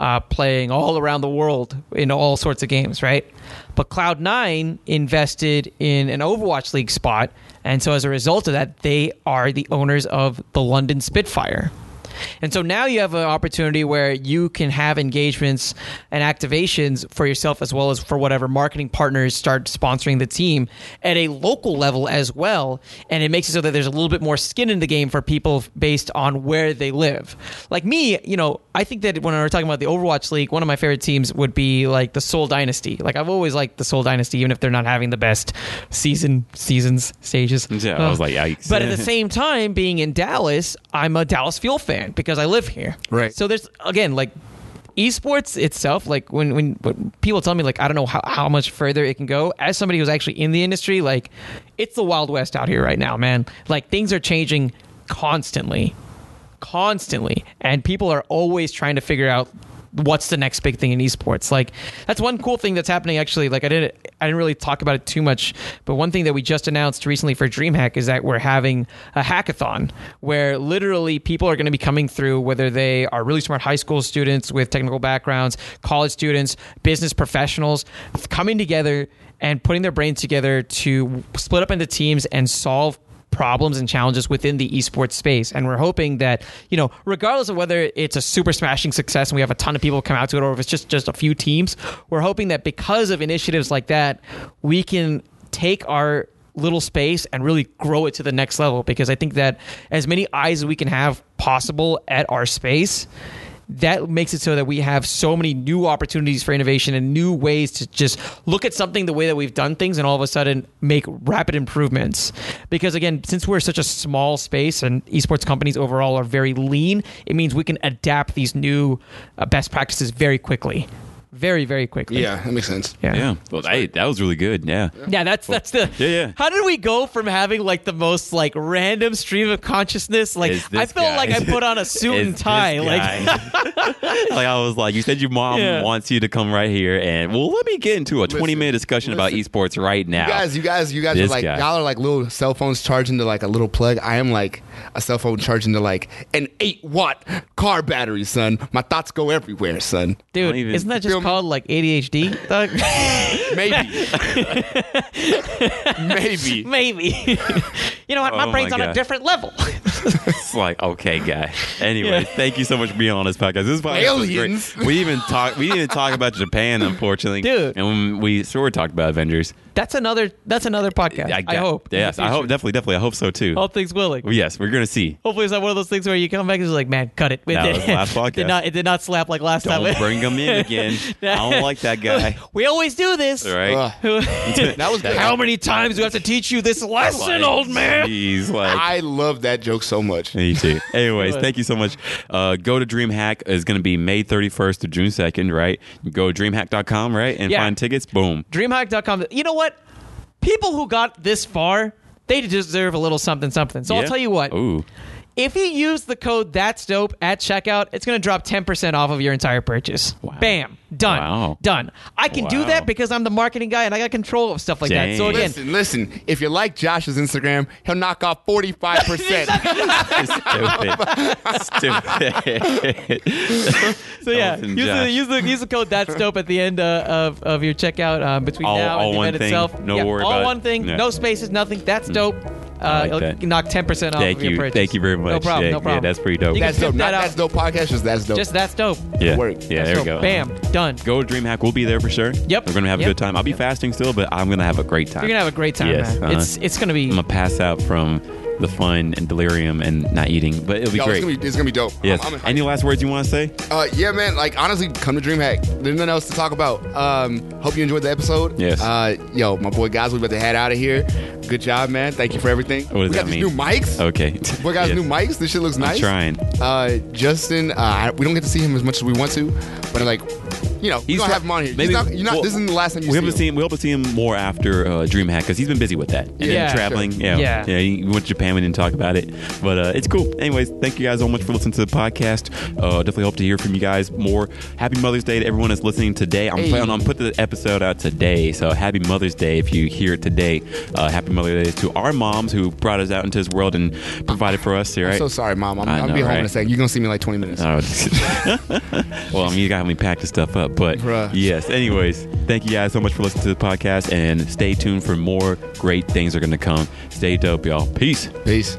Speaker 2: uh, playing all around the world in all sorts of games right but cloud nine invested in an overwatch league spot and so as a result of that they are the owners of the london spitfire and so now you have an opportunity where you can have engagements and activations for yourself as well as for whatever marketing partners start sponsoring the team at a local level as well. And it makes it so that there's a little bit more skin in the game for people based on where they live. Like me, you know, I think that when we're talking about the Overwatch League, one of my favorite teams would be like the Soul Dynasty. Like I've always liked the Soul Dynasty, even if they're not having the best season seasons stages.
Speaker 1: Yeah, I was like, yikes.
Speaker 2: But at the same time, being in Dallas, I'm a Dallas Fuel fan because I live here.
Speaker 3: Right.
Speaker 2: So there's again like esports itself, like when when, when people tell me like I don't know how, how much further it can go, as somebody who's actually in the industry, like it's the wild west out here right now, man. Like things are changing constantly, constantly, and people are always trying to figure out what's the next big thing in esports like that's one cool thing that's happening actually like i didn't i didn't really talk about it too much but one thing that we just announced recently for dreamhack is that we're having a hackathon where literally people are going to be coming through whether they are really smart high school students with technical backgrounds college students business professionals coming together and putting their brains together to split up into teams and solve problems and challenges within the esports space. And we're hoping that, you know, regardless of whether it's a super smashing success and we have a ton of people come out to it or if it's just, just a few teams, we're hoping that because of initiatives like that, we can take our little space and really grow it to the next level. Because I think that as many eyes as we can have possible at our space, that makes it so that we have so many new opportunities for innovation and new ways to just look at something the way that we've done things and all of a sudden make rapid improvements. Because again, since we're such a small space and esports companies overall are very lean, it means we can adapt these new uh, best practices very quickly. Very, very quickly.
Speaker 3: Yeah, that makes sense.
Speaker 2: Yeah.
Speaker 1: Yeah. Well, hey, that was really good. Yeah.
Speaker 2: Yeah, that's that's the
Speaker 1: Yeah, yeah.
Speaker 2: How did we go from having like the most like random stream of consciousness? Like
Speaker 1: Is this
Speaker 2: I felt
Speaker 1: guy-
Speaker 2: like I
Speaker 1: *laughs*
Speaker 2: put on a suit
Speaker 1: is
Speaker 2: and tie.
Speaker 1: this
Speaker 2: Like
Speaker 1: guy- *laughs* like I was like, you said your mom
Speaker 2: Yeah.
Speaker 1: wants you to come right here, and well, let me get into a
Speaker 3: Listen,
Speaker 1: twenty minute discussion about
Speaker 3: listen.
Speaker 1: esports right now.
Speaker 3: You guys, you guys, you guys are
Speaker 1: This
Speaker 3: like
Speaker 1: guy.
Speaker 3: y'all are like little cell phones charged into like a little plug. I am like a cell phone charged into like an eight watt car battery, son. My thoughts go everywhere, son.
Speaker 2: Dude,
Speaker 1: Don't even-
Speaker 2: isn't that
Speaker 3: Feel
Speaker 2: just
Speaker 3: me?
Speaker 2: called
Speaker 1: *laughs*
Speaker 2: like ADHD? Doug?
Speaker 3: *laughs* Maybe,
Speaker 2: *laughs*
Speaker 3: maybe.
Speaker 2: Maybe. *laughs* you know what? My
Speaker 1: Oh,
Speaker 2: brain's
Speaker 1: my
Speaker 2: on a
Speaker 1: God.
Speaker 2: different level. *laughs*
Speaker 1: It's like, okay, guy. Anyway, thank you so much for being on this podcast. This podcast was
Speaker 3: Aliens.
Speaker 1: great. We even talk. We didn't talk about Japan, unfortunately,
Speaker 2: Dude.
Speaker 1: And we sure talked about Avengers.
Speaker 2: that's another. That's another podcast. I,
Speaker 1: got-
Speaker 2: hope. in the
Speaker 1: Yes, I hope
Speaker 2: future.
Speaker 1: definitely, definitely. I hope so too.
Speaker 2: *laughs* All things willing.
Speaker 1: Well, yes, we're gonna see.
Speaker 2: Hopefully, it's not one of those things where you come back and it's like, man, cut it. *laughs* It
Speaker 1: That
Speaker 2: did-
Speaker 1: was the last podcast.
Speaker 2: did not. It did not slap like last time.
Speaker 1: Don't
Speaker 2: *laughs*
Speaker 1: bring him in again. I don't like that guy.
Speaker 2: we always do this.
Speaker 1: All
Speaker 2: *laughs*
Speaker 1: right.
Speaker 3: Ugh.
Speaker 1: *laughs*
Speaker 3: That was good.
Speaker 2: How many times do we have to teach you this lesson,
Speaker 1: Like,
Speaker 2: old man?
Speaker 1: Jeez, like
Speaker 3: I love that joke so much.
Speaker 1: You
Speaker 2: *laughs*
Speaker 1: too. Anyways,
Speaker 2: Good.
Speaker 1: thank you so much. Uh, go to DreamHack. It's going to be May 31st to June 2nd, right? Go to dreamhack.com, right? And
Speaker 2: Yeah.
Speaker 1: find tickets. Boom.
Speaker 2: dreamhack.com. You know what? People who got this far, they deserve a little something something. So I'll
Speaker 1: Yeah.
Speaker 2: tell you what.
Speaker 1: Ooh.
Speaker 2: *laughs* If you use the code that's dope at checkout, it's going to drop 10% off of your entire purchase.
Speaker 1: Wow.
Speaker 2: Bam. Done.
Speaker 1: Wow.
Speaker 2: Done. I can do
Speaker 1: Wow.
Speaker 2: that because I'm the marketing guy and I got control of stuff like that. So
Speaker 1: Dang.
Speaker 2: again,
Speaker 3: Listen, listen. If you like Josh's Instagram, he'll knock off forty five
Speaker 1: *laughs*
Speaker 3: percent.
Speaker 1: Stupid. Stupid.
Speaker 2: *laughs* so yeah,
Speaker 1: Elf and
Speaker 2: use the,
Speaker 1: Josh.
Speaker 2: use the use the code that's dope at the end uh, of, of your checkout um, between
Speaker 1: All-
Speaker 2: now
Speaker 1: all
Speaker 2: and the
Speaker 1: one
Speaker 2: event
Speaker 1: thing.
Speaker 2: itself.
Speaker 1: No
Speaker 2: yeah,
Speaker 1: worry
Speaker 2: all
Speaker 1: about it.
Speaker 2: one thing,
Speaker 1: Yeah. Mm.
Speaker 2: no spaces, nothing. That's dope.
Speaker 1: I
Speaker 2: Uh,
Speaker 1: like that.
Speaker 2: it'll knock 10% off
Speaker 1: Thank
Speaker 2: of your
Speaker 1: you.
Speaker 2: purchase.
Speaker 1: Thank you very much.
Speaker 2: No problem.
Speaker 1: Yeah,
Speaker 2: no
Speaker 1: yeah,
Speaker 2: problem.
Speaker 1: that's pretty dope.
Speaker 2: You can
Speaker 3: That's dope.
Speaker 2: pimp
Speaker 3: Not
Speaker 2: that out.
Speaker 3: that's dope podcast. Just that's dope.
Speaker 2: Just that's dope.
Speaker 1: yeah.
Speaker 3: Work.
Speaker 1: Yeah, there
Speaker 2: That's
Speaker 1: we
Speaker 2: dope.
Speaker 1: go.
Speaker 2: Bam. Done.
Speaker 1: Go to DreamHack. We'll be there for sure.
Speaker 2: Yep.
Speaker 1: We're going to have a
Speaker 2: Yep.
Speaker 1: good time. I'll be fasting still, but I'm going to have a great time.
Speaker 2: You're gonna have a great time,
Speaker 1: Yes,
Speaker 2: man.
Speaker 1: uh-huh.
Speaker 2: It's it's gonna be
Speaker 1: I'm going to pass out from the fun and delirium and not eating, but it'll be
Speaker 3: Yo, it's
Speaker 1: great.
Speaker 3: gonna be it's gonna be dope.
Speaker 1: yes.
Speaker 3: I'm, I'm
Speaker 1: Any last words you want to say?
Speaker 3: Uh, yeah, man. Like honestly, come to DreamHack. There's nothing else to talk about. Um, hope you enjoyed the episode.
Speaker 1: Yes.
Speaker 3: Uh, yo, my boy, guys, we about to head out of here. Good job, man. Thank you for everything.
Speaker 1: What does
Speaker 3: we got
Speaker 1: that
Speaker 3: these
Speaker 1: mean?
Speaker 3: new mics.
Speaker 1: Okay.
Speaker 3: We got
Speaker 1: Yes.
Speaker 3: new mics. This shit looks nice.
Speaker 1: trying.
Speaker 3: Uh, Justin, uh, I- we don't get to see him as much as we want to, but like, you know, we gonna
Speaker 1: pro-
Speaker 3: have him on here. He's
Speaker 1: maybe-
Speaker 3: not, you're not,
Speaker 1: well,
Speaker 3: this isn't the last time you
Speaker 1: we
Speaker 3: see
Speaker 1: haven't
Speaker 3: him.
Speaker 1: seen. We hope to see him more after uh, DreamHack because he's been busy with that and then
Speaker 2: Yeah,
Speaker 1: traveling.
Speaker 3: sure.
Speaker 1: Yeah,
Speaker 2: Yeah.
Speaker 1: yeah. He went to Japan. We didn't talk about it, but uh, it's cool. Anyways, thank you guys so much for listening to the podcast. Uh, definitely hope to hear from you guys more. Happy Mother's Day to everyone that's listening today. I'm
Speaker 3: Hey.
Speaker 1: planning on putting the episode out today, so Happy Mother's Day if you hear it today. Uh, happy Mother's Day to our moms who brought us out into this world and provided for us. Right?
Speaker 3: I'm so sorry, mom. I'm,
Speaker 1: I
Speaker 3: I'll
Speaker 1: know,
Speaker 3: be home in a
Speaker 1: right?
Speaker 3: second. You're gonna see me in like 20 minutes.
Speaker 1: Oh. *laughs* well, I mean, you got me packed the stuff up, but
Speaker 3: Bruh.
Speaker 1: yes. Anyways, thank you guys so much for listening to the podcast, and stay tuned for more great things are going to come. Stay dope, y'all. Peace.
Speaker 3: Peace.